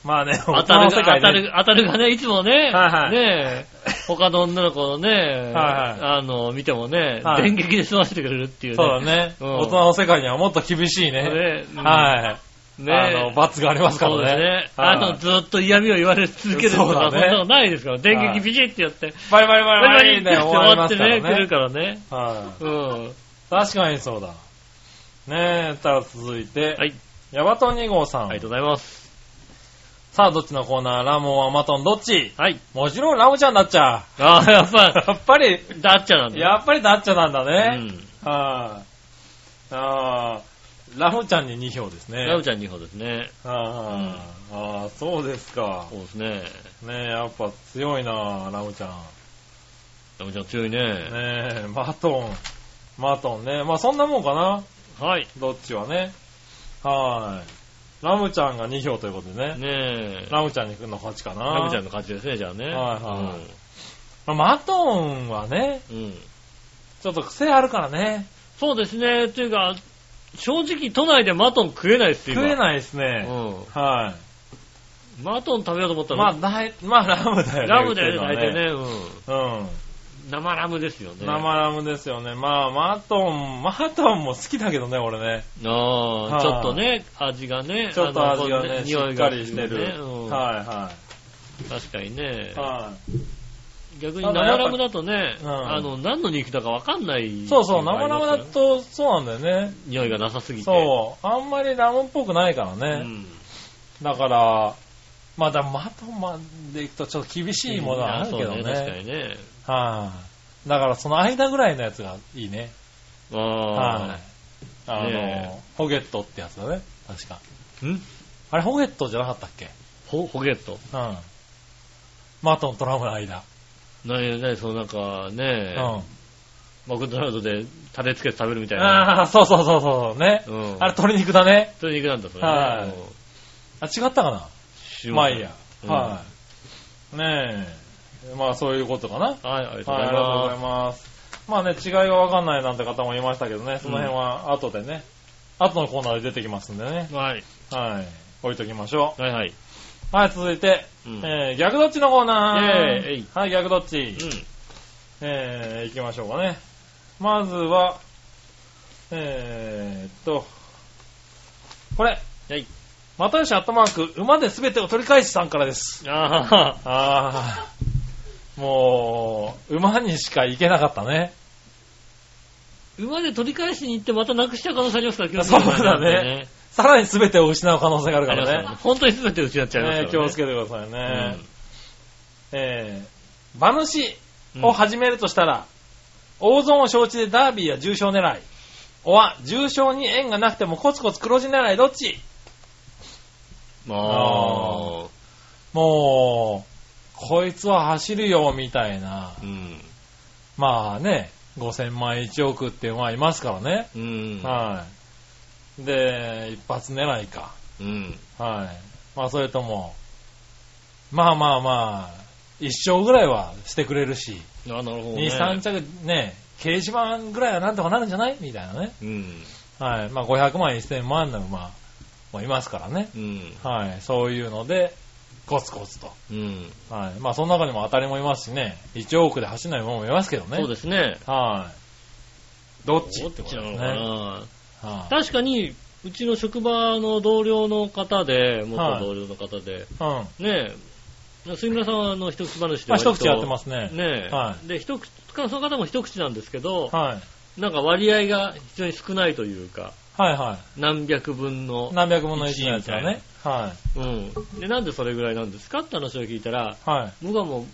B: まあね、
C: 当たる
B: 他の世
C: が、
B: 界
C: 当た
B: で
C: る、当たるがね、いつもね、
B: はいはい
C: ねえ、他の女の子のね、
B: はい
C: あの、見てもね、
B: はい
C: 電撃で済ませてくれるっていうね。
B: そうだね。
C: うん
B: 大人の世界にはもっと厳しいね。
C: ね。うん
B: はい。
C: ね
B: あの、罰がありますから
C: そうです
B: ね。
C: ね。あの、ずっと嫌味を言われ続けると
B: そうだ
C: か、そ
B: ね
C: んなのないですから、電
B: はい
C: 撃ビシッてやって、
B: バリバリバ
C: バリ
B: リバ
C: バ
B: リ
C: リ
B: っ
C: ってて
B: 終
C: 終
B: わり
C: わ
B: ま
C: っ
B: す
C: て
B: から
C: ね、来る
B: ね。
C: からね。
B: は
C: うん。
B: い。確かにそうだ。ねえ、たら続いて、
C: はい。
B: ヤバトン2号さん。
C: ありがとうございます。
B: さあ、どっちのコーナーラーモン、アマトン、どっち
C: はい。
B: もちろんラムちゃんだっちゃ。
C: ああ、やっぱ、
B: やっぱり、
C: ダッチャなんだ。
B: やっぱりだっちゃなんだ
C: うん。
B: ね。はい、あー。ラムちゃんに2票ですね。
C: ラムちゃん2歩ですね。
B: あー、あーそうですか。
C: そうですね。
B: ねえ、やっぱ強いなラムちゃん。
C: ラムちゃん強いね
B: ねえ、マトン。マトンね。まあそんなもんかな。
C: はい。
B: どっちはね。はーい。ラムちゃんが2票ということでね。
C: ねえ。
B: ラムちゃんに行くの勝ちかな。
C: ラムちゃんの感じですね、じゃあね。
B: はいはまあマトンはね、
C: い。うん。
B: ちょっと癖あるからね。
C: そうですね。というか、正直都内でマトン食えないっすよ。
B: 食え
C: い。
B: ないです
C: う
B: ね。
C: ん。
B: は
C: マトン食べようと思った
B: い。
C: ら、
B: まあ、だい、まあ、ラムだよね。
C: ラムだよね、
B: 売っ
C: 大
B: てる
C: 体
B: のは
C: ね。うん。生ラムですよ
B: う
C: ね。
B: ん。生ラムですよね。まあ、マトン、マトンも好きだけどね、俺ね。
C: あ
B: は
C: あ、
B: い
C: ちょっとね、味がね。
B: ちょっと味が
C: あの
B: ね、し
C: 匂
B: っ
C: い
B: か
C: が
B: りしてる。
C: ねうん
B: は
C: 確かにね
B: いはい。。はい。
C: 逆に
B: た
C: 生
B: だやっぱ
C: ラムだとね、
B: うん
C: あの、何の肉だかわかんない。
B: そうそう、生ラムだ。と、そうなんだよね。
C: 匂いがなさすぎて。
B: そう。あんまりラムっぽくないから
C: う
B: ね。
C: ん。
B: だから、まあだ、まとまでいくとちょっと厳しいものはあるけど
C: そう
B: ね。
C: 確か
B: はい、
C: にね。
B: だからその間ぐらいのやつがいいね。はい、
C: あ
B: あの、
C: ね
B: ホゲットってやつだね。確か。
C: あ。ん
B: あれ、ホゲットじゃなかったっけ
C: ホホゲット。
B: うん。マトンとラムの間。
C: なになにそのなんかね、
B: うん。
C: マクドナルドでタレつけて食べるみたいな。
B: ああ、そうそうそうそう、ね。
C: うん。
B: あれ、鶏肉だね。
C: 鶏肉なんだ、それ、
B: はい
C: うん
B: あ、違ったかな
C: 知り
B: まあ
C: せん
B: いいや。
C: うん
B: はい。ねえ。まあそういうことかな。はい、
C: はい、ありがとうござ
B: あり
C: い
B: がとうござい
C: ま
B: ます。まあね、違いがわかんないなんて方もいましたけどね、その辺は後でね、後のコーナーで出てきますんでね。
C: す。はい。
B: はい。置いときましょ
C: はいはい。
B: う。はい、続いて、
C: うん。
B: えー、逆どっちのコーナ
C: イェーイえ
B: ー
C: い。
B: はい、逆どっち。
C: うん
B: えー、行きましょうかね。まずは、えーっと、これ。
C: はい。
B: 又吉アットマーク、馬で全てを取り返しさんからです。
C: あ
B: ああ、もう、馬にしか行けなかったね。
C: ー馬で取り返しに行ってまたなくしちゃう可能性ありますから、気をつけて
B: そうだね。さらに全てを失う可能性がある
C: あ
B: か
C: りますから
B: ら
C: ね。
B: ね。
C: 本当に全て失っちゃいますから
B: ね
C: ね。
B: 気をつけてくださいね。えー、馬主
C: うん
B: を始めるとしたら、大損を承知でダービーや重賞狙い。おは、重賞に縁がなくてもコツコツ黒字狙いどっち
C: うん。あ
B: もう、こいつは走るよ、みたいな。
C: ーうん。
B: まあね、5000万1億っていうのはいますからね。
C: うん。
B: はい。で、一発狙いか。
C: うん。
B: はい。まあ、それとも、まあまあまあ、一勝ぐらいはしてくれるし、
C: あ、なるほど、ね。
B: 2、3着ね、掲示板ぐらいはなんとかなるんじゃないみたいなね。
C: うん。
B: はい。まあ、500万、1000万の馬もいますからね。
C: うん。
B: はい。そういうので、コツコツと。
C: うん。
B: はい。まあ、その中にも当たりもいますしね、1億で走らない馬もいますけどね。
C: そうですね。
B: はい。どっち
C: どっちなのかな、
B: は
C: 確かに、うちの職場の同僚の方で、元同僚の方で、
B: あ、うん。
C: ねえ、杉村さんはあの一口話で
B: まあ
C: 割と。
B: 一口やってますね。
C: ねえ、
B: は
C: で、一口、その方も一口なんですけど、
B: はい。
C: なんか割合が非常に少ないというか、
B: はいは
C: 何百分の
B: い。。何百分の1のやつは
C: 一位み
B: ね。は
C: うん。で、なんでそれぐらいなんですかって話を聞いたら、
B: い。はい。
C: 僕はもう、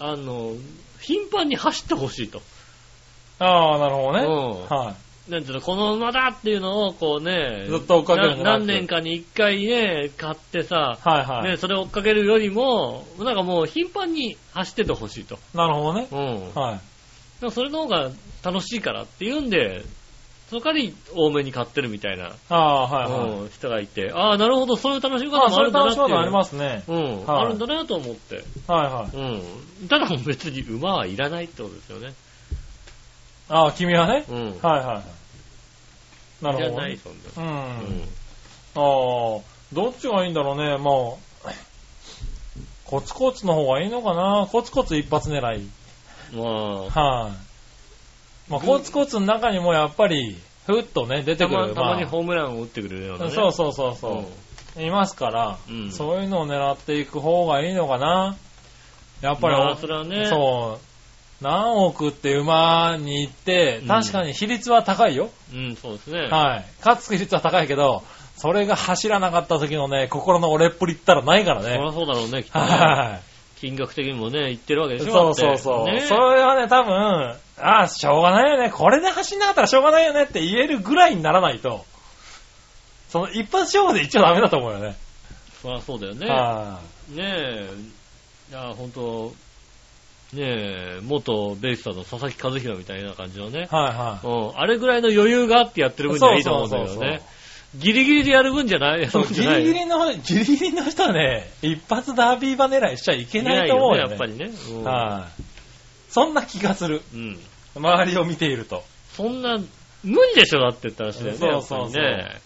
C: あの、頻繁に走ってほしいと。
B: ああ、なるほどね。
C: うん
B: は
C: なんていうの、この馬だっていうのをこうね、
B: ずっと追っかけるんじゃなくて
C: な何年かに一回ね、買ってさ、
B: い。はいはい。
C: ね、それを追っかけるよりも、なんかもう頻繁に走っててほしいと。
B: なるほどね。
C: うん。
B: はい。
C: でもそれの方が楽しいからっていうんで、その代わり多めに買ってるみたいな、
B: ああ、はいはい。
C: うん人がいて、ああ、なるほど、そういう楽しみ
B: ま
C: 方
B: あ、
C: もあ
B: そ
C: る
B: れ
C: んだな
B: 楽
C: っ
B: してい
C: いう。
B: ことありますね。
C: うん、
B: はい
C: あるんだなと思って。
B: はいはい。
C: うん。ただ別に馬はいらないってことですよね。
B: ああ、君はね。
C: うん。
B: はいはいはい。なる
C: いら
B: ほど
C: ない、
B: ね。
C: そんな。う
B: う。
C: んん。
B: ああ、どっちがいいんだろうね。まあ、コツコツの方がいいのかな。コツコツ一発狙い。はい、
C: まあ、
B: まあ、コツコツの中にもやっぱり、ふっとね、出て
C: た
B: く
C: ま
B: る。
C: たまに
B: まあ
C: ホームランを打ってくれるようなね。
B: そうそうそうそう。いますから、
C: うん
B: そういうのを狙っていく方がいいのかな。やっぱり、
C: まあそれはね
B: そう。何億って馬に行って、確かに比率は高いよ。
C: うん。うん、そうですね。
B: はい。勝つ比率は高いけど、それが走らなかった時のね、心の折れっぷりったらないから
C: そり
B: ね。
C: ゃそうだろうね、きっとね。
B: は
C: 金額的にもね、いってるわけ
B: い。
C: でしょ。
B: そうそうそう。
C: だってね
B: それはね、多分、ああ、しょうがないよね。これで走んなかったらしょうがないよねって言えるぐらいにならないと、その一発勝負でいっちゃダメだと思うよね。
C: そりゃそうだよね。
B: は
C: ねえ、いや、ほんと、ねえ、元ベイスターズの佐々木和弘みたいな感じのね
B: い。は
C: うん、あれぐらいの余裕があってやってる分にはいいと思うんだけ
B: そう
C: ど
B: そうそう
C: ね。ギリギリでやる分じゃない、や
B: い。
C: る分
B: ギ
C: じゃない。
B: リギリの、ギリギリの人はね、一発ダービー馬狙いしちゃいけないと思うよ、ね。
C: やっぱ。りね。うん
B: はい。そんな気がする。
C: うん。
B: 周りを見ていると。
C: そんな、無理でしょだってって話だよね。
B: そうそうそう
C: やっぱりね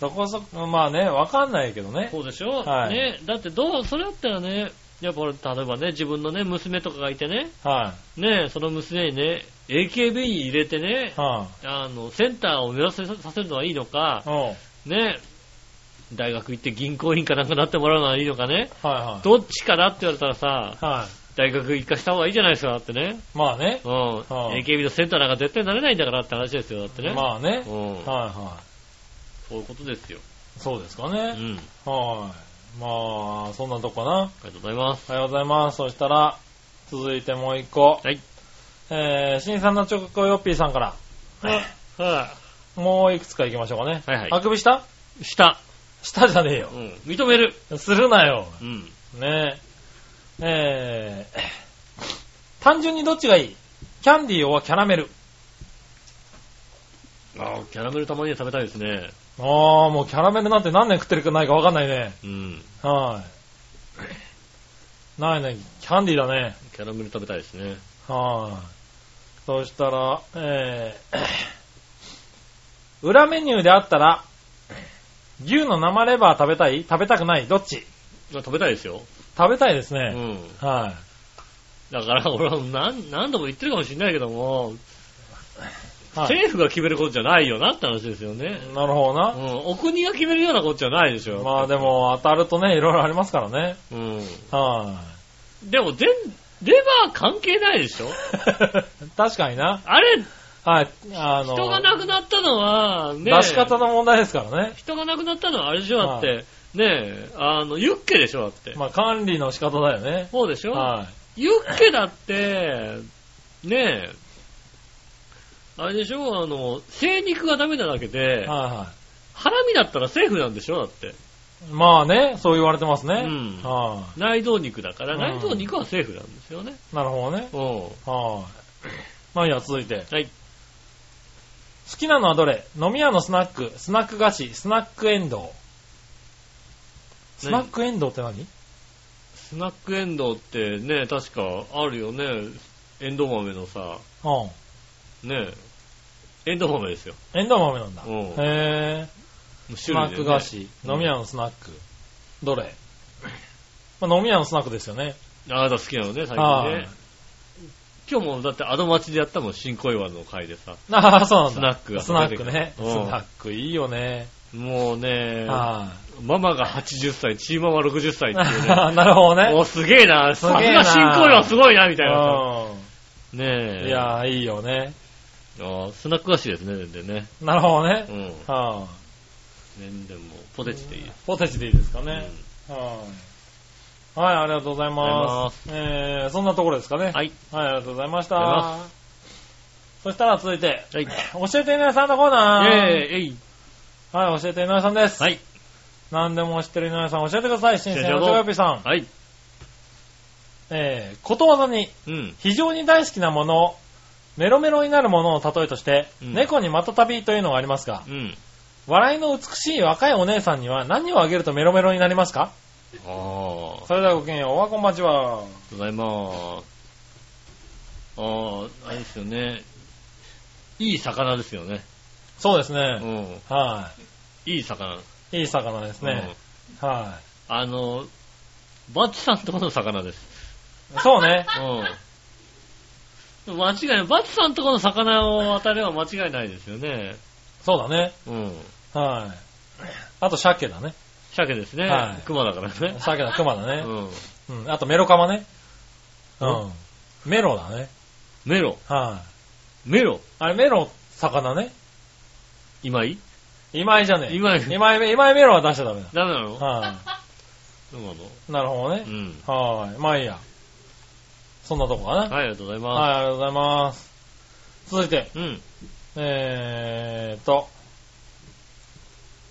B: そこそこ、まあね、わかんないけどね。
C: そうでしょ、
B: はい
C: ね。だってどう、それだったらね、やっぱ俺例えばね、自分のね、娘とかがいてね、
B: は
C: ね、その娘にね、AKB 入れてね
B: い。、は
C: あの、センターを目指せさせるのはいいのか
B: い。、うん。はい
C: ね、大学行って銀行員かなんかなってもらうのはいいのかね、
B: はい。
C: どっちかなって言われたらさ、
B: は
C: 大学行かした方がいいじゃないですか、だってね。
B: い。まあね
C: う。ん。AKB のセンターなんか絶対なれないんだからって話ですよ、だってね。
B: まあね
C: う。ん。
B: はいは
C: そういうことですよ。
B: い。そうですか
C: う
B: ね。
C: ん。
B: はい。まあ、そんなとこかな。
C: ありがとうございます。
B: おはようございます。そしたら、続いてもう一個。
C: はい。
B: えー、新さんのチョコヨッピーさんから、
C: は
B: もういくつか行きましょうかね。
C: はいはい
B: あくびした
C: い。した。
B: したじゃねえよ
C: うん。認める。。
B: するなよ。
C: うん。
B: ねえ。えー、単純にどっちがいいキャンディーはキャラメル。
C: あーキャラメルたまには食べたいですね。
B: ああ、もうキャラメルなんて何年食ってるかないかわかんないね。
C: うん。
B: はい。ないね。キャンディーだね。
C: キャラメル食べたいですね。
B: はい。そしたら、えー、 裏メニューであったら、牛の生レバー食べたい食べたくないどっち
C: まあ食べたいですよ。
B: 食べたいです
C: う
B: ね。
C: ん。
B: はい。
C: だから俺は何何度も言ってるかもしれないけども、
B: はい、
C: 政府が決めることじゃないよなって話ですよね。
B: なるほど
C: う
B: な。
C: ん。お国が決めるようなことじゃないでしょ。
B: まあで。も当たるとね、いろいろありますからね。
C: うん。
B: は
C: でも全、レバー関係ないでしょ
B: い。確かにな。
C: あれ、
B: はい。あの、
C: 人が亡くなったのは、ね
B: 出し方の問題ですからね。
C: 人が亡くなったのはあれでしょだっ
B: は
C: て、ねえ、あの、ユッケでしょだって。
B: まあ管理の仕方だよね。
C: そうでしょ、
B: は
C: ユッケだって、ねえ、あれでしょあの、生肉がダメなだけ
B: い。
C: で、
B: はいはい。
C: ハラミだったらセーフなんでしょだって。
B: まあね、そう言われてますね。
C: うん
B: は
C: 内臓肉だから、
B: うん
C: 内臓肉はセーフなんですよね。
B: い。なるほどね。
C: うん。
B: はい。まあいいや、続いて。
C: はい。
B: 好きなのはどれ飲み屋のスナック、スナック菓子、スナックエンドウ。スナックエンドウって何
C: スナックエンドウってね、確かあるよね。エンドウ豆のさ、
B: うん。
C: ねえ、エンドウ豆ですよ。
B: エンドウ豆なんだ。
C: うん
B: へぇス
C: 種
B: ナ
C: 類
B: ッ
C: でね
B: ク菓子、
C: うん
B: 飲み屋のスナック。どれまあ飲み屋のスナックですよね。
C: あなた好きなのね、最近
B: は
C: ね
B: い。
C: 今日もだってアド町でやったもん、新小岩の会でさ。
B: ああ、そうなんだ。
C: スナックが
B: スナックね。ス
C: うん
B: ナックいいよね。
C: もうね、
B: は
C: ママが80歳、チーママ60歳
B: い。
C: っていうね。
B: なる
C: も
B: ほどね。
C: うすげえな、
B: す
C: さすが
B: げえな
C: 新小岩すごいな、みたいな。
B: う
C: ね
B: ん。
C: え。
B: いやー、いいよね。
C: ああスナック菓子ですね、全然ね。
B: なるほどね
C: う。ん。
B: は
C: 全然もう、ポテチでいいです。
B: い。ポテチでいいですか
C: うん
B: ね。はい。はい、ありがとうございます。えー、そんなところですかね。
C: はい。
B: はい、ありがとうございまし
C: ありがとう
B: た。そしたら続いて、
C: はい。
B: 教えて井上さんのコーナー。
C: えええい。
B: はい、教えて井上さんです。
C: はい。
B: 何でも知ってる井上さん教えてください。新鮮なおちょよぴさん。
C: はい。
B: えー、ことわざに
C: うん。
B: 非常に大好きなもの、メロメロになるものを例えとして、
C: うん
B: 猫にまたたびというのがありますが、
C: うん。
B: 笑いの美しい若いお姉さんには何をあげるとメロメロになりますか
C: ああ。
B: それではごきげんよう、おはこんばんち
C: ありが
B: は。
C: とうございます。ああ、あれですよね。いい魚ですよね。
B: そうです
C: う
B: ね。
C: ん。
B: はい
C: い魚。
B: い。いい魚ですね。は
C: うん。あの、バッチさんとこの魚 です。
B: い。そうね。
C: うん。間違いない。バッチさんとこの魚を当たれば間違いないですよね。
B: そうだね。
C: うん。
B: はい。あと、鮭だね。
C: 鮭ですね。
B: はい
C: 熊だからね。
B: 鮭だ、熊だ
C: う
B: ね。
C: ん。
B: うん。あと、メロカマね。う
C: うん
B: ん。メロだね。
C: メロ。
B: はい。
C: メロ。
B: あれ、メロ、魚ね。
C: 今い
B: 今井じゃねえ。
C: 今井
B: 今井、今井メロは出しちゃダメだ。
C: ダメなの
B: は
C: そうなの
B: い。なるほ
C: う
B: どね。
C: ん。
B: はい。まあいいや。そんなとこかな。はい、
C: はい、ありがとうございま
B: ありがとうございます。続いて、
C: す。うん。
B: えーと、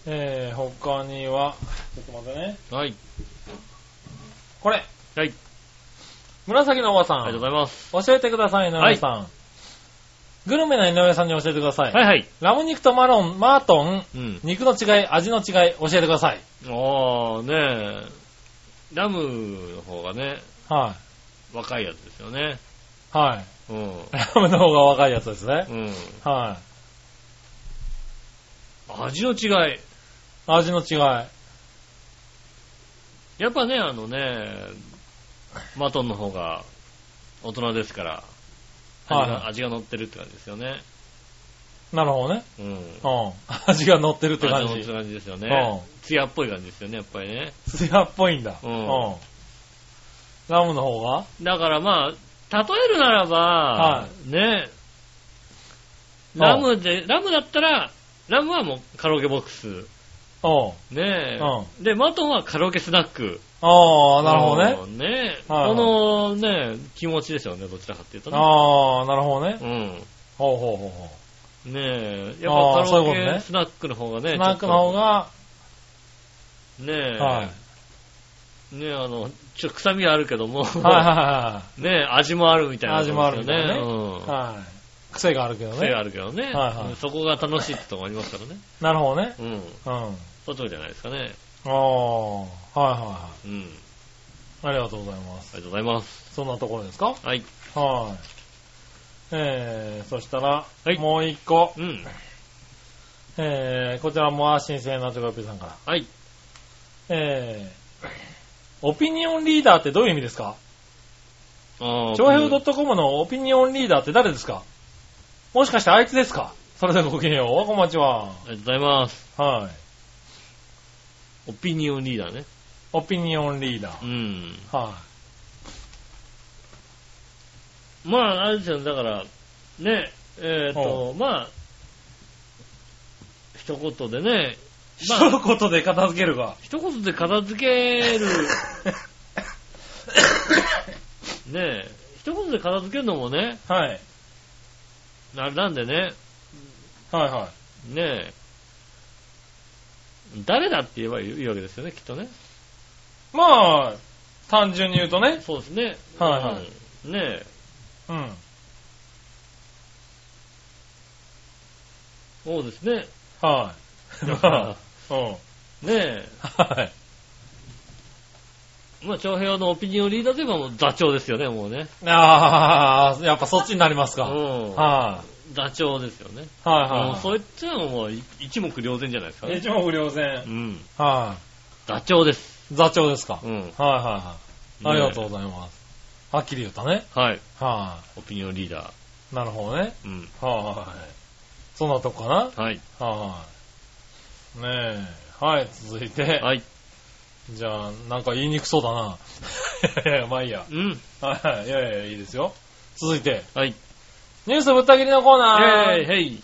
B: えー、他には、ちょっと待ってね。
C: はい。
B: これ。
C: はい。
B: 紫のおばさん。
C: ありがとうございます。
B: 教えてください、井上さん。グルメな井上さんに教えてください。
C: はいはい。
B: ラム肉とマロン、マートン、
C: うん。
B: 肉の違い、味の違い、教えてください。
C: ああ、ねえ。ラムの方がね、
B: は
C: 若いやつですよね。
B: い。はい。
C: うん。
B: ラムの方が若いやつですね。
C: うん。
B: はい。
C: 味の違い。
B: 味の違い。
C: やっぱね、あのね、マトンの方が大人ですから、味
B: はい
C: が味が乗ってるって感じですよね。
B: なるほどね。
C: うん。
B: うん。味が乗ってるって
C: 味が
B: 感
C: 乗って
B: じ。
C: る感じですよ
B: うん
C: ね。。ツヤっぽい感じですよね、やっぱりね。
B: 艶っぽいんだ。
C: うん
B: ラムの方が
C: だからまあ、例えるならば、
B: は
C: ね、
B: うん
C: ラムで、ラムだったら、ラムはもうカラオケボックス。
B: うん。
C: ねえ、
B: う
C: で、マトンはカラオケスナック。
B: ああ、なるほどね。
C: どね。ねえ、
B: はいはい
C: このね、気持ちですよね、どちらかっていうとね。
B: ああ、なるほどね。
C: うん。
B: ほうほうほうほう。
C: ねえ、や
B: あ
C: っぱ
B: ー
C: カ
B: そ
C: ラオ
B: ういうことね
C: ケスナックの方がね、
B: スナックの方が、
C: ちょっと。ねえ、
B: はい。
C: ねえ、あの、ちょっと臭みはあるけども、
B: はいは
C: ねえ、味もあるみたいな、
B: 味もあるみたいなね
C: うん
B: いはい。はい。癖があるけど
C: 癖が
B: ね。
C: あるけどね、
B: はいはい
C: そこが楽しいってとこありますからね。
B: なるほどね。
C: うん。
B: うん。あ
C: そうじゃないですかね。
B: あ、はいはいは
C: うん。
B: い。ありがとうございます。
C: ありがとうございます。
B: そんなところですか
C: はい。
B: はい。えー、そしたら、
C: はい
B: もう一個、
C: うん。
B: えー、こちらも新鮮なチョコヨッピーさんから。
C: はい。
B: えー、オピニオンリーダーってどういう意味ですか
C: あー
B: 長編 .com のオピニオンリーダーって誰ですかもしかしてあいつですかそれではごきげんよう。おはこんばんちは。
C: ありがとうございます。
B: はい。
C: オピニオンリーダーね。
B: オピニオンリーダ
C: う
B: ー。
C: ん。
B: は
C: まあ、あれですよね、だから、ね、えっ、と、まあ、一言でね、
B: い。
C: まあ
B: 一言で片付けるが。
C: 一言で片付け る、ね、一言で片付けるのもね、
B: はい。
C: あれなんでね、
B: はいは
C: ね、誰だって言えばいいわけですよね、きっとね。
B: い。まあ、単純に言うとね。
C: そうですね。
B: はいはい
C: うんね
B: うん。
C: そうです ね。
B: はい。
C: だ
B: ま
C: から
B: あ、うん。
C: ね
B: はい。
C: まあ、長平のオピニオンリーダーといえばもう座長ですよね、もうね。
B: ああ、やっぱそっちになりますか。
C: う
B: はい、
C: ん座長ですよね。
B: はい
C: もう
B: は
C: そいつはもう一目瞭然じゃないですか
B: い。
C: ね。
B: 一目瞭然
C: う。ん。
B: は
C: ダチョウです。
B: い。座長ですか。
C: うん。
B: はいはいはい。ありがとうございます。はっきり言ったね。
C: はい。
B: は
C: オピニオンリーダー。
B: い。なるほどね。
C: うん。
B: はい。そんなとこか
C: はい。
B: なはい。ねえ。はい、続いて。
C: はい。
B: じゃあ、なんか言いにくそうだな。いやいや、 まあいいや。
C: うん。
B: はいはい。いやいや、いいですよ。続いて、
C: はい。
B: ニュースぶった切りのコーナー。
C: イェーイ、ヘイ。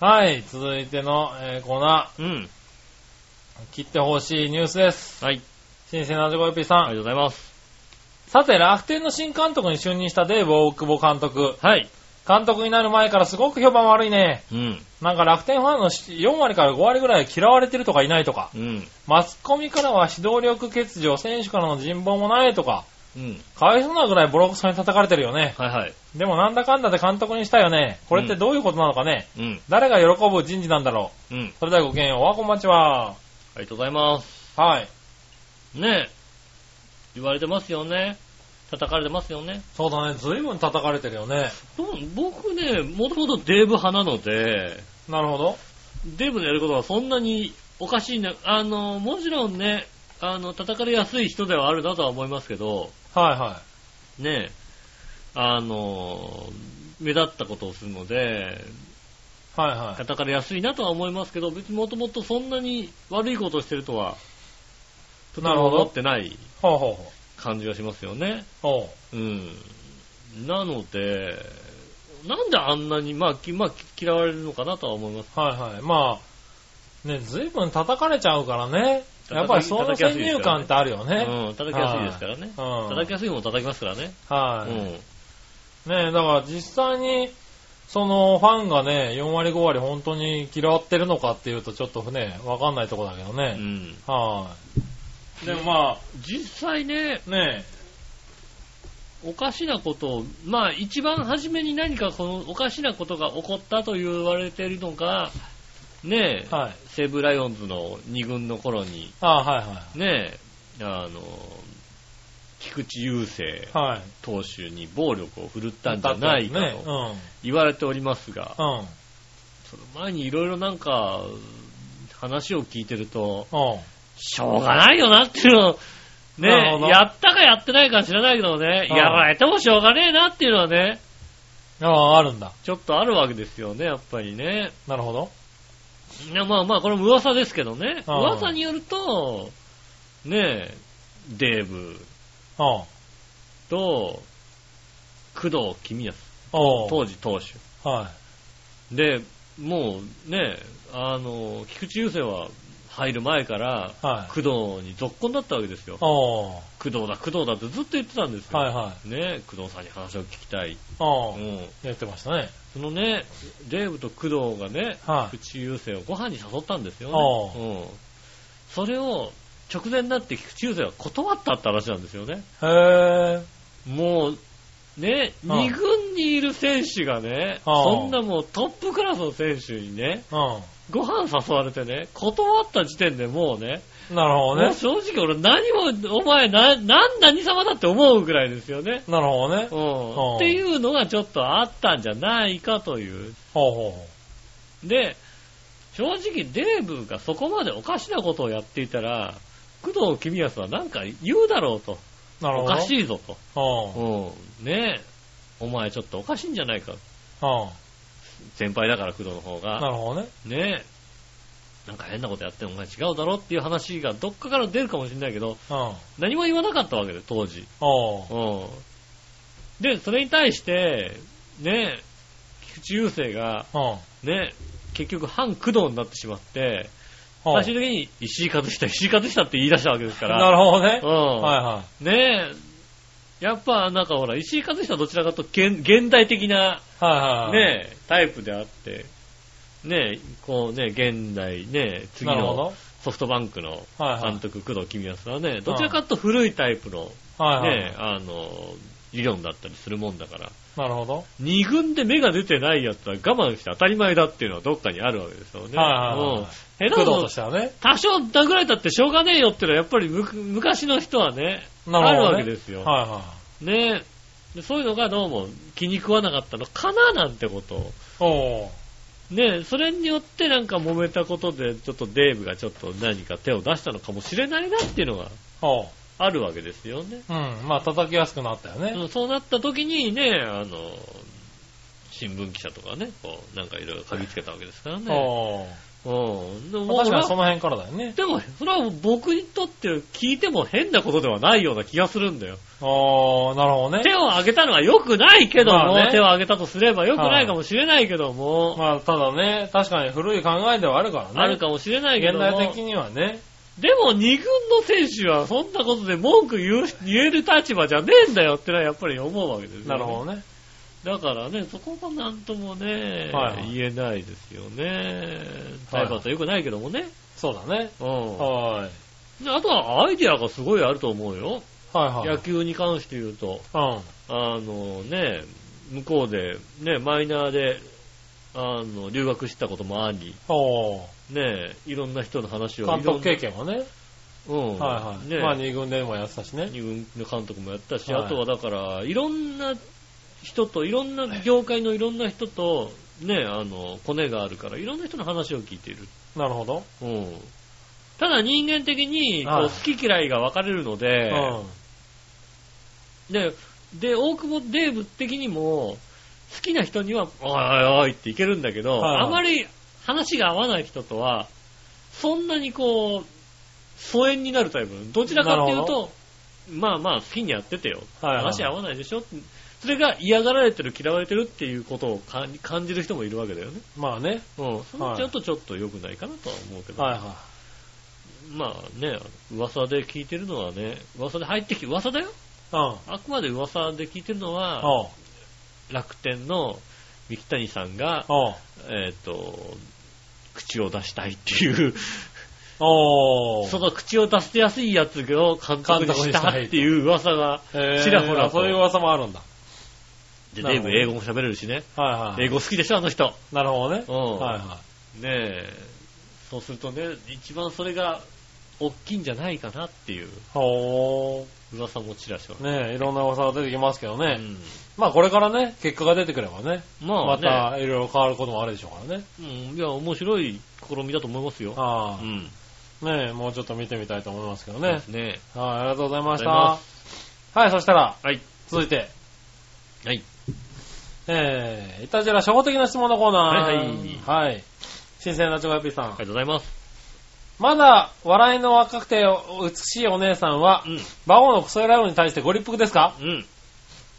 B: はい、続いての、えーコーナ
C: うん。
B: ー、切ってほしいニュースです。
C: はい。
B: 新鮮なジョコヨッピー
C: あ
B: さ
C: り
B: ん。
C: がとうございます。
B: さて、楽天の新監督に就任したデーブ・大久保監督。
C: はい。
B: 監督になる前からすごく評判悪いね。
C: うん。
B: なんか楽天ファンの4割から5割ぐらい嫌われてるとかいないとか、
C: うん。
B: マスコミからは指導力欠如、選手からの人望もないとか、
C: うん。
B: かわいそうなぐらいボロクソに叩かれてるよね。
C: はいはい。
B: でもなんだかんだで監督にしたよね。これってどういうことなのかね。
C: うん。
B: 誰が喜ぶ人事なんだろ
C: うん。
B: う。それではごきげんよう、おわこまちは。
C: ありがとうございます。
B: はい。
C: ねえ。言われてますよね。叩かれてますよね。
B: そうだね、ずいぶん叩かれてるよね。
C: どう僕ね、もともとデーブ派なので、
B: なるほど。
C: デーブのやることはそんなにおかしいな、あの、もちろんね、あの、叩かれやすい人ではあるなとは思いますけど、
B: はいは
C: ねえ、あの、目立ったことをするので、
B: い。はいはい。
C: 叩かれやすいなとは思いますけど、別にもともとそんなに悪いことをしてるとは、とて
B: なる
C: も
B: ほど
C: 思ってない
B: ほうほうほう。
C: 感じがしますよね。
B: おう
C: うん。なので、なんであんなに、まあ、きまあ、き嫌われるのかなとは思います。
B: はいはい。まあ、ね、ずいぶん叩かれちゃうからね。やっぱりその
C: 叩きやす
B: 先
C: いです
B: 入
C: から
B: 観
C: ね
B: ってあるよね。
C: うん、叩きやすいですからね。
B: はいうん
C: 叩きやすいもの叩きますからね。う
B: はい、
C: ん。
B: ねだから実際に、そのファンがね、4割5割本当に嫌わってるのかっていうとちょっとね、わかんないとこだけど
C: う
B: ね。
C: ん。
B: はい。でもま
C: 実際ね、
B: あ、ね
C: おかしなことを、まあ一番初めに何かこのおかしなことが起こったと言われているのが、ねえ、
B: はい。
C: 西武ライオンズの2軍の頃に、
B: ああはいは
C: ねえ、あの、菊池雄星
B: い。はい。
C: 投手に暴力を振るったんじゃないか
B: ね。う
C: と
B: ん。
C: 言われておりますが、
B: うん。うん。
C: その前にいろいろなんか、話を聞いてると、しょうがないよなっていうのを
B: なるほど
C: ね、やったかやってないか知らないけどね、
B: うん
C: やられてもしょうがねえなっていうのはね、
B: ああ、あるんだ。
C: ちょっとあるわけですよね、やっぱりね。
B: なるほど。
C: いやまあまあ、これも噂ですけどね、
B: うん
C: 噂によると、ねえ、デーブ
B: うん。
C: と、工藤公康、
B: おう
C: 当時投手。
B: は
C: で、もうね、あの、菊池雄星は入る前から、
B: い。はい。
C: 工藤に続婚だったわけですよ。
B: おう
C: 工藤だ、工藤だってずっと言ってたんですよ。
B: はいはい。
C: ね、工藤さんに話を聞きたい。
B: お
C: う。
B: うん言ってましたね。
C: そのね、デーブと工藤がね、
B: はい。
C: 口優勢をご飯に誘ったんですよ
B: お
C: ね。うん。それを、直前になって菊池雄星は断ったって話なんですよね。
B: へえ。
C: もう、ね、
B: うん
C: 2軍にいる選手がね、
B: ああ
C: そんなもうトップクラスの選手にね、
B: う
C: ご飯誘われてね、断った時点でもうね、
B: ん。なる
C: も
B: ほど
C: う
B: ね。
C: 正直俺何も、お前な、なん何様だって思うぐらいですよね。
B: なるほどね
C: う。
B: うん
C: ん。っていうのがちょっとあったんじゃないかという。
B: ほうほ
C: で、正直デーブがそこまでおかしなことをやっていたら、工藤公康はなんか言うだろうと。
B: う。なるほ
C: お
B: ど。
C: かし
B: い。
C: いぞと。
B: うん。
C: うん。ねえ。お前ちょっとおかしいんじゃないか。
B: うん。
C: 先輩だから工藤の方
B: な
C: が。
B: るほどね。
C: ねえ。なんか変なことやってもお前違うだろっていう話がどっかから出るかもしれないけど、
B: うん。
C: 何も言わなかったわけで、当時。
B: お
C: う
B: う。
C: ん。で、それに対して、ねえ、菊池雄星が、
B: うん。
C: ね、結局反工藤になってしまって、
B: うん
C: 最終的に石井和久、石井和久って言い出したわけですから。
B: なるほどね。
C: うん。
B: はいは。
C: ねえ、やっぱなんかほら、石井和久はどちらかと現現代的ない
B: はいはい。
C: ねえ、タイプであって、ねえ、こうね、現代ね、次
B: なるほ
C: の
B: ど。
C: ソフトバンクの
B: はいはい
C: 監。督、工藤公康はね、どちらかと古いタイプの
B: はいはい。
C: ね、あの、理論だったりするもんだから、
B: なるほど。
C: 二軍で芽が出てないやつは我慢して当たり前だっていうのはどっかにあるわけですよね。
B: はいはいはい
C: うん。下
B: 工
C: 手な
B: 藤
C: こと
B: としてはね。
C: 多少殴られたってしょうがねえよってのはやっぱりむ昔の人はね、
B: なるほど、ね。
C: あるわけですよ
B: はいはい。
C: ねえでそういうのがどうも気に食わなかったのかななんてことを。
B: おう。
C: ねえそれによってなんか揉めたことで、ちょっとデーブがちょっと何か手を出したのかもしれないなっていうのが、
B: おう。
C: あるわけですよね。
B: うん。まあ、叩きやすくなったよね。
C: そうなった時にね、あの、新聞記者とかね、こう、なんかいろいろ嗅ぎつけたわけですからね。
B: おー
C: うん。でも、
B: 確かに
C: そ
B: そ
C: の
B: の辺からだよね。
C: でも、それは僕にとって聞いても変なことではないような気がするんだよ。
B: ああ、なるほどね。
C: 手を挙げたのは良くないけども、
B: まあね
C: 手を挙げたとすれば良くないかもしれないけども、
B: まあ、ただね、確かに古い考えではあるからね。
C: あるかもしれないけ
B: 現
C: ど
B: 代
C: も、
B: 的にはね。
C: でも二軍の選手はそんなことで文句言う言える立場じゃねえんだよってのはやっぱり思うわけですよ、ね。
B: なるほどね。
C: だからね、そこがなんともね、
B: はい
C: 言えないですよね。
B: はい
C: 体罰は良くないけどもね。
B: そうだね。
C: う
B: はーい。
C: ん。であとはアイディアがすごいあると思うよ。
B: はいはい。
C: 野球に関して言うと、
B: うん。
C: あのね、向こうで、ね、マイナーで、あの、留学してたこともあり、
B: お
C: ね、いろんな人の話
B: ー
C: を。
B: 監督経
C: い
B: 験もね。
C: ろんな。うん。
B: はいはい。
C: ね、
B: まあ、二軍でもやってたしね。
C: 二軍の監督もやったし、
B: はい
C: あとはだから、いろんな人と、いろんな業界のいろんな人と、ね、あの、コネがあるから、いろんな人の話を聞いている。
B: なるほど。
C: うん。ただ人間的に、こう
B: はい
C: 好き嫌いが分かれるので、
B: うん。
C: で、で、大久保デーブ的にも、好きな人には、おいおいおいっていけるんだけど、
B: はいはい
C: あまり話が合わない人とは、そんなにこう、疎遠になるタイプ。どちらかっていう
B: なる
C: と、まあまあ好きにやっててよ。
B: はいはい
C: 話合わないでしょそれが嫌がられてる、嫌われてるっていうことを感感じる人もいるわけだよね。
B: まあね。
C: うん。そのちょっとちょっと良くないかなとは思うけど。
B: はいは
C: まあね、噂で聞いてるのはね、噂で入ってきて、噂だよ
B: い。うん。
C: あくまで噂で聞いてるのは、
B: おう
C: 楽天の三木谷さんが、
B: おう
C: えっ、と、口を出したいっていう、
B: お
C: その口を出しやすいやつを監督にしたっていう噂が、
B: ち
C: ちらほらと
B: そういう噂もあるんだ。
C: で、
B: な
C: デー
B: るほ
C: ブ
B: ど
C: 英語も喋れるしね。
B: はいは
C: 英
B: い。
C: 語好きでしょ、あの人。
B: なるほどね。
C: うん
B: はいは
C: ねえ。そうするとね、一番それが大きいんじゃないかなっていう
B: い。お
C: 噂もちらしら。
B: ー。ねえ、いろんな噂が出てきますけど
C: う
B: ね。
C: ん。
B: まあこれからね、結果が出てくればね、
C: まあ
B: ま
C: ね、
B: たいろいろ変わることもあるでしょうからね。
C: うん、いや、面白い試みだと思いますよ。う
B: ああ
C: ん。
B: ねえ、もうちょっと見てみたいと思いますけど
C: そうで
B: ね
C: す。ね。
B: はい、ありがとうございまし
C: ありがとうございま
B: た。はい、そしたら、
C: はい。
B: 続いて、
C: はい。
B: えー、いたじら初歩的な質問のコーナー。。
C: はい
B: はい。新鮮なチョコヨッピーさ
C: あ
B: ん
C: り。がとうございます。
B: まだ、笑いの若くて美しいお姉さんは、
C: う
B: 馬王のクソライブに対してご立腹ですか
C: ん。うん。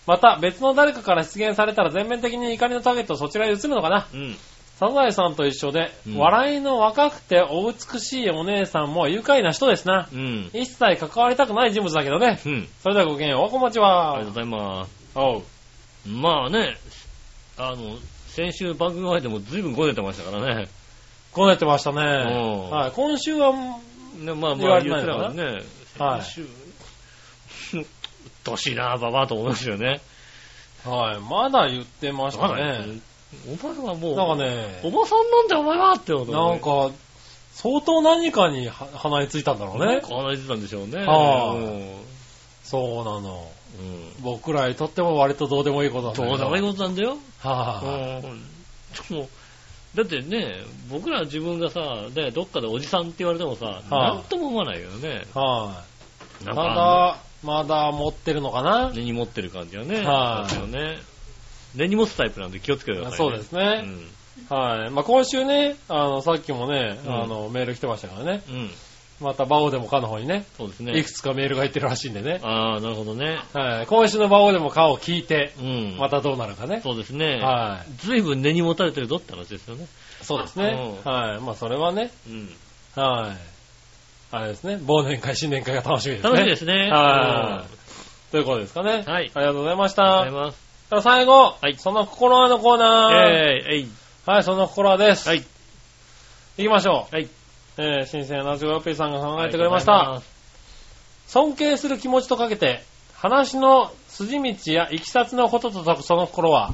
B: また、別の誰かから出現されたら全面的に怒りのターゲットをそちらへ移るのかな
C: うん。
B: サザエさんと一緒で、
C: うん
B: 笑いの若くてお美しいお姉さんも愉快な人ですな。
C: うん。
B: 一切関わりたくない人物だけどね。
C: うん。
B: それではごきげんよう、おこまち
C: あ
B: は。
C: りがとうございます。
B: おう。
C: まあね、あの、先週番組前でも随分ごねてましたからね。
B: こうなってましたね。
C: ん
B: はい、今週は、
C: ねまあ
B: 言
C: ま
B: わ
C: あ
B: れて
C: 言っ
B: ない
C: て
B: の
C: たか
B: から
C: ね。
B: はい
C: 先週、 うっとうしいな、ばばと思いましたよね。
B: はい、まだ言ってましたね。
C: お前はもう、
B: なんか
C: お
B: ね、
C: ばさんなんだよ、お前はってことで
B: なん、か、相当何かには鼻についたんだろう
C: ね
B: ね。。
C: 話してたんでしょうね。
B: は
C: うん
B: そうなの。
C: うん
B: 僕らにとっても割とどうでもいいことなんだ
C: どうでもいい
B: こ
C: ことなんだよ。
B: と。は
C: うんもうだってね、僕ら自分がさ、ね、どっかでおじさんって言われてもさ、
B: はい
C: なんとも思わないよね。
B: い。は。
C: ないん
B: ま
C: か
B: だ、まだ持ってるのかな
C: 根に持ってる感じはね。
B: はい
C: そうですよね。根に持つタイプなんで気をつけてください、ね。
B: そうですね。
C: ね。
B: はい。まあ、今週ね、あの、さっきもね、
C: うん
B: あの、メール来てましたからね。
C: うん。うん。
B: また、バオでもかの方にね、
C: そうです
B: い
C: ね
B: く。つかメールが入ってるらしいんでね。
C: ああ、なるほどね。
B: はい。今週のバオでもかを聞いて、
C: うん。
B: またどうなるかね。
C: そうですね。
B: は
C: ずいぶん根に持たれてるぞって話ですよね。
B: い。そうですね。
C: うん
B: はい。まあ、それはね、
C: うん。
B: はい。あれですね。忘年会、新年会が楽しみですね。
C: 楽しみですね。
B: は
C: うん
B: い。ということですかね。
C: はい
B: ありがとうございまし
C: あ
B: た
C: りがとう。ございます。
B: さあ最後、
C: はい
B: その心はのコーナー。
C: えー、えい。
B: はい、その心はです。
C: はい。
B: 行きましょう。
C: はい。
B: えー、新鮮なジョヨピーさんが考えてくれまし
C: ありがとうござい
B: た。
C: ます。
B: 尊敬する気持ちとかけて、話の筋道や行きさつのことと解くその心は、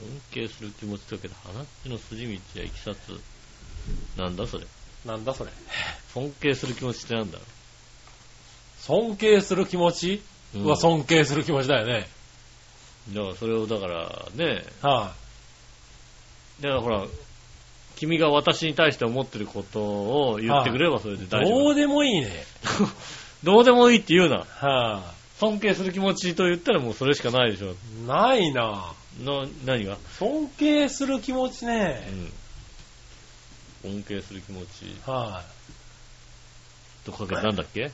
C: 尊敬する気持ちだけど、話の筋道やいきさつ。なんだそれ。
B: なんだそれ。
C: 尊敬する気持ちってなんだろ
B: 尊敬する気持ち
C: う。
B: は尊敬する気持ちだよね。
C: だからそれを、だからね、
B: は
C: だからほら、君が私に対して思ってることを言ってくれればそれで
B: い、
C: 大丈
B: ど
C: 夫
B: う。でもいいね。
C: どうでもいいって言うな。
B: は
C: 尊敬する気持ちと言ったらもうそれしかないでしょ。
B: い。ないな
C: な、何が、
B: 尊敬する気持ちね。
C: うん、尊敬する気持ち
B: はい。
C: とかけてなんだっけ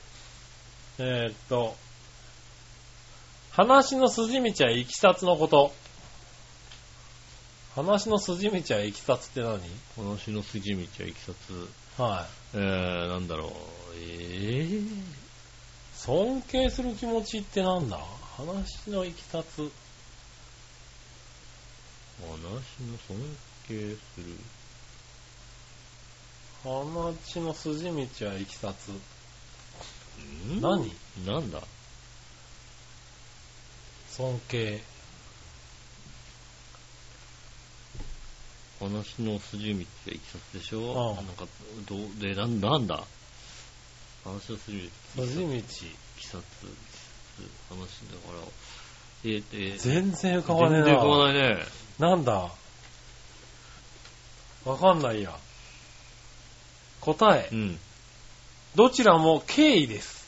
B: えーっと、話の筋道は行きさつのこと。話の筋道は行きさつって何
C: 話の筋道やいきさつ。
B: は
C: え
B: い。
C: ー、なんだろう。えー、
B: 尊敬する気持ちってなんだ話の行きさつ。
C: 話の尊敬する。
B: 話の筋道は行きさつ。
C: ん
B: 何
C: なんだ
B: 尊敬。
C: 話の筋道やいきさつでしょ
B: あ
C: な
B: あ
C: んか、どう、で、なんなんだ話の筋道。
B: 筋
C: い
B: 道。
C: きさつ。話だから、えー、えー、
B: 全然浮かばねえ
C: 全
B: な。
C: 然浮かばないね。
B: なんだわかんないや。答え
C: う。ん。
B: どちらも敬意です。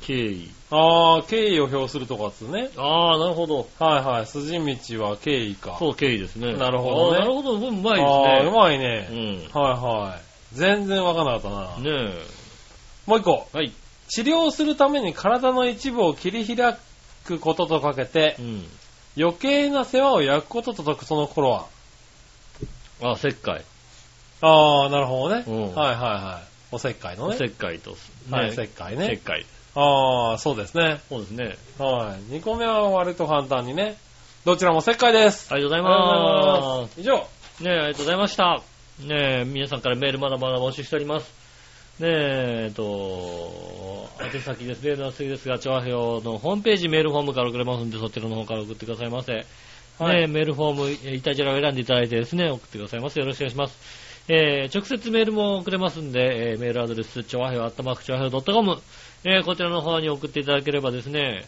C: 敬意。
B: ああ、敬意を表するとかっすね。
C: ああ、なるほど。
B: はいはい。筋道は敬意か。
C: そう、経緯ですね。
B: なるほどね
C: あーなるほど、うんうまい
B: ああ、う
C: で
B: まい
C: す
B: ね。
C: ね。
B: はいはい。全然わかんなかったな。
C: うん。ね
B: もう一個。
C: え。はい。
B: 治療するために体の一部を切り開くこととかけて
C: う、ん。
B: 余計な世話を焼くことと解くその頃は。
C: あ、石灰。
B: ああ、なるほどね。
C: うん
B: はいはいはい。おせっかいのね。
C: 石灰と。
B: はい、
C: ね
B: 石灰ね
C: 石。灰。
B: ああ、そうですね。
C: そうですね。
B: はい。2個目は割と簡単にね。どちらも石灰です。
C: ありがとうございま
B: ありがとうございます。以上。
C: す。ねえ、ありがとうございました。ねえ、皆さんからメールまだまだ募集しております。ねえ、えっと、宛先です。レーダースですが、調和表のホームページメールフォームから送れますんで、そちらの方から送ってくださいませ。
B: はい
C: ねえ、メールフォーム、イタジラを選んでいただいてですね、送ってくださいませ。よろしくお願いします。えー、直接メールも送れますんで、えー、メールアドレス、ちょわへよ、あったまくちょわへよ .com、えー、こちらの方に送っていただければですね、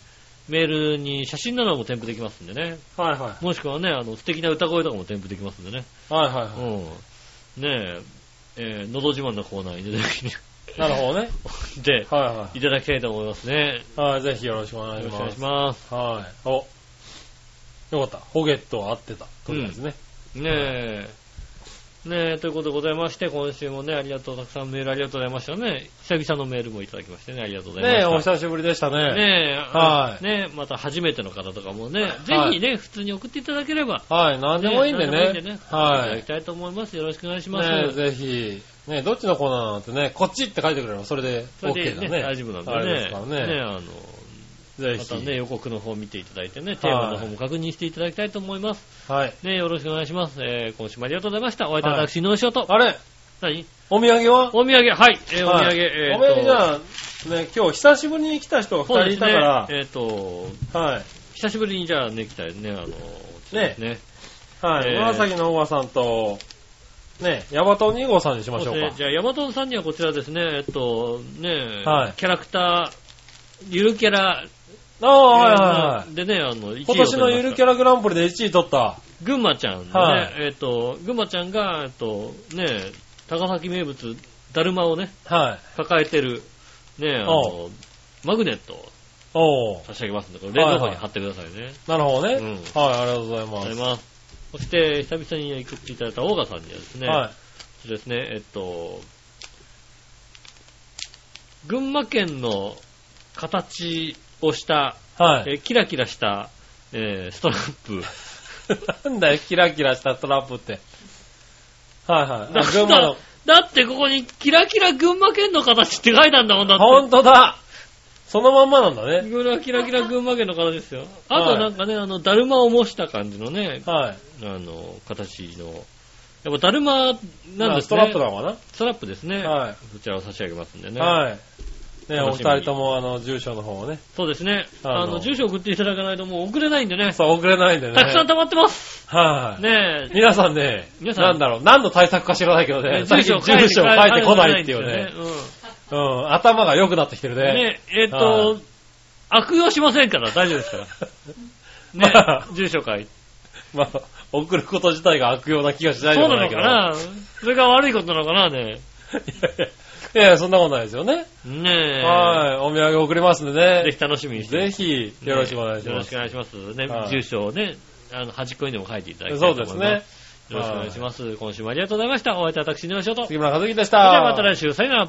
C: メールに写真なども添付できますんでね、
B: はいは
C: もしくはね、あの、素敵な歌声とかも添付できますんでね、
B: い。はいはいは
C: う
B: い。
C: ん。ねえ、えー、のど自慢のコーナーに出てき
B: なるほどね。
C: て、
B: はいはい
C: ただきたいと思いますね。
B: い。はい、ぜひよろしくお願い
C: よろ
B: し
C: しくお
B: ます。
C: 願いします。
B: はい。お。よかった。ホゲットは合ってた。とりあえずね。
C: ねえ、ねえ、ということでございまして、今週もね、ありがとう、たくさんメールありがとうございましたね。久々のメールもいただきましてね、ありがとうございまし
B: ねえ、
C: た。
B: お久しぶりでしたね。
C: ねえ、
B: はい
C: ねえ、また初めての方とかもね、ぜ
B: はい
C: ひね、普通に送っていただければ。
B: はい、何でもいいんで
C: 何は
B: ね。
C: い。いた
B: は
C: だき
B: い。
C: たいと思います。よろしくお願いします。
B: ねえ、ぜひ。ねえ、どっちのコーナーなんてね、こっちって書いてくれれば、それで
C: それ
B: OK
C: で、
B: だ
C: ね
B: ね。
C: 大丈夫なんでね。
B: あれですか
C: ね
B: ら
C: え
B: ね。
C: あの、
B: ぜ
C: また
B: ひ。
C: ね、予告の方見ていただいてね、テーマの方も確認していただきたいと思います。
B: はい。
C: ねえ、よろしくお願いします。えー今週もありがとうございました。お会いいた私、井上翔と。
B: あれ
C: 何
B: お土産は
C: お土産、はい。えーお土
B: は
C: 産、
B: い
C: えー
B: お土産じ
C: と
B: ゃあ、ね、今日久しぶりに来た人が
C: そうで
B: 2人い
C: す
B: た
C: ね
B: から、。
C: えっ、と、
B: はい。
C: 久しぶりにじゃあね、来たね、あの、
B: ね
C: ね。
B: はい。
C: えー
B: 紫のおばさんと、ね、ヤバト2号さんにしまし
C: そ
B: ょう
C: うで
B: か
C: すね。。じゃあ、ヤマトさんにはこちらですね、えっと、ねえ、
B: はい
C: キャラクター、ゆるキャラ、
B: ああ、はいはいはい。
C: でね、あの、
B: 今年のゆるキャ
C: ラ、
B: ラグランプリで1位取った。
C: 群馬ちゃんでね、
B: はい
C: えっと、群馬ちゃんが、えっと、ねえ、高崎名物、だるまをね、
B: はい。
C: 抱えてる、ねえ、あの、マグネットを
B: おー
C: 差し上げますんで、これ冷蔵庫に貼ってくださいね。
B: なるほどね。
C: うん
B: はい、ありがとうござい
C: ありがと
B: ます
C: うござい。ます。そして、久々に行っていただいたオーガさんにはですね、
B: はい。
C: そうですね、えっと、群馬県の形をした、
B: はい。
C: えキラキラした、えーストラップ。
B: なんだよ、キラキラしたストラップって。はいはい。あ、群馬の。
C: だってここにキラキラ群馬県の形って書いたんだもんだ
B: ほ
C: っ
B: んとだそのまんまなんだ
C: て。
B: ね。
C: ぐらキラキラ群馬県の形ですよ。あとなんかね、あの、だるまを模した感じのね、
B: はい。
C: あの、形の、やっぱだるまなんです
B: ま
C: ね。
B: あストラップなのか
C: ストラップですね。
B: なはい。
C: そちらを差し上げますんでね。
B: はい。ね、お
C: 楽
B: 二
C: しみに
B: 人とも、あの、住所の方をね。
C: そうですね。
B: あの
C: あの、住所送っていただかないともう送れないんでね。
B: そう、遅れないんでね。
C: たくさん溜まってます。
B: はい。
C: ねえ。
B: 皆さんね、
C: 皆さん
B: なんだろう、何の対策か知 らないけどね、
C: 住所を
B: 最近住所を書いてこないっていうね。
C: 書てこないんですよね。
B: うん、頭が良くなってきてる
C: うん
B: ね。
C: ねえ、えっ
B: は
C: と、悪用しませんから、大丈夫ですから。ね
B: まあ
C: 住所書いて。
B: まあ、送ること自体が悪用な気がしない
C: そう
B: でも
C: なの
B: いけ
C: か
B: ど
C: なそれが悪いことなのかなね。
B: いやいや、そんなことないですよね。
C: ねえ。
B: はい。お土産送りますん
C: ぜ
B: で
C: ひ楽しみ
B: ね。
C: にして。
B: ぜひ、よろしくお願いし
C: ねよろ
B: ま
C: し
B: す。
C: くお願いします。ね、
B: はい
C: 住所をね、あの、端っこにでも書いていただきた
B: そ
C: いうと
B: で
C: 思
B: す
C: います。
B: ね。
C: よろしくお願いします。今週もありがとうございました。お会いいた私、井上翔と。それ
B: 杉村和樹でし
C: で
B: た。
C: はまた来週、さよなら。